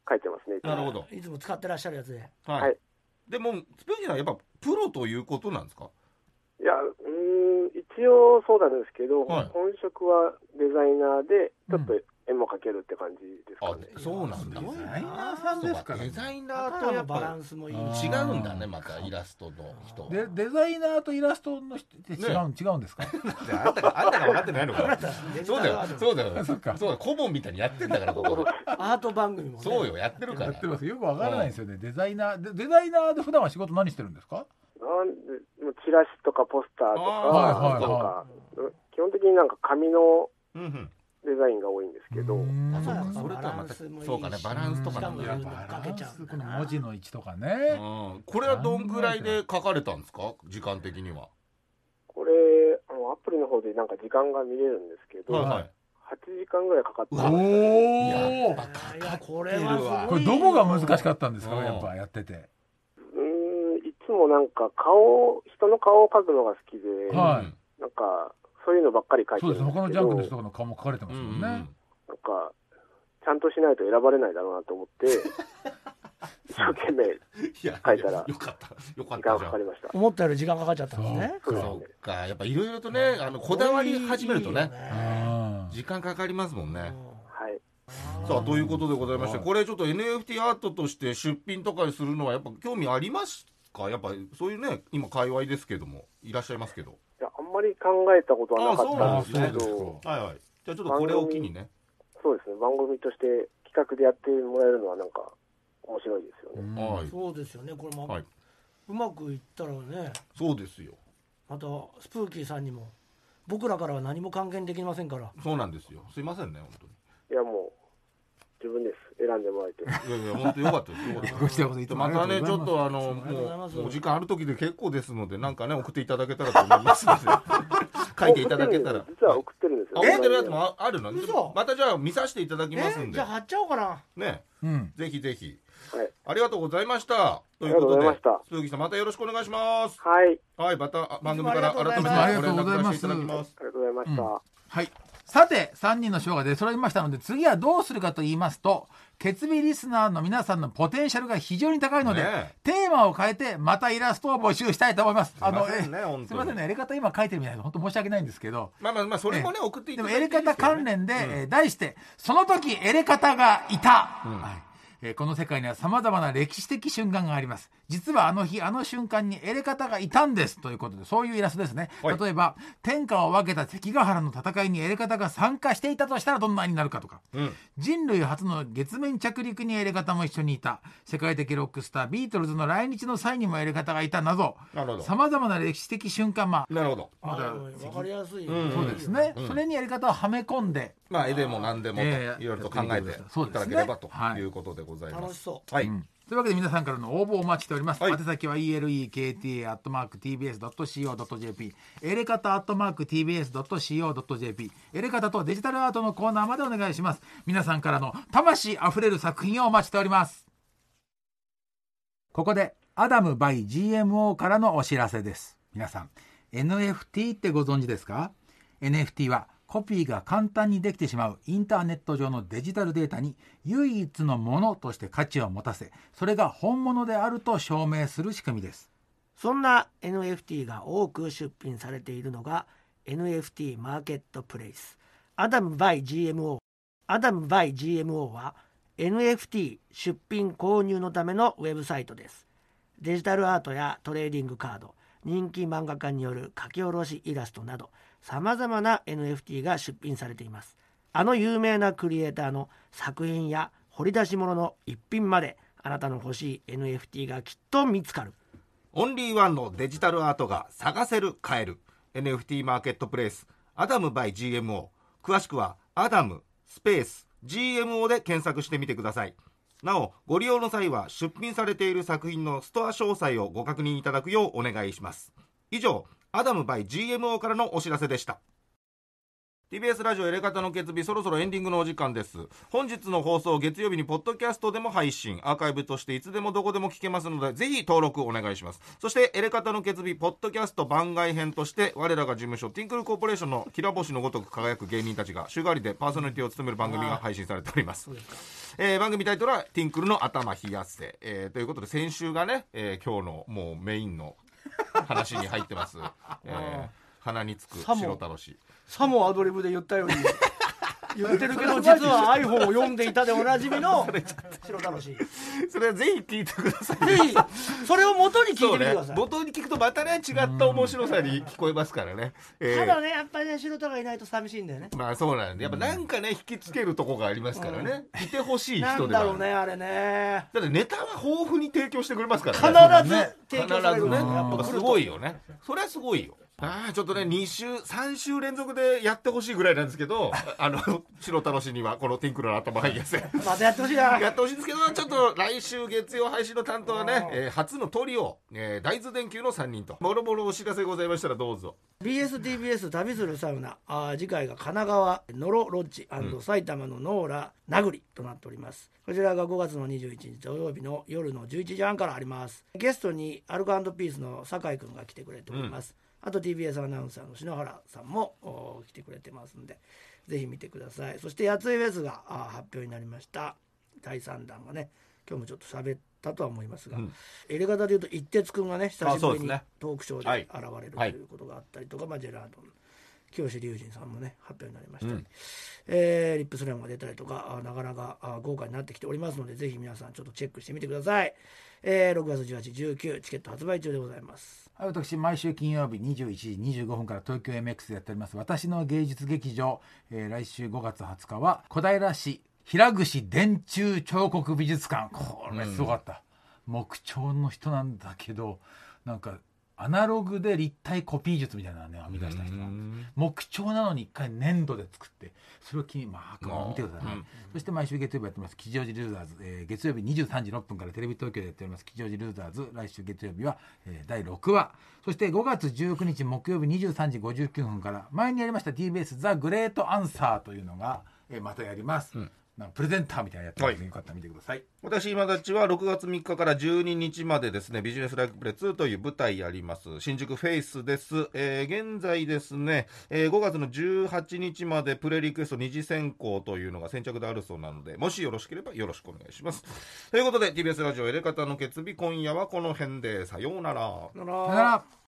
[SPEAKER 1] 書いてますね。
[SPEAKER 2] なるほど
[SPEAKER 3] いつも使ってらっしゃるやつで
[SPEAKER 2] はい、
[SPEAKER 1] はい
[SPEAKER 2] でもスプーキーさんはやっぱプロということなんですか
[SPEAKER 1] いや、うーん、一応そうなんですけど、
[SPEAKER 2] はい
[SPEAKER 1] 本職はデザイナーで、ちょっと
[SPEAKER 4] う
[SPEAKER 1] 絵も描けるって感じですか
[SPEAKER 2] あ
[SPEAKER 1] ね。
[SPEAKER 2] そうなんだ
[SPEAKER 3] すごい
[SPEAKER 4] デ
[SPEAKER 3] な
[SPEAKER 4] ザイナーさんですからね
[SPEAKER 2] デザイナ
[SPEAKER 3] だか
[SPEAKER 2] ーと
[SPEAKER 3] ら
[SPEAKER 2] や
[SPEAKER 3] の
[SPEAKER 2] っ
[SPEAKER 3] バラ
[SPEAKER 2] ぱ
[SPEAKER 3] ンスもいい
[SPEAKER 4] あー
[SPEAKER 3] し
[SPEAKER 2] 違うんだねまたイラストの人は
[SPEAKER 4] でデザイナーとイラストの人って違う、違うんですか
[SPEAKER 2] であんたがあんたが分かってないのか
[SPEAKER 3] デジ
[SPEAKER 2] そう
[SPEAKER 3] タ
[SPEAKER 2] だ
[SPEAKER 3] ルア
[SPEAKER 2] よ
[SPEAKER 3] ート
[SPEAKER 2] そうだよ
[SPEAKER 4] そっか
[SPEAKER 2] そうだよ顧問みたいにやってんだからここ
[SPEAKER 3] アート番組もね
[SPEAKER 2] そうよやってるか
[SPEAKER 4] や
[SPEAKER 2] ら
[SPEAKER 4] ってますよくわからないんですよねデザイナーでデザイナーで普段は仕事何してるんですか
[SPEAKER 1] なんで、もうチラシとかポスターとか、
[SPEAKER 4] あーはいはいは
[SPEAKER 1] なんか、基本的になんか紙の
[SPEAKER 2] うんうん
[SPEAKER 1] デザインが多いんですけど、
[SPEAKER 4] うーん
[SPEAKER 2] あそう
[SPEAKER 3] う
[SPEAKER 2] か
[SPEAKER 3] ん
[SPEAKER 2] それとはまた
[SPEAKER 3] バランスもいいし
[SPEAKER 2] そうかねバランスとかなん
[SPEAKER 3] も
[SPEAKER 2] だ
[SPEAKER 3] しかも
[SPEAKER 2] ようん
[SPEAKER 3] バランスかけちゃうんだ
[SPEAKER 4] この
[SPEAKER 3] な
[SPEAKER 4] 文字の位置とかね、
[SPEAKER 2] これはどんぐらいで書かれたんですか時間的には
[SPEAKER 1] これ、あのアプリの方でなんか時間が見れるんですけど、
[SPEAKER 2] はいはい
[SPEAKER 1] 8時間ぐらいかかってます
[SPEAKER 4] おお
[SPEAKER 2] やっ
[SPEAKER 3] いやこれはすごいよ
[SPEAKER 4] これどこが難しかったんですか
[SPEAKER 2] うん
[SPEAKER 4] やっぱやってて
[SPEAKER 1] うーんいつもなんか顔人の顔を描くのが好きで、
[SPEAKER 4] はい
[SPEAKER 2] うん
[SPEAKER 1] なんかそういうのばっかり描いて
[SPEAKER 4] そう
[SPEAKER 1] るん
[SPEAKER 4] で
[SPEAKER 1] ですすけど
[SPEAKER 4] 他のジャンクの人とかの顔も書かれてま
[SPEAKER 2] う
[SPEAKER 4] すも
[SPEAKER 2] んう
[SPEAKER 4] んね
[SPEAKER 2] ん
[SPEAKER 1] なんかちゃんとしないと選ばれないだろうなと思って一生懸命時
[SPEAKER 2] いや
[SPEAKER 1] 書いたら
[SPEAKER 2] よかったよかった
[SPEAKER 1] 間
[SPEAKER 2] じゃ
[SPEAKER 1] か
[SPEAKER 2] ん
[SPEAKER 1] かりました
[SPEAKER 3] 思ったより時間かかっちゃったんですね
[SPEAKER 1] そう
[SPEAKER 2] そっかやっぱいろいろとねあのこだわり始めると
[SPEAKER 3] いい
[SPEAKER 2] ね
[SPEAKER 3] よ
[SPEAKER 4] うん
[SPEAKER 2] 時間かかりますもんね
[SPEAKER 1] はい
[SPEAKER 2] さあということでございまして
[SPEAKER 4] はい
[SPEAKER 2] これちょっと NFT アートとして出品とかするのはやっぱ興味ありますかやっぱりそういうね今界隈ですけどもいらっしゃいますけど
[SPEAKER 1] いやあんまり考えたことはなか
[SPEAKER 4] ああ
[SPEAKER 1] っ
[SPEAKER 4] そ
[SPEAKER 1] たん
[SPEAKER 4] うで
[SPEAKER 1] ですけ
[SPEAKER 4] す
[SPEAKER 1] ど
[SPEAKER 4] か
[SPEAKER 2] はいはいじゃあちょっとこれを機にね
[SPEAKER 1] そうですね番組として企画でやってもらえるのはなんか面白いですよね、
[SPEAKER 4] うん
[SPEAKER 2] は
[SPEAKER 3] そうですよねこれ
[SPEAKER 2] い
[SPEAKER 3] も、
[SPEAKER 2] はいう
[SPEAKER 3] まくいったらね
[SPEAKER 2] そうですよ
[SPEAKER 3] またスプーキーさんにも僕らからは何も還元できませんから
[SPEAKER 2] そうなんですよすいませんね本
[SPEAKER 1] いやもう自分です選んでもらえて
[SPEAKER 2] 当にいやいや本当よかったですよかったです
[SPEAKER 4] ご視聴 いつもあ
[SPEAKER 2] ま
[SPEAKER 4] りが
[SPEAKER 2] た
[SPEAKER 4] と
[SPEAKER 2] ね、
[SPEAKER 4] うご
[SPEAKER 2] ちょっ
[SPEAKER 4] ざいます。
[SPEAKER 2] とあの、
[SPEAKER 3] ありがとうござい
[SPEAKER 2] も
[SPEAKER 3] ます
[SPEAKER 2] う、お時間ある時で結構ですので、なんかね、送っていただけたらと思いますので、書いていただけたら。
[SPEAKER 1] 送ってるんです実は送ってるんです
[SPEAKER 2] あ
[SPEAKER 1] よ
[SPEAKER 2] 送ってるやつもああるの
[SPEAKER 3] 嘘
[SPEAKER 2] またじゃあ見させていただきます
[SPEAKER 3] え
[SPEAKER 2] ん
[SPEAKER 3] じ
[SPEAKER 2] で
[SPEAKER 3] ゃあ、貼っちゃおうかな
[SPEAKER 2] ね、
[SPEAKER 4] うん。
[SPEAKER 2] ぜひぜひ。
[SPEAKER 1] はい
[SPEAKER 2] ありがとうございました。と
[SPEAKER 1] り
[SPEAKER 2] い
[SPEAKER 1] が
[SPEAKER 2] う
[SPEAKER 1] とう
[SPEAKER 2] こと
[SPEAKER 1] ござい
[SPEAKER 2] で
[SPEAKER 1] ました、
[SPEAKER 2] 鈴木さんまたよろしくお願いします。
[SPEAKER 1] はいあり
[SPEAKER 2] はい、またあ番組から
[SPEAKER 3] いつもあ
[SPEAKER 2] 改
[SPEAKER 3] り
[SPEAKER 2] めてご
[SPEAKER 3] がと
[SPEAKER 4] うござい
[SPEAKER 2] 連絡
[SPEAKER 4] ま
[SPEAKER 2] させ
[SPEAKER 4] す
[SPEAKER 2] ていただきます。
[SPEAKER 1] がとうございました、
[SPEAKER 4] うんはい。さて、3人の賞が出揃いましたので、次はどうするかと言いますと、決備リスナーの皆さんのポテンシャルが非常に高いので、
[SPEAKER 2] ねえ
[SPEAKER 4] テーマを変えて、またイラストを募集したいと思います。
[SPEAKER 2] あの、
[SPEAKER 4] え
[SPEAKER 2] ね、本当に
[SPEAKER 4] すみませんね、。やり方今書いてるみたいで、本当申し訳ないんですけど、
[SPEAKER 2] まあまあまあ、それもね、送ってい
[SPEAKER 4] で
[SPEAKER 2] た
[SPEAKER 4] も
[SPEAKER 2] だいて
[SPEAKER 4] エ
[SPEAKER 2] いい
[SPEAKER 4] レ
[SPEAKER 2] ですけ
[SPEAKER 4] カ
[SPEAKER 2] どね
[SPEAKER 4] タ関連で、えー題して、その時エレカタがいた、はいえーこの世界には様々な歴史的瞬間があります。実はあの日、あの瞬間にエレカタがいたんですということで、そういうイラストですね。
[SPEAKER 2] はい
[SPEAKER 4] 例えば、天下を分けた関ヶ原の戦いにエレカタが参加していたとしたらどんな絵になるかとか。
[SPEAKER 2] うん。
[SPEAKER 4] 人類初の月面着陸にエレカタも一緒にいた世界的ロックスタービートルズの来日の際にもエレカタがいたなど
[SPEAKER 2] なるほど
[SPEAKER 4] さまざまな歴史的瞬間まあ
[SPEAKER 2] なるほど。
[SPEAKER 3] あ分かりやすい、
[SPEAKER 2] ん
[SPEAKER 4] そうですね、
[SPEAKER 2] うん
[SPEAKER 4] それにやり方をはめ込んで
[SPEAKER 2] まあ、絵でも何でもと、い
[SPEAKER 4] え
[SPEAKER 2] ろ
[SPEAKER 4] え
[SPEAKER 2] いろと考えていただければということでございま
[SPEAKER 3] 楽し
[SPEAKER 2] す。
[SPEAKER 3] そ
[SPEAKER 2] はい。
[SPEAKER 4] というわけで皆さんからの応募をお待ちしております。
[SPEAKER 2] はい
[SPEAKER 4] 宛先は elekt.tbs.co.jp、エレカタ .tbs.co.jp、エレカタとデジタルアートのコーナーまでお願いします。皆さんからの魂あふれる作品をお待ちしております。ここで、アダム by GMO からのお知らせです。皆さん、NFT ってご存知ですか NFT はコピーが簡単にできてしまうインターネット上のデジタルデータに唯一のものとして価値を持たせそれが本物であると証明する仕組みです
[SPEAKER 3] うそんな NFT が多く出品されているのが NFT マーケットプレイスアダム by GMO アダム by GMO は NFT 出品購入のためのウェブサイトですデジタルアートやトレーディングカード人気漫画家による書き下ろしイラストなどさまざまな NFT が出品されていますあの有名なクリエイターの作品や掘り出し物の一品まであなたの欲しい NFT がきっと見つかる
[SPEAKER 2] オンリーワンのデジタルアートが探せる買える NFT マーケットプレイスアダム by GMO 詳しくはアダムスペース GMO で検索してみてくださいなおご利用の際は出品されている作品のストア詳細をご確認いただくようお願いします以上アダム by GMO からのお知らせでした TBS ラジオエレカタの決日そろそろエンディングのお時間です本日の放送月曜日にポッドキャストでも配信アーカイブとしていつでもどこでも聞けますのでぜひ登録お願いしますそしてエレカタの決日ポッドキャスト番外編として我らが事務所ティンクルコーポレーションのきら星のごとく輝く芸人たちが週替わりでパーソナリティを務める番組が配信されておりますえー番組タイトルは「ティンクルの頭冷やせ」えーということで先週がね、えー今日のもうメインの話に入ってます、えー鼻につく
[SPEAKER 3] さも
[SPEAKER 2] 白太郎氏
[SPEAKER 3] さもアドリブで言ったように 言ってるけど実は iPhone を読んでいたでおなじみの白楽 しいぜ
[SPEAKER 2] それはぜひ聞いてください
[SPEAKER 3] ひそれを元に聞い
[SPEAKER 2] そ
[SPEAKER 3] てみ
[SPEAKER 2] う
[SPEAKER 3] て
[SPEAKER 2] ね
[SPEAKER 3] ください、
[SPEAKER 2] 冒頭に聞くとまたね違った面白さに聞こえますからね、えー
[SPEAKER 3] ただねやっぱりね白田がいないと寂しいんだよね
[SPEAKER 2] まあそうなんでやっぱなんかね引きつけるとこがありますからね、いてほしい
[SPEAKER 3] な
[SPEAKER 2] 人
[SPEAKER 3] ん
[SPEAKER 2] で
[SPEAKER 3] だ
[SPEAKER 2] はある
[SPEAKER 3] ろうねあれね
[SPEAKER 2] だってネタは豊富に提供してくれますからね
[SPEAKER 3] 必ず提供される
[SPEAKER 2] 必ずね
[SPEAKER 3] ねやっぱ来ると
[SPEAKER 2] すごいよねそれはすごいよああちょっとね2週3週連続でやってほしいぐらいなんですけどあの白楽しにはこの「ティンクルの頭入りやすい」
[SPEAKER 3] またやってほしいな
[SPEAKER 2] やってほしいんですけどちょっと来週月曜配信の担当はね、えー初のトリオ、えー大豆電球の3人ともろもろお知らせございましたらどうぞ
[SPEAKER 3] BSTBS 旅するサウナあー次回が神奈川ノロロッジ埼玉のノーラ名栗となっておりますこちらが5月の21日土曜日の夜の11時半からありますゲストにアルコピースの酒井君が来てくれております、あと TBS アナウンサーの篠原さんもおー来てくれてますんでぜひ見てくださいそして「やついフェスが」あー発表になりました第3弾がね今日もちょっと喋ったとは思いますが、
[SPEAKER 2] うん
[SPEAKER 3] エレガタでいうと一徹君がね久しぶりに
[SPEAKER 2] あそうですね
[SPEAKER 3] トークショー
[SPEAKER 2] は
[SPEAKER 3] で
[SPEAKER 2] い
[SPEAKER 3] 現れる
[SPEAKER 2] はい
[SPEAKER 3] ということがあったりとか、まあ、ジェラードン清志隆人さんもね発表になりましたり、
[SPEAKER 2] うん
[SPEAKER 3] えーリップスライムが出たりとかあなかなかあ豪華になってきておりますのでぜひ皆さんちょっとチェックしてみてください、えー6月1819チケット発売中でございます
[SPEAKER 4] はい私毎週金曜日21時25分から東京 MX でやっております私の芸術劇場、えー来週5月20日は小平市平串電柱彫刻美術館これすごかった、木彫の人なんだけどなんかアナログで立体コピー術みたいなのをね編み出した人が木彫なのに一回粘土で作ってそれを機にマークを見てください、
[SPEAKER 2] うん
[SPEAKER 4] そして毎週月曜日やってます吉祥寺ルーザーズ、えー月曜日23時6分からテレビ東京でやっております吉祥寺ルーザーズ来週月曜日は、えー第6話そして5月19日木曜日23時59分から前にやりました TBS ザ・グレート・アンサーというのが、えーまたやります、なんかプレゼンターみたいなのやってますの
[SPEAKER 2] は
[SPEAKER 4] で、
[SPEAKER 2] い
[SPEAKER 4] よかったら見てください
[SPEAKER 2] 私今立ちは6月3日から12日までですねビジネスライクプレ2という舞台やります新宿フェイスです、えー現在ですね、えー5月の18日までプレリクエスト二次選考というのが先着であるそうなのでもしよろしければよろしくお願いしますということで TBS ラジオエレカタの決日今夜はこの辺でさようなら
[SPEAKER 3] な
[SPEAKER 4] さよな
[SPEAKER 3] ら
[SPEAKER 4] ら